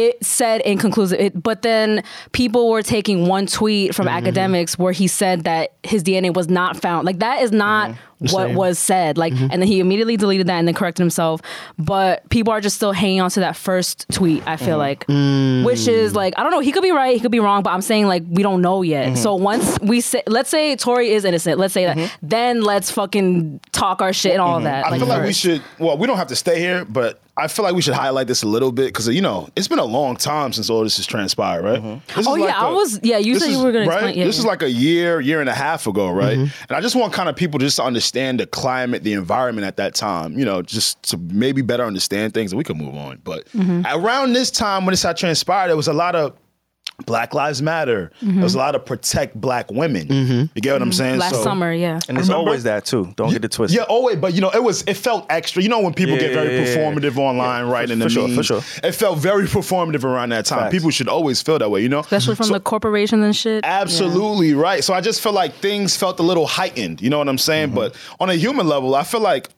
it said inconclusive. It, but then people were taking one tweet from academics where he said that his DNA was not found. Like that is not what was said. Like and then he immediately deleted that and then corrected himself. But people are just still hanging on to that first tweet. I feel like which is like I don't know. He could be right, he could be wrong, but I'm saying like we don't know yet.
Mm-hmm.
So once we say, let's say Tori is innocent, let's say that, then let's fucking talk our shit and all of that.
Mm-hmm. I feel like we
first.
should. Well, we don't have to stay here, but I feel like we should highlight this a little bit because you know it's been a long time since all this has transpired, right?
Mm-hmm.
This
Oh,
is
yeah,
like
I was- yeah, you
this
said you
is-
were gonna
right?
explain- yeah,
this
yeah. Mm-hmm.
is like a year, year and a half ago, right? And I just want kind of people just to understand the climate, the environment at that time, you know, just to maybe
Mm-hmm.
better understand things, and we can move on. But around this time when this had transpired, there was a lot of Black Lives Matter. There's a lot of protect black women. You get what I'm saying?
Mm-hmm. Last
So-
summer, yeah.
And it's
Remember-
always that too. Don't get it twisted.
Yeah, always. But you know, it was it felt extra. You know, when people
Yeah,
get very
yeah, yeah, yeah.
performative online, right? in the
for sure,
memes,
for sure.
It felt very performative around that time.
Facts.
People should always feel that way. You know,
Especially from
So-
the corporations and shit. Yeah.
Absolutely right. So I just feel like things felt a little heightened. You know what I'm saying?
Mm-hmm.
But on a human level, I feel like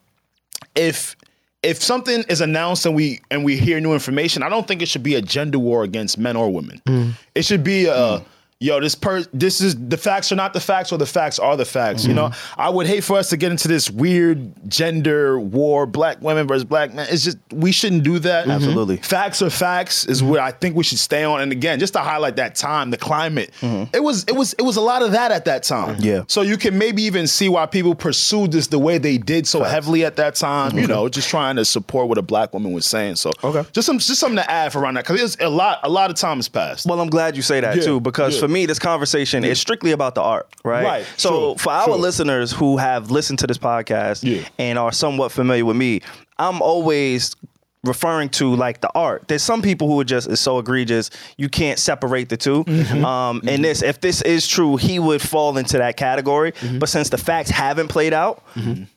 if if something is announced and we and we hear new information, I don't think it should be a gender war against men or women.
Mm.
It should be a yo, this per this is the facts are not the facts or the facts are the facts.
Mm.
You know, I would hate for us to get into this weird gender war, black women versus black men. It's just we shouldn't do that.
Mm-hmm. Absolutely. Mm-hmm.
Facts are facts is what I think we should stay on. And again, just to highlight that time, the climate, it was it was it was a lot of that at that time.
Mm-hmm. Yeah.
So you can maybe even see why people pursued this the way they did so heavily at that time. You know, just trying to support what a black woman was saying. So
Okay.
just some just something to add for around that because a lot a lot of time has passed.
Well, I'm glad you say that
Yeah,
too, because
yeah.
for me, this conversation is strictly about the art, right?
Right,
So
true,
for our
true.
listeners who have listened to this podcast
Yeah.
and are somewhat familiar with me, I'm always referring to like the art. There's some people who are just is so egregious you can't separate the 2
Mm-hmm.
Um, And this, if this is true, he would fall into that category.
Mm-hmm.
But since the facts haven't played out,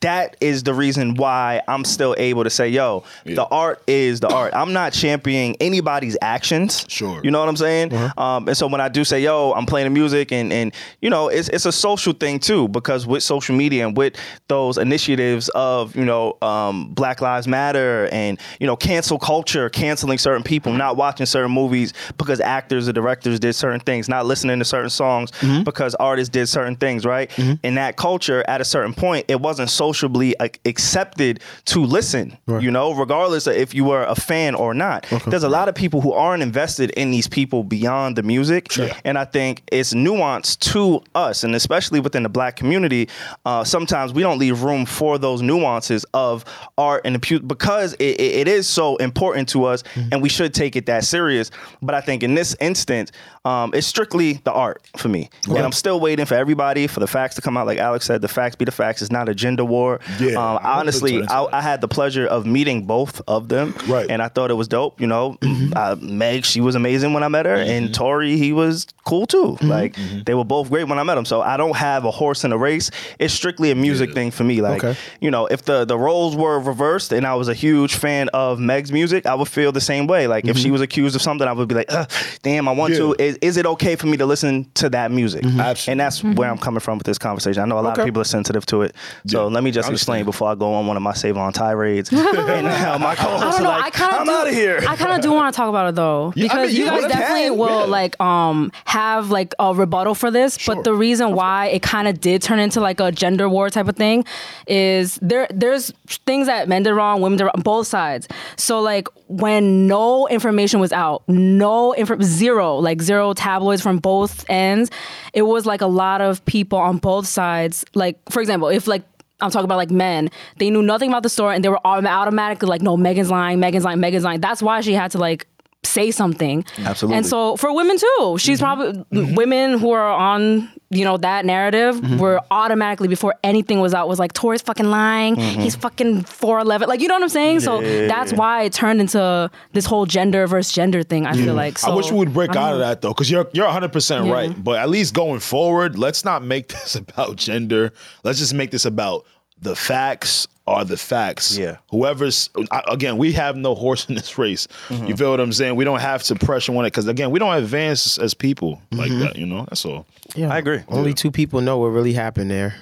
that is the reason why I'm still able to say, "Yo, the art is the art." I'm not championing anybody's actions.
Sure.
You know what I'm saying? Um, and so when I do say, yo, I'm playing the music and and you know, it's it's a social thing too, because with social media and with those initiatives of, you know, um, Black Lives Matter and, you know, cancel culture, canceling certain people, not watching certain movies because actors or directors did certain things, not listening to certain songs because artists did certain things, right? In that culture, at a certain point, it wasn't sociably like, accepted to listen, you know, regardless of if you were a fan or not. There's a lot of people who aren't invested in these people beyond the music. And I think it's nuance to us, and especially within the black community, uh, sometimes we don't leave room for those nuances of art and the pu- because it, it- it is so important to us and we should take it that serious. But I think in this instance, um, it's strictly the art for me. And I'm still waiting for everybody for the facts to come out. Like Alex said, the facts be the facts. It's not a gender war.
Yeah.
Um, honestly, I, I had the pleasure of meeting both of them.
Right. Mm-hmm.
And I thought it was dope. You know, uh, Meg, she was amazing when I met her, and Tori, he was cool too.
Mm-hmm.
Like they were both great when I met them. So I don't have a horse in a race. It's strictly a music thing for me. Like
Okay.
you know, if the the roles were reversed and I was a huge fan of Meg's music, I would feel the same way. Like if she was accused of something, I would be like, "Ugh, damn, I want
Mm-hmm. Yeah. Mm-hmm.
to. Is, is it okay for me to listen to that music?
Absolutely. Mm-hmm.
And that's where I'm coming from with this conversation. I know a lot of people are sensitive to it. So let me just explain before I go on one of my save on tirades. and now my
I
co-hosts
don't
are
know.
like,
I kind of
I'm out of here.
I kind of do want to talk about it though,
Yeah, I
because
mean,
you
you
guys
can,
definitely will
yeah.
like um have like a rebuttal for this. But the reason why it kind of did turn into like a gender war type of thing is there there's things that men did wrong, women did wrong, both sides. So like when no information was out, no inf- zero like zero tabloids from both ends, it was like a lot of people on both sides. Like for example, if like I'm talking about like men. They knew nothing about the story and they were autom- automatically like, no, Megan's lying, Megan's lying, Megan's lying. That's why she had to like say something.
Absolutely.
And so for women too,
Mm-hmm.
she's probably women who are on you know that narrative
Mm-hmm.
were automatically before anything was out was like Tori's fucking lying.
Mm-hmm.
He's fucking four eleven. Like you know what I'm saying? So that's why it turned into this whole gender versus gender thing. I feel like. So,
I wish we would break
I don't
out of
know.
that though, because you're you're 100 percent
Yeah.
right. But at least going forward, let's not make this about gender. Let's just make this about the facts are the facts.
Yeah.
Whoever's I, again, we have no horse in this race. You feel what I'm saying? We don't have to pressure on it because again, we don't advance as people like that. You know, that's all.
I agree.
Only two people know what really happened there.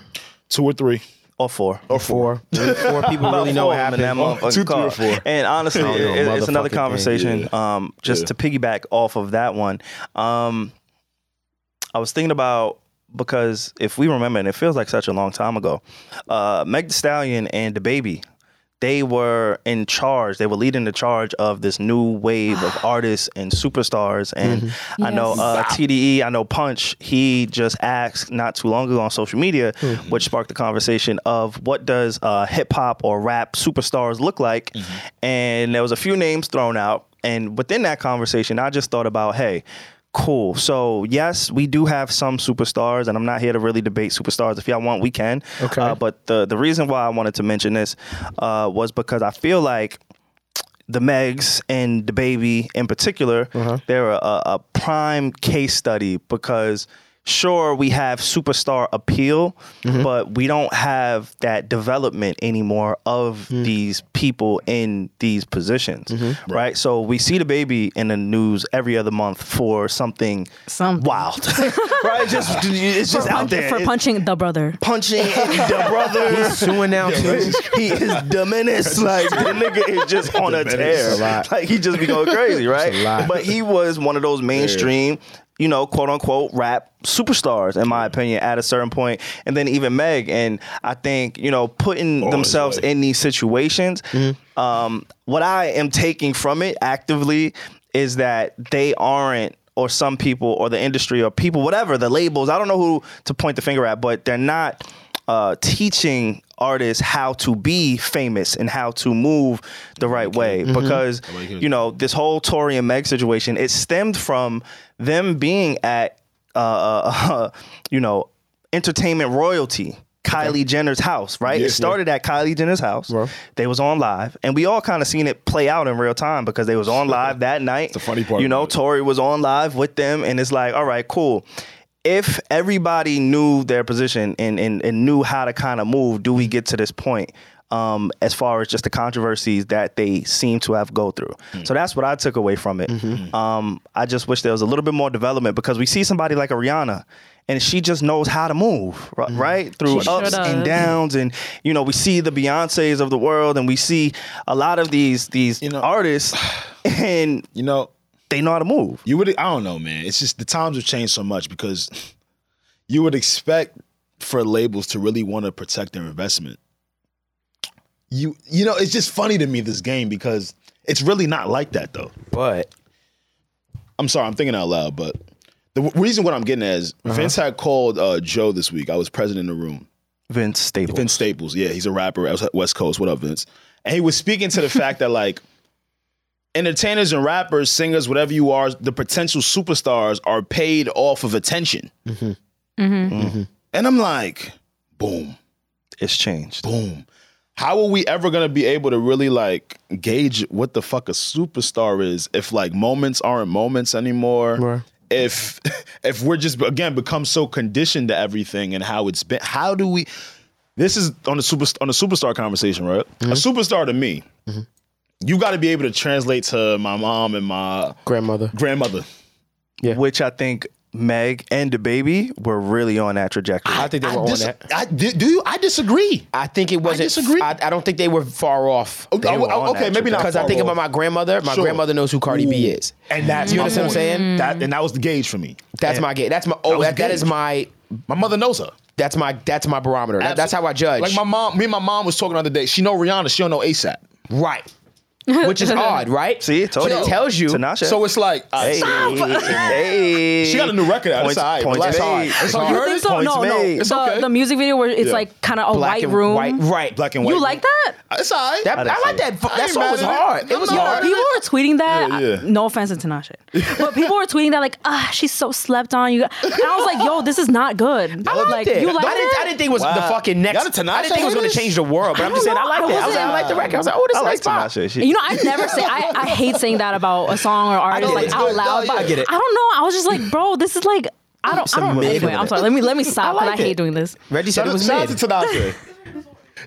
Two or three.
Or four.
Or
Four. Only four people really know
Four
what
of them in
happened.
that motherfucking
Two, three,
car.
or four.
And honestly,
I don't know,
it- it's another
motherfucking thing.
conversation. Um, just to piggyback off of that one, um, I was thinking about because if we remember, and it feels like such a long time ago, uh, Meg The Stallion and the Baby, they were in charge. They were leading the charge of this new wave of artists and superstars. And I know
Yes.
uh, TDE, I know Punch. He just asked not too long ago on social media, which sparked the conversation of what does uh, hip hop or rap superstars look like. And there was a few names thrown out. And within that conversation, I just thought about, hey, Cool. So yes, we do have some superstars, and I'm not here to really debate superstars. If y'all want, we can. uh, Okay. but the the reason why I wanted to mention this uh, was because I feel like the Megs and the baby in particular, they're a, a prime case study because sure we have superstar appeal, but we don't have that development anymore of these people in these positions, right. So we see the baby in the news every other month for something,
Something.
wild, right? Just it's just out
Punch-
there
for
It-
punching the brother.
punching the brother. He's
suing now, too.
he is diminished. Like the nigga is just on a tear.
It's a lot.
Like he just be going crazy, right?
lot.
But he was one of those mainstream. You know, quote unquote rap superstars, in my opinion, at a certain point, and then even Meg, and I think you know putting themselves in these situations. Um, what I am taking from it actively is that they aren't, or some people, or the industry, or people, whatever the labels. I don't know who to point the finger at, but they're not uh, teaching artists how to be famous and how to move the right way because you know this whole Tory and Meg situation it stemmed from them being at uh, uh, you know entertainment royalty Kylie Jenner's house right it started at Kylie Jenner's house they was on live and we all kind of seen it play out in real time because they was on live that night
the funny part
you know
about it.
Tory was on live with them and it's like all right cool if everybody knew their position and, and, and knew how to kind of move, do we get to this point um, as far as just the controversies that they seem to have go through?
Mm.
So that's what I took away from it.
Mm-hmm.
Mm.
Um, I just wish there was a little bit more development because we see somebody like a Rihanna and she just knows how to move, ri-
Mm.
right? Through
sure
ups and
does.
downs. And, you know, we see the Beyoncé's of the world and we see a lot of these, these
know-
artists and
You know,
they know how to move.
you would I don't know, man. It's just the times have changed so much because you would expect for labels to really want to protect their investment. You you know, it's just funny to me this game because it's really not like that though.
But
I'm sorry, I'm thinking out loud, but the w- reason what I'm getting at is Vince had called uh, Joe this week. I was present in the room.
Vince Staples.
Vince Staples. Yeah, he's a rapper out West Coast. What up, Vince? And he was speaking to the fact that like entertainers and rappers, singers, whatever you are, the potential superstars are paid off of attention. And I'm like, boom,
It's changed.
boom. How are we ever gonna be able to really like gauge what the fuck a superstar is if like moments aren't moments anymore? If if we're just again become so conditioned to everything and how it's been, how do we? this is on the super on the superstar conversation, right? A superstar to me, you got to be able to translate to my mom and my
grandmother.
grandmother.
which I think Meg and the baby were really on that trajectory.
I think they were
I
on
dis-
that.
I, do, do you? I disagree.
I think it wasn't.
disagree.
I, I don't think they were far off.
Oh, oh,
were on
okay,
that
maybe not
Because I
far
think
off.
about my grandmother. My
Sure.
grandmother knows who Cardi B
Ooh.
is.
and that's
You
my
understand what I'm
point.
saying?
That and that was the gauge for me.
That's my gauge. That's my. Oh,
was
that, that is
gauge.
my.
My mother knows her.
That's my. That's my barometer. That- that's how I judge.
Like my mom, me and my mom was talking the other day. She know Rihanna. She don't know ASAP.
right. Which is odd, right?
See, told
But
you.
it tells you.
Tinashe.
So it's like, uh, I
hey, hey.
she got a new record out.
Points,
it's all right.
points
Relax.
made.
It's all
You
right.
think so?
Points
no, no.
made.
It's
the,
okay.
the music video where it's
Yeah.
like kind of a
Black
white
and
room.
white. Right.
Black and white.
You like that?
It's all right.
That,
I didn't
I,
see
like
it.
that.
I
That
ain't
song
mad
was
at it.
hard. It
I'm
was
not
hard.
mad
People were tweeting that.
Yeah, yeah.
No offense to Tinashe, but people were tweeting that like, ah, she's so slept on. You, got-" and I was like, yo, this is not good.
I liked
like,
it.
You like
I didn't,
it?
I didn't think it was the
Wow.
fucking next.
Y'all the
I didn't think
Tinashe
it was going to
haters?
change the world, but I'm just
don't
saying
know. I
I liked it. I was
wasn't-
like, I like the record. I was like, oh, this
I
is
like
nice pop.
Tinashe. She,
You know, I never say I, I hate saying that about a song or artist
know
like
it's
out
good. No,
loud. but
yeah. I get it.
I don't know. I was just like, bro, this is like I don't. I don't.
mid
Anyway,
with
I'm
it.
sorry. Let me let me stop. 'cause I,
like it.
hate doing this.
Reggie said it was
Shout out
mid.
to Tinashe.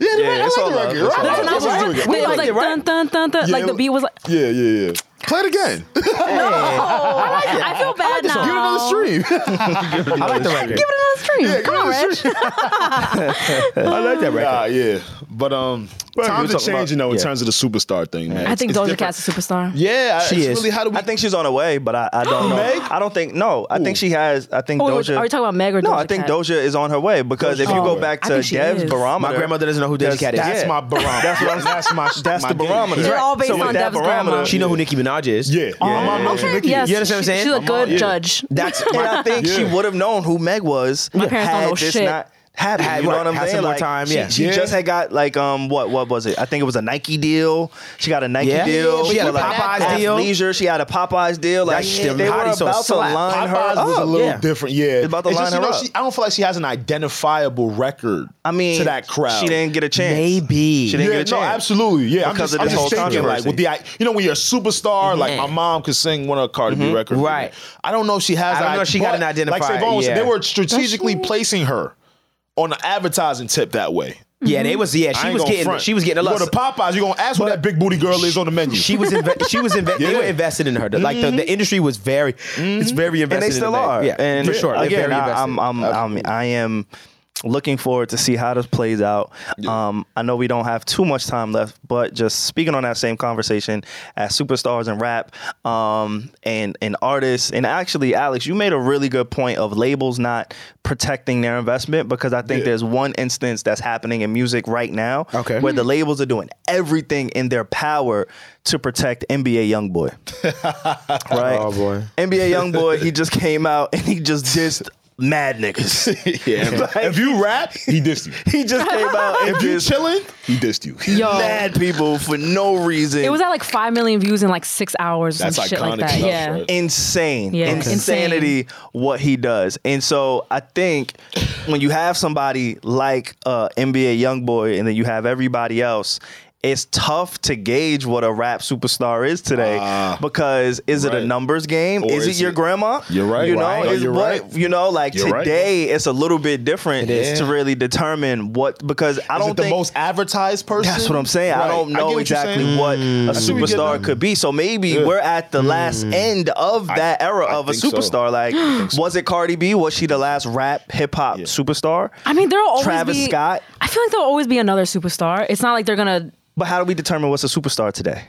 Yeah, the record- I
it's
like
all
the
love.
record.
It's all love.
Right?
That's
This
another
is
one.
good.
It was like dun dun dun dun. Like
it
the
was-
beat was like. "Oh,
Yeah, yeah, yeah.
Play it again.
I feel bad now.
Give it another stream.
I like the record.
Give it another stream. Come on, Reg.
I like that record. Nah, yeah, but um, times
we're
are
talking about-
changing though in
yeah.
terms of the superstar thing, man.
I think
It's
Doja
different.
Cat's a superstar.
Yeah,
She
it's
is.
Really, how do we?
I think she's on her way, but I, I don't know.
Meg?
I don't think no. I think she has. I think
Oh, are we
Doja.
talking about Meg or
No,
Doja
I think
Cat?
Doja is on her way because if you
Oh.
go back
I
to
think she
Dev's
is.
barometer,
My grandmother doesn't know who Doja Cat is.
that's
yeah.
my barometer.
That's what I'm-
that's my.
that's
my
the
gauge.
barometer.
They're all based
so with
on
that
Dev's
barometer,
grandma.
She know who Nicki Minaj is.
Yeah,
Yeah.
my mom knows who Nicki
Yes,
is.
You understand what I'm
she-
saying?
She's a
My
good
yeah.
judge.
That's
And
my
I think she
Yeah.
would have known who Meg was
My parents don't
had
know
this
shit.
not happy.
Had-
you know
right,
what I'm
had
saying?
some more
like,
time,
she,
yeah.
she
Yeah.
just had got like um what what was it? I think it was a Nike deal. She got a Nike
Yeah.
deal.
She had a
for, like,
Popeyes deal.
Leisure. She had a Popeyes deal. Like
That
they
shit,
were
how they
about
so
to
slap.
line her
Popeyes
up.
was a little
yeah.
different, yeah.
It's about to
It's
line
just, you
her
know,
up.
she- I don't feel like she has an identifiable record.
I mean,
to that crowd,
she didn't get a chance.
Maybe.
she didn't
yeah,
get a chance.
No, absolutely. Yeah, I'm
Because
just,
of
I'm
this
just
whole
thinking like
controversy.
with the you know when you're a superstar, like my mom could sing one of Cardi B records,
Mm-hmm. Right.
I don't know if she has.
I don't
that,
know if she
but,
got an identifier,
Like Savon was,
yeah.
they were strategically placing her on an advertising tip that way.
Yeah, they was. Yeah,
I
she
ain't
was
gonna
getting.
front.
She was getting a
You
lot.
Go to Popeyes, you are gonna ask who that big booty girl is on the menu.
She was. Inve- she was. Inve- They
Yeah. Mm-hmm.
were invested in her. Like the, the industry was very. It's very invested.
and they
in
still
the
are.
Meg. Yeah,
and
for sure. They're
Again,
very
I,
invested.
I'm, I'm, I'm, I am looking forward to see how this plays out. Um, I know we don't have too much time left, but just speaking on that same conversation as superstars and rap, um, and and artists, and actually, Alex, you made a really good point of labels not protecting their investment because I think
Yeah.
there's one instance that's happening in music right now
Okay.
where the labels are doing everything in their power to protect NBA YoungBoy right?
Oh, boy.
NBA YoungBoy, he just came out and he just dissed mad niggas.
yeah. if you rap, he dissed you.
He just came out and
If you
dissed
chilling, he dissed you.
Yo.
mad people for no reason.
It was at like five million views in like six hours.
That's
and shit
iconic
like that.
stuff,
yeah.
right?
insane
Yeah. Okay.
insanity
Insane.
what he does and so i think when you have somebody like uh nba young boy and then you have everybody else it's tough to gauge what a rap superstar is today
Ah.
because is it
Right.
a numbers game?
Or
is,
is
it your
it-
grandma?
You're right.
You know,
Right. No,
is
you're
what
right.
you know. Like
You're right.
today, it's a little bit different
is.
to really determine what because I
Is
don't
it the
think
most advertised person?
that's what I'm saying. I
Right.
don't
get
know
what you're
exactly
saying. Mm.
what a
see what you're
superstar
getting at. Mm.
could be. So maybe we're at the last end of that era
I
of a
think so.
superstar. Like, was it Cardi B? Was she the last rap hip hop superstar?
I mean, there'll always
Travis
be,
Scott.
I feel like there'll always be another superstar. It's not like they're gonna.
But how do we determine what's a superstar today?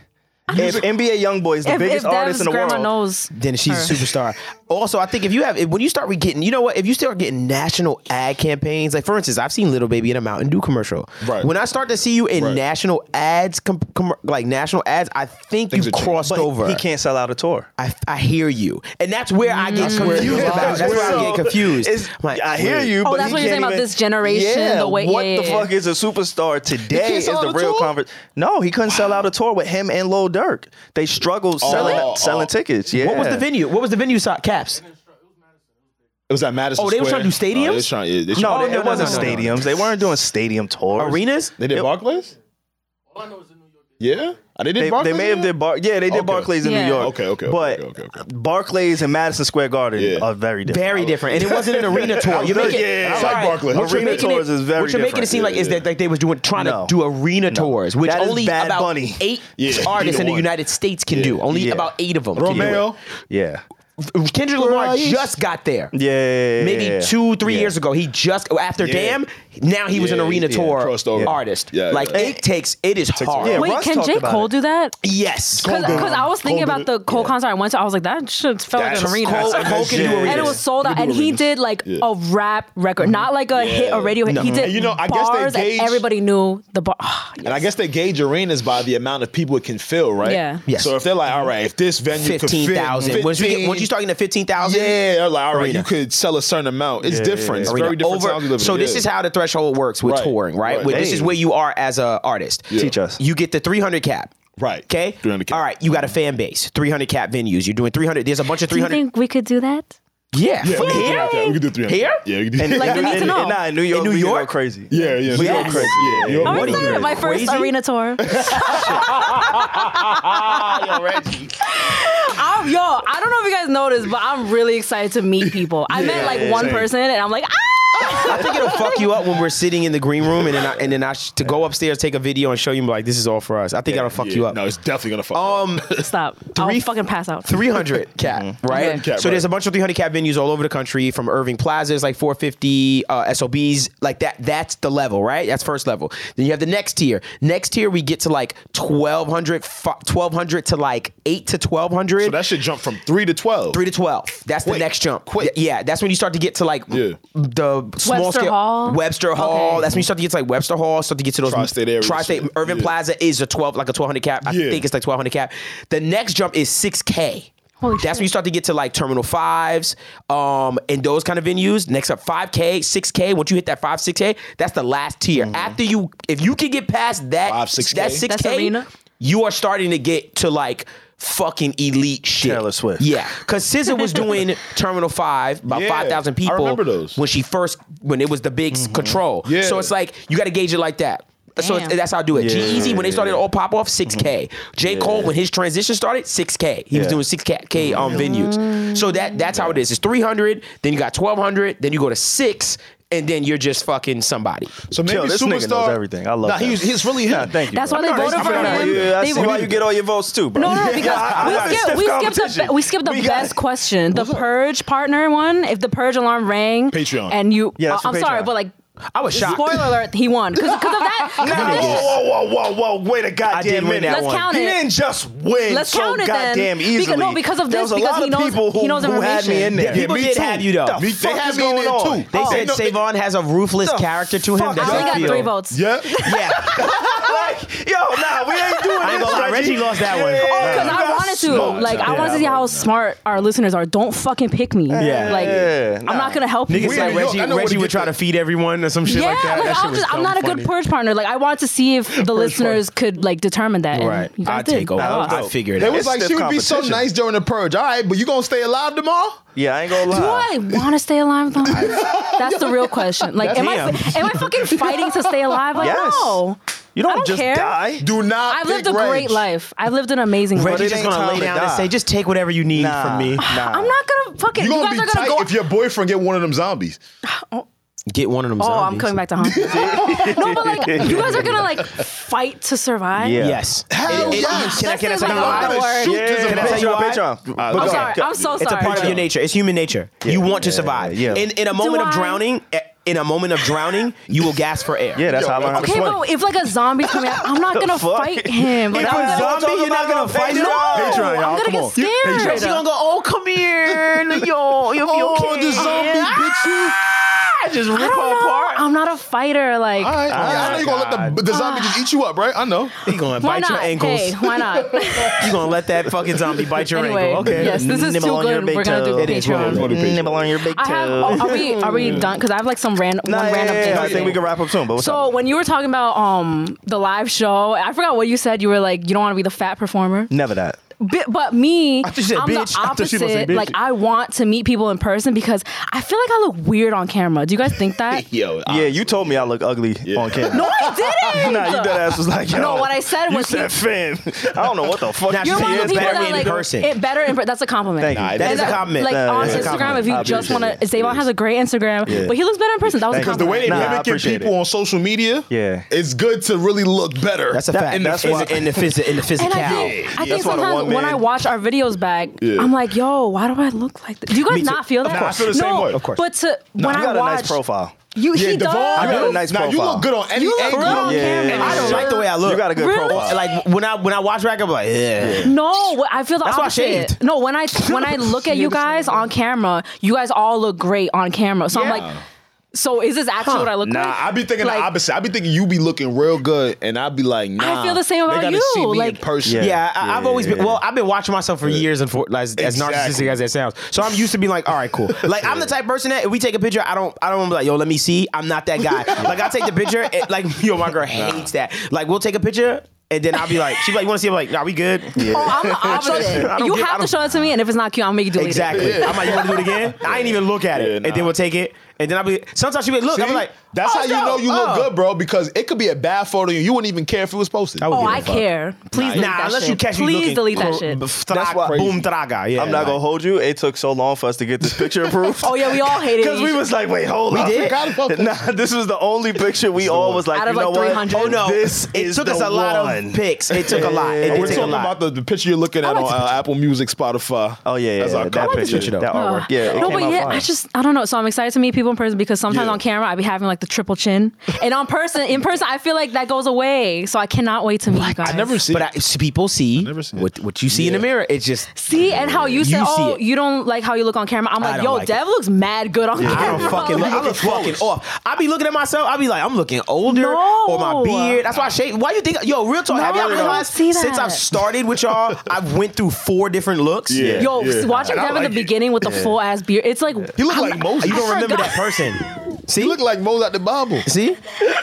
If NBA YoungBoy is the
if,
biggest
if
artist in
Dev's
the
grandma
world,
knows,
then she's a superstar. Also, I think if you have if- when you start re- getting, you know what? If you start getting national ad campaigns, like for instance, I've seen Little Baby in a Mountain Dew commercial.
Right.
When I start to see you in
Right.
national ads, com- com- like national ads, I think
Things
you've
are changing.
crossed
but he-
over.
he can't sell out a tour.
I, I hear you, and that's where I get
where-
confused. about.
that's
That's, where
where-
I get confused.
It's-
I'm like,
I hear
wait.
you,
Oh,
but
that's
he
what you're
can't
saying about
even-
this generation,
Yeah,
the way-
what
yeah,
the
yeah,
fuck is a superstar today is
sell
the
out a
real
tour?
conversation. No, he couldn't sell out a tour with him and Lil Durk. They struggled selling
oh.
selling tickets. Yeah,
What was the venue? What was the venue? Size? Caps.
It was at Madison.
Oh, they were
Square.
trying to do
No, they
stadiums?
was trying- yeah, they
No,
tried-
they-
no,
it
no,
wasn't
no, no, no.
stadiums. They weren't doing stadium tours.
Arenas.
They did Barclays? Yeah. Oh, They did
They, they
Barclays
may have
again?
did bar. Yeah, they did
Okay.
Barclays in
Yeah.
New York.
Okay, okay, okay,
but
okay, okay, okay.
Barclays and Madison Square Garden
Yeah.
are very different.
Very different, and it wasn't an arena tour. You're
Yeah,
making,
yeah, yeah. I
sorry,
like Barclays.
What you're
Arena
making
tours
it,
is very
what you're making
different.
it seem like is
Yeah,
that like they was doing trying
No.
to do arena tours, which
That is
only
Bad
about
Bunny.
eight
Yeah,
artists
either
in the
one.
United States can do. Only
Yeah.
about eight of them. can do it.
Romeo.
Yeah.
Kendrick Lamar
Christ.
just got there.
Yeah.
Maybe two, three
Yeah.
years ago, he just after
Yeah.
Damn. Now he was
Yeah,
an arena
yeah,
tour
crossed over.
artist.
Yeah,
like
yeah.
it takes. It is hard.
Yeah,
wait,
Russ
can
talked
J
about
Cole
it.
do that?
Yes.
Cole did
Because
it.
I was thinking
Cole did
about
it.
the Cole
Yeah.
concert I went to. I was like, that shit felt like an
That's
arena.
Cole-
Cole can do
Yeah.
arenas.
and it was sold out,
Can do
and he
arenas.
did like
Yeah.
a rap record, not like a hit, a radio hit. He did
And you know, I guess they
bars,
gauge-
and everybody knew the bar.
And I guess they gauge arenas by the amount of people it can fill, right?
Yeah.
Yes.
So if they're like, all right, if this venue could fit
fifteen thousand. Once you get
15,
once you start getting to fifteen thousand,
yeah, they're like, all right,
Arena.
you could sell a certain amount. It's
Yeah,
different.
yeah,
It's
yeah.
very different. times we
over.
live in,
So this
yeah.
is how the threshold works with
Right.
touring, right?
Right.
Where This is
Hey.
where you are as a artist.
Teach us.
You get the three hundred cap.
Right.
Okay.
300 cap.
All right. You got a fan base. Three hundred cap venues. You're doing three hundred. There's a bunch of
Do
three
you
hundred.
think we could do that?
Yeah.
Yeah, we could do
Here?
300. We could do 300.
Here?
Yeah, we could do
And,
Like, they need to
and-
know.
and nah, in New York,
New
we can go
York?
crazy.
Yeah, yeah.
We
Yes.
go crazy.
Yeah, yeah.
I'm
What
are you,
excited. My first
crazy?
arena tour. I'm, yo, I don't know if you guys noticed, but I'm really excited to meet people. I met like one
same.
person, and I'm like, ah!
I think it'll fuck you up when we're sitting in the green room and then I, and then I sh- to go upstairs take a video and show you like this is all for us. I think that'll fuck
Yeah.
you up.
No, it's definitely gonna fuck.
Um,
Stop.
Three-
I'll fucking pass out.
300 cap, right?
300 cap,
so there's
right.
a bunch of 300 cap venues all over the country, from Irving Plazas, like 450 uh, SOBs, like that. That's the level, right? That's first level. Then you have the next tier. Next tier, we get to like 1200, fu- 1200 to like eight to 1200.
so that should jump from three to twelve.
Three to twelve. That's
Quick,
the next jump.
quick.
Yeah, that's when you start to get to like
Yeah.
the small
Webster
scale
Hall?
Webster Hall.
Okay.
That's when you start to get to like Webster Hall. Start to get to those
Tri-state area
Tri-state.
shit.
Irving
Yeah.
Plaza is a twelve, like a twelve hundred cap. I
Yeah.
think it's like twelve hundred cap. The next jump is six k.
Holy
That's when
shit.
you start to get to like terminal fives, um, and those kind of venues. Next up, five k, six k. Once you hit that five, six k, that's the last tier.
Mm-hmm.
After you, if you can get past that,
Five, 6K?
that six
That's
k,
arena?
you are starting to get to like fucking elite shit.
Taylor Swift.
yeah, because SZA was doing Terminal Five, about
Yeah,
five thousand
I
people.
remember those. Mm-hmm.
when she first when it was the big s- control.
Yeah.
So it's like you got to gauge it like that. So it's-
Damn.
that's how I do it.
Yeah.
G Easy when they started all pop off, six K.
Mm-hmm.
J Cole when his transition started, six K. He was
Yeah.
doing six K um,
Mm-hmm.
venues. So that that's how it is. It's three hundred, then you got twelve hundred, then you go to six, and then you're just fucking somebody.
Oh.
So maybe
Chill, this
superstar
nigga knows everything. I love
Nah,
that.
he's he's really him.
Nah, thank you.
That's
bro.
why they voted
I
for
feel like-
him.
Yeah, I
They
see why
voted-
you get all your votes too, bro.
No, no, because
I- I got
we,
a
skipped,
stiff
we skipped the
competition.
be- we skipped the
We got-
best question, the purge partner one. If the purge alarm rang,
Patreon.
and you,
Yeah, that's
I- I'm
for
sorry,
Patreon.
but like,
I was shocked.
Spoiler alert, he won because of that. 'cause of
Nah,
that shit.
whoa, whoa, whoa, whoa, whoa! Wait a
did
goddamn
win
minute!
that
Let's one. count
He
it.
didn't just win.
Let's
so
count it then.
goddamn
Beca-
easily.
no, because of
There
this,
was a
because
lot
he
of
knows-
people who,
he knows
who had me in
information.
there.
Yeah, people
Me
did
too.
have you, though.
The
Me-
they
fuck
had
is
me in
going
there,
on?
too.
They
Oh.
said
No, they-
Savon has a ruthless
The
character to him.
fuck?
That's
I only
Yeah.
got
Garfield.
three votes.
Yeah.
Yeah.
like, yo, nah, we ain't doing
I ain't
this.
gonna lie, Reggie lost that one.
Yeah.
Oh,
Because
You
I
got
wanted to,
smoked.
like, I
Yeah,
wanted to see how smart our listeners are. Don't fucking pick me.
Yeah.
like,
Yeah,
I'm
nah.
not gonna help you.
We
Niggas
in
like
New York,
Reggie,
I know where
Reggie
to
would
get
try
that.
to feed everyone or some shit
yeah,
like that. that shit
I'm
was
just, I'm
dumb
not a
funny.
good purge partner. Like, I wanted to see if the listeners could like determine that. and
Right.
you guys
I
did.
take over.
I lost.
I figure it
They
out.
was like,
stiff
she would be so
competition.
nice during the purge. All right, but you gonna stay alive tomorrow?
Yeah, I ain't gonna
Do
lie.
I want to stay alive though? That's the real question. Like, am I
Damn.
am I fucking fighting to stay alive? Like,
Yes.
no.
You don't,
I don't
just
care.
die.
Do not.
I've lived a
pick
great
Reg.
life. I've lived an amazing
Reggie But it
life.
Reggie's just
ain't
gonna
time
lay
to
down and
die.
say, just take whatever you need
Nah.
from me.
Nah.
I'm not gonna fucking.
You
You,
gonna
guys
be
are gonna
tight
go.
if your boyfriend get one of them zombies.
Get one of them.
oh,
zombies.
I'm coming back to haunt you. no, but like, you guys are gonna like fight to survive.
Yeah.
Yes.
Hell
It- it-
yes.
Can I,
This
can I
is
tell you
like
why?
another word.
Shoot to
Yeah.
the
Can I tell
back.
you
why?
why? Patreon.
I'm
But
I'm
go.
sorry. I'm so sorry.
It's a part of your nature. It's human nature. you want to
yeah,
survive.
yeah.
In in a moment of
I?
drowning, eh, in a moment of drowning, you will gasp for air.
Yeah, that's how I learned how to
Okay,
swim.
but if like a zombie's coming out, I'm not gonna
fuck?
fight him. Like,
If
I'm
a
gonna-
zombie, you're not gonna fight
no,
him.
Patreon, y'all,
I'm gonna
come
get
on. You-
scared.
She gonna go, oh, come here, yo, you'll be
Oh,
okay.
the zombie bitch you.
I just rip her
I don't know.
apart.
I'm not a fighter. Like,
Oh,
All right, yeah, I know you're gonna let the, the zombie just eat you up, right? I know.
You gonna
why
bite
not?
your ankles.
Hey, why not?
You gonna let that fucking zombie bite your
Anyway,
ankle? Okay.
yes, this is
Nibble
too
on your
good.
big
We're gonna do
toe. It is what it is.
Patreon.
Nibble on your big
I have.
toe.
oh, are we are we done? Because I have like some random
Nah,
one
yeah,
random
yeah,
thing.
yeah,
to
I
say.
think we can wrap up soon. But what's
So
up?
when you were talking about um the live show, I forgot what you said. You were like, you don't want to be the fat performer.
Never that.
Bi- but me, I'm
thought she said
the
bitch. I thought she was saying
opposite. Like
bitch.
I want to meet people in person because I feel like I look weird on camera. Do you guys think that?
Yo,
uh,
Yeah, you told me I look ugly on camera.
No, I didn't.
Nah, you dead ass was like, yo.
No, what I said
you
was he-
said fam. I don't know what the fuck.
Now,
you
You're
she
one
said.
of
is
the people
better
that
in
like
person.
It, better in person. That's a compliment.
Thank you.
Nah,
Nah,
that
that
is
is
a
a-
compliment.
Like
Nah,
on
it's a
Instagram,
compliment.
if you
I
just want
appreciate
to, Zavon has a great Instagram, but he looks better in person. That was a
Thank you.
compliment.
The way they
Nah, I
mimicking
appreciate
people
it.
on social media,
Yeah.
it's good to really look better.
That's a
That-
fact.
and that's
in,
why-
the, in the phys- in the
And
physicality.
I think,
That's
I think
why the
sometimes
one
when
man-
I watch our videos back,
Yeah.
I'm like, yo, why do I look like this? Do you guys not feel that?
Nah, I feel the same
no,
way. Of course.
But to, when
You
I
got a
watch,
nice profile.
You, he
Devon,
does.
I got a nice
now you
profile.
look good on any
You look
angle.
good on
Yeah,
camera.
yeah, yeah.
I
I
don't
don't
like the way I look.
You got a good
Really?
profile.
Like when I when I watch back, I'm like, yeah.
No, what- I feel the
That's why I
opposite.
shaved.
No, when I when I look at you guys on camera, you guys all look great on camera. So
Yeah.
I'm like, so is this actually what I look like?
Nah, I be thinking
Like,
the opposite. I be thinking you be looking real good, and I be like, nah.
feel the same
they
about
gotta
you,
See me in
like-
person.
Yeah.
Yeah, I, I've always been. Well, I've been watching myself for years, and for like, as, as
Exactly.
narcissistic as that sounds, so I'm used to being like, all right, cool. Like I'm the type of person that if we take a picture, I don't, I don't be like, yo, let me see. I'm not that guy. like I take the picture, it, like yo, my girl hates that. Like we'll take a picture, and then I'll be like, she be like, you want to see? I'm like, nah, we good. Yeah.
Oh, I'm the
I
opposite.
don't
You
give- I
have to
don't-
show it to me, and if it's not cute, I'll make you do it.
Exactly. I'm like, you want to do it again? I ain't even look at it,
Yeah,
and then
nah.
we'll take it, and then I'll be. Sometimes she be like, look,
See?
I'll be like,
that's
oh,
how you
so-
know you look
oh.
good, bro. Because it could be a bad photo, and you wouldn't even care if it was posted.
would
Oh,
give a
I
fuck.
care. Please delete
Nah,
that
unless
shit.
you catch me
Please
looking
delete that
cor-
shit.
b- thra-
That's why-
boom traga. Yeah,
I'm not
like-
gonna hold you. It took so long for us to get this picture approved.
Oh yeah, we all hated
Because we was like, wait, hold on.
did?
Forgot about that.
Nah, this was the only picture we all was like,
Out of,
you know
like,
what?
300.
Oh
Oh no!
this
it
is
took us
the
a lot
one.
of pics. It took a lot. It
Yeah.
did
We're
take a
talking
lot.
about the, the picture you're looking at on uh, Apple Music, Spotify.
Oh yeah, yeah,
That's
yeah,
our
that
cover
picture,
picture, though.
that artwork. Yeah, it
Oh. no,
came
but
out
yeah,
fine.
I just I don't know. So I'm excited to meet people in person because sometimes
Yeah.
on camera I be having like the triple chin, and on person in person I feel like that goes away. So I cannot wait to meet you guys.
I never seen.
But I, s- people see
never seen
what,
it.
what you see in the
Yeah.
mirror. It's just
see and how you
You
said,
see
oh,
it.
you don't like how you look on camera. I'm like,
don't
yo,
like
Dev looks mad good on
I
camera.
don't fucking look. I look fucking off. I be looking at myself. I be like, I'm looking older,
No.
or my beard. That's why I shave. Why you think? Yo, real So have y'all
No, I don't
realized
see
since
that.
I've started with y'all, I've went through four different looks.
Yeah.
Yo, watching
And I
Dev in the
like it.
beginning with the full ass beard, it's like
He looked like Moses.
You don't remember
Oh, forgot.
that person. See?
He looked like Moses out the Bible.
See?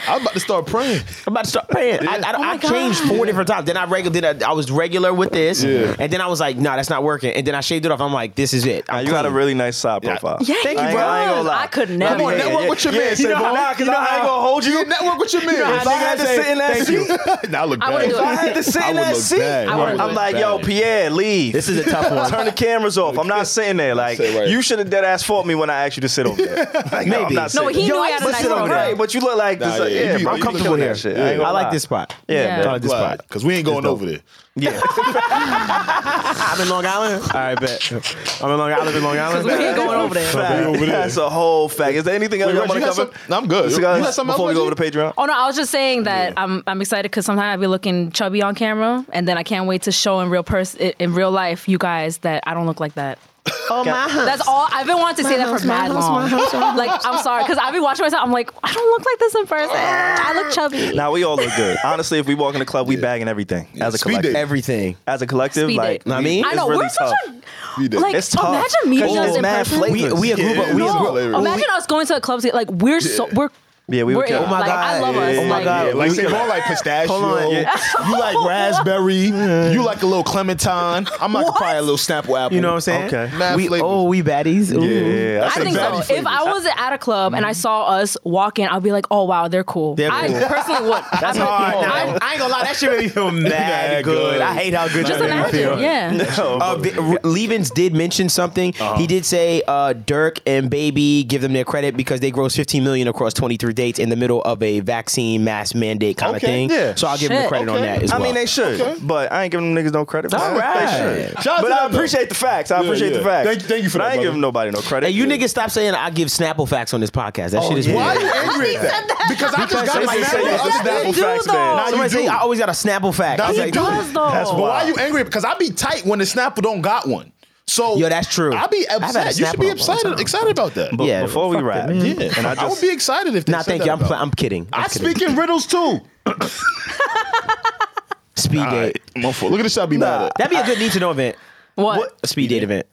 I'm about to start praying.
I'm about to start paying. I, I,
Oh my
I changed
God.
four different times. Then I regular. Then I, I was regular with this,
Yeah.
and then I was like, "Nah, that's not working." And then I shaved it off. I'm like, "This is it."
Nah,
I'm
you got a
clean.
really nice side profile.
yeah,
Thank you,
I
he
ain't, I ain't
does.
gonna lie.
I could never.
Come on,
yeah,
network
yeah.
with your
Yeah,
man,
you know how-
Savon.
nah, 'cause
You
I
know
ain't
how-
gonna hold
You
you.
network with your man.
If I had to sit in that seat,
now I look
I
bad.
would've
if I had to sit
I
in
would
that
look
seat,
bad.
I would
I'm
look
like, yo, Pierre, leave.
This is a tough one.
Turn the cameras off. I'm not sitting there. Like
Sit right.
you should have dead ass fought me when I asked you to sit over there. Like, no, I'm
Maybe.
not
No,
sitting
he
there.
knew he had a
but
nice
sit over
photo.
there. But you look like this.
Nah,
like,
yeah,
yeah,
you be-
bro,
you
I'm
be
comfortable
killing
here.
that
Shit.
shit.
ain't
Yeah.
gonna
I like
lie.
this spot.
Yeah,
Yeah.
man.
I like this spot.
Because we ain't going over there.
I'm in Long Island. All right, bet. I'm in Long Island. I live in Long Island.
we ain't going over there.
Fact.
over there.
That's a whole fact. Is there anything else
Wait,
you
Reggie,
want to
you had
cover?
some- I'm good.
Listen,
You
guys,
had something
before we
else,
go over to Patreon.
Oh no, I was just saying that I'm I'm excited because sometimes I be looking chubby on camera, and then I can't wait to show in real person in real life you guys that I don't look like that.
Oh my.
That's all I've been wanting to say that for mad long. Like I'm sorry because I've been watching myself. I'm like I don't look like this in person. I look chubby.
Now we all look good. Honestly, if we walk in the club, we bagging everything as a
Speed
collective.
date.
Everything.
As a collective,
Speed
like
date.
Know what I mean?
it's
I know
really
we're
tough.
such
You
a
did.
like
It's tough.
imagine meeting
'Cause
us
it's
in
mad
person.
flavors.
We, we a group of we
Yeah,
a
No,
group.
flavors.
imagine us going to a club. together. Like we're so we're
Yeah, we
are
would kill.
it.
Oh my
like, I
God.
love us.
Yeah,
Oh my
Like,
god!
yeah,
like
we-
Savon like pistachio. You like raspberry. you like a little clementine. I'm like probably a little snapple apple.
You know what I'm saying?
Okay.
Mad
We
flavors.
oh we baddies. Ooh.
Yeah, that's
I
the
think so.
value
If I was at a club and I
Mm-hmm.
saw us walk in, I'd be like, "Oh wow, they're cool."
They're
I
cool.
personally would.
That's
I'd be like,
hard.
"Oh,
Nah, I,
wow."
I ain't gonna lie. That shit made me feel mad
Mad
good.
good.
I hate how good.
Just
that made me feel.
imagine. Yeah.
Uh, Vi- R- Levens did mention something. He did say uh, Dirk and Baby give them their credit because they grossed 15 million across 23 dates in the middle of a vaccine mass mandate
Okay,
kind of thing.
yeah.
So I'll give them
Shit,
credit on
okay.
that as
I
well.
mean, they should, but I ain't giving them niggas no credit. For
All
that. They
right.
should.
Shout out
but
to
I
them, though.
appreciate the facts. I
Yeah,
appreciate
yeah.
the facts.
Thank- thank you for
but
that,
I ain't
brother.
giving nobody no credit.
Hey, you
Yeah.
niggas stop saying I give Snapple facts on this podcast. That shit is
Why
weird.
are you angry at that? Because I just got a
somebody said
snapple. I
that.
Yes,
just-
you do,
facts, man.
though.
Nah, you
Somebody say
do.
I always got a Snapple fact. I
Nah,
was
you
like,
do.
does, though.
That's
But why
wild.
you angry? Because I be tight when the snapple don't got one. So
Yo, that's true.
I be
I've had a
upset. You should be
Snapple up all the
excited
time.
excited about that.
But
Yeah,
before we
fuck that,
wrap,
man.
Yeah,
and I
I
just
would be excited if they
Mm-hmm. Nah,
said
thank
that
you. I'm,
about
pl-
it.
I'm kidding. I'm
I
kidding.
speak in riddles too.
speed
All right,
date.
motherfucker. Look at this. shit I be mad at.
That'd be a good need to know event.
What?
A speed date event.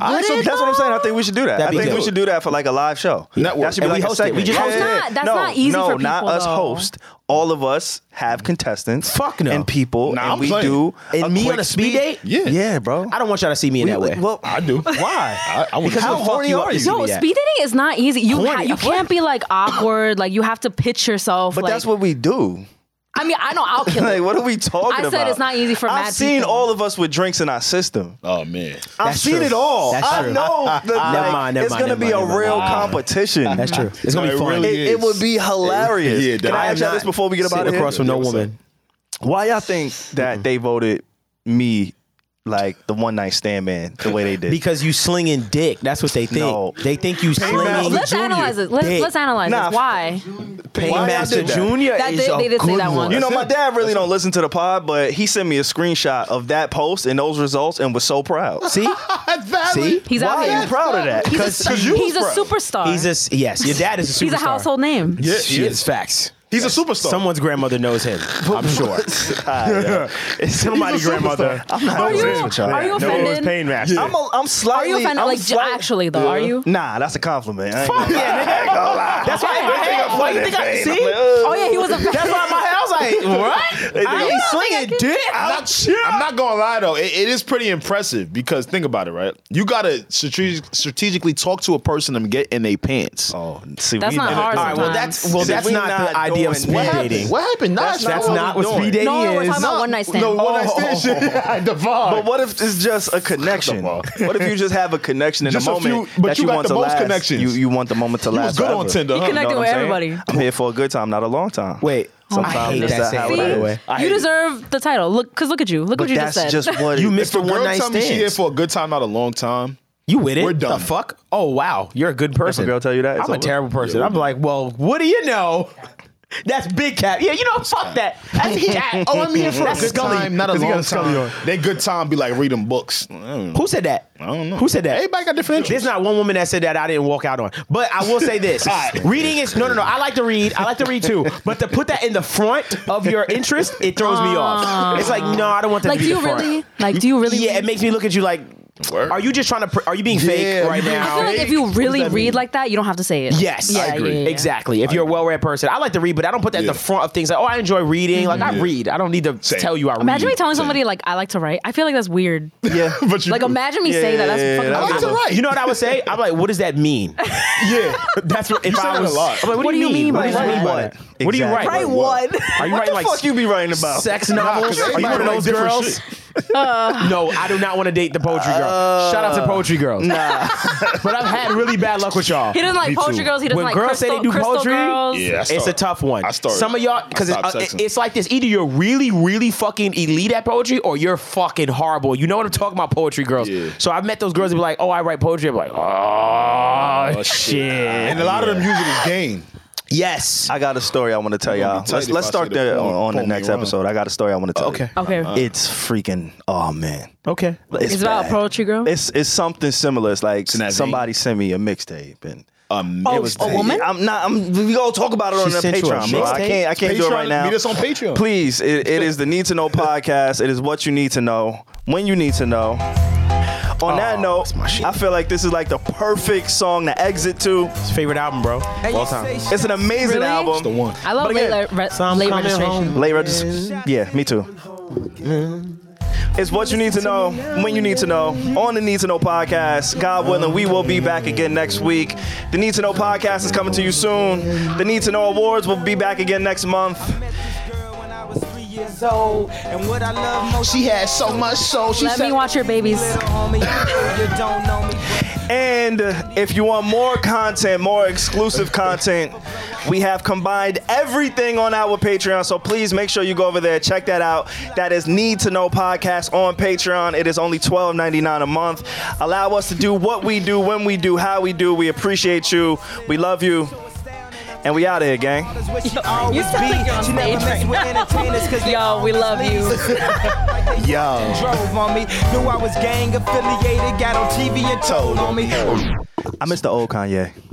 All right, so
that's what I'm saying. I think we should do that.
That'd
I
be
think we
good.
should do that for like a live show.
Network.
That should be
And
like
we
a
host it.
segment.
We just
Yeah,
host it.
yeah, yeah.
That's not- that's
no,
not easy
No,
for
not
people,
us
though.
host. All of us have contestants.
Fuck no.
And people,
Nah,
and
I'm
we
playing.
do.
And me
quick
on a speed date?
Yeah.
yeah, bro.
I don't want y'all to see me in that way.
Well,
I do.
Why?
I, I would
Because
how
how horny are you?
Yo,
Yeah.
speed dating is not easy. You ha-
Horny.
you can't be like awkward. Like you have to pitch yourself.
but
like-
that's what we do.
I mean. I know I'll kill
Like,
it.
what are we talking
I
about?
said it's not easy for
I've
mad
seen
people.
all of us with drinks in our system.
Oh man.
I've
That's
seen
true.
it all.
That's
I
true.
know that like,
mind, never
it's
mind,
gonna
never
be
mind,
a
never
real
mind.
competition.
That's true. It's gonna
No,
be
it
fun.
really
It, it would be hilarious.
Yeah,
Can
that-
I ask y'all this before we get about it?
Sit across from no woman.
Why y'all think that they voted me like the one night stand man the way they did?
Because you slinging dick. That's what they think.
No.
They think you slinging.
Let's analyze it. Let's
dick.
let's analyze
Nah,
this. Why?
Why y'all
Painmaster
did that?
Junior
That
is
they-
a
they did say
good
that
one.
one.
you know, my
it.
dad really don't listen to the pod, but he sent me a screenshot of that post and those results and was so proud.
See,
See?
He's out
Why
here.
are you proud of that?
He's a,
'Cause you
he's a
was proud.
superstar.
he's a yes. Your dad is a superstar.
He's a household name.
Yeah,
She
yeah.
is facts.
He's a superstar.
Someone's grandmother knows him. I'm sure.
Somebody's
grandmother.
I'm not
Are you,
doing this with y'all.
are you offended?
master.
I'm, a, I'm
Are
slightly.
you offended?
I'm
Like j-
slight-
actually though, are you?
Nah, that's a compliment. I ain't gonna-
yeah, nigga. That's why. Hey, why you think I
Hey,
see?
Oh yeah, he was offended.
That's why my house like what? I ain't slinging dick.
I'm not, I'm not gonna lie though, it, it is pretty impressive because think about it, right? You gotta strategic, strategically talk to a person and get in their pants.
Oh, see,
That's
we
not
did it.
hard
All right, well that's well
See,
that's
we
not,
not
the idea
doing
of speed
that.
what
dating.
Happened? What happened? Nah,
That's
That's
What
not
we
what
doing?
speed dating
No, we're
is.
talking about one night stand.
No, one night stand shit. Devon.
But what if it's just a connection?
Come on.
what if you just have a connection in
Just
the
a
moment
few- but
that
you
you,
got
want
the
to
most
last?
connections.
You you want the moment to
You
last?
was good
forever.
on Tinder,
You
huh?
connected
You know
with
what I'm saying?
everybody.
I'm here for a good time, not a long time.
Wait,
Sometimes
I hate
that's
that
how
saying.
it
By
is.
the way,
You deserve the title. Look, cause look at you. Look
but
what you
that's
just said.
just what
You
it-
missed
If a
the one
girl
night
tell me she here
stand.
for a good time, not a long time.
You with it?
We're done.
The fuck? Oh wow, you're a good person.
girl tell you that, it's
I'm a
over.
terrible person. I'm like, well, what do you know? That's big cap. Yeah, you know, fuck that. That's cap.
Oh, I'm here for a
That's
good
Scully.
time, not a
'Cause he got
long
Scully
time.
on.
They good time be like reading books. Mm. I don't know.
Who said that?
I don't know.
Who said that?
Everybody got different
There's
interests.
not one woman that said that I didn't walk out on. But I will say this: reading is no, no, no. I like to read. I like to read too. But to put that in the front of your interest, it throws me off. It's like no, I don't want that.
Like,
to
do
be
you
the front.
really? Like, do you really?
Yeah, it makes me look at you like,
Word.
are you just trying to? Pr- are you being
Yeah,
fake right
you being
I
now?
feel like if you really read like that, you don't have to say it.
Yes,
Yeah, yeah, yeah, yeah.
Exactly. If you're a well-read person, I like to read, but I don't put that
Yeah.
at the front of things. Like, oh, I enjoy reading. Like, I read. I don't need to
Same.
tell you I read.
Imagine me telling somebody like I like to write. I feel like that's weird.
Yeah, but you
Like
do.
imagine me
Yeah,
saying that.
yeah, yeah,
That's
yeah,
fucking
I like
weird.
to write.
You know what I would say? I'm like, what does that mean?
yeah.
That's what if
say
I
that
was.
a lot.
I'm like, what, do you mean?
by
what do you
that?
mean? What? What do you write?
Exactly.
Write what?
Are you
what
writing
the
like
fuck you be writing about?
sex novels?
Nah, 'cause
Are you one
everybody
of those
write different
girls? no, I do not want to date the poetry girl. Shout out to poetry girls. Nah. but I've had really bad luck with y'all.
He doesn't like poetry girls. He doesn't
When
like
girls
crystal,
say they do
crystal
poetry,
girls.
Yeah, I
it's a
started-
tough one.
I started-
Some of y'all because
I
it's,
stopped
uh,
texting.
it's like this: either you're really, really fucking elite at poetry, or you're fucking horrible. You know what I'm talking about, poetry girls.
Yeah.
So I've met those girls that be like, "Oh, I write poetry." I'm like, "Oh,
Oh, shit.
shit."
And a lot of them use it as game.
Yes,
I got a story I want to tell y'all.
tight
Let's
if
let's
I
start
say that.
there
Pull-
on, on the
pull me
next
around.
episode. I got a story I want to tell.
Okay.
you.
Okay.
It's freaking oh man.
okay.
Uh-huh. It's,
It's about
bad.
a poetry girl?
It's it's something similar. It's like
in that vein.
somebody sent me a mixtape and
Um,
Oh,
it
a woman?
I'm not. I'm, we gonna talk about it on
She
the
sent you a
Patreon. Bro. I
mixtape?
can't. I can't do it right now.
Meet us on Patreon.
Please, it, it is the Need to Know podcast. It is what you need to know when you need to know. On that
Oh,
note, I feel like this is like the perfect song to exit to.
It's favorite album, bro. All time.
It's an amazing
Really?
album.
It's the
one.
I love
But
late,
again,
le- re-
some
late
coming
registration.
home.
Late registers. Yeah, me too. It's what you need to know when you need to know on the Need to Know podcast. God willing, we will be back again next week. The Need to Know podcast is coming to you soon. The Need to Know awards will be back again next month.
And what I love most,
She has so much soul. She
Let me watch your babies.
homie, you don't know me.
And if you want more content, more exclusive content, we have combined everything on our Patreon. So please make sure you go over there, check that out. That is Need to Know Podcast on Patreon. It is only $12.99 a month. Allow us to do what we do, when we do, how we do. We appreciate you. We love you. And we out of here, gang.
That's what she always
you sound like you're on
be. She never
stage
messed
right
with
now.
entertainers 'cause they
Yo, we
always
love you.
leave.
Yo.
Drove on me, knew I was gang affiliated, got on TV and told on me.
I miss the old Kanye.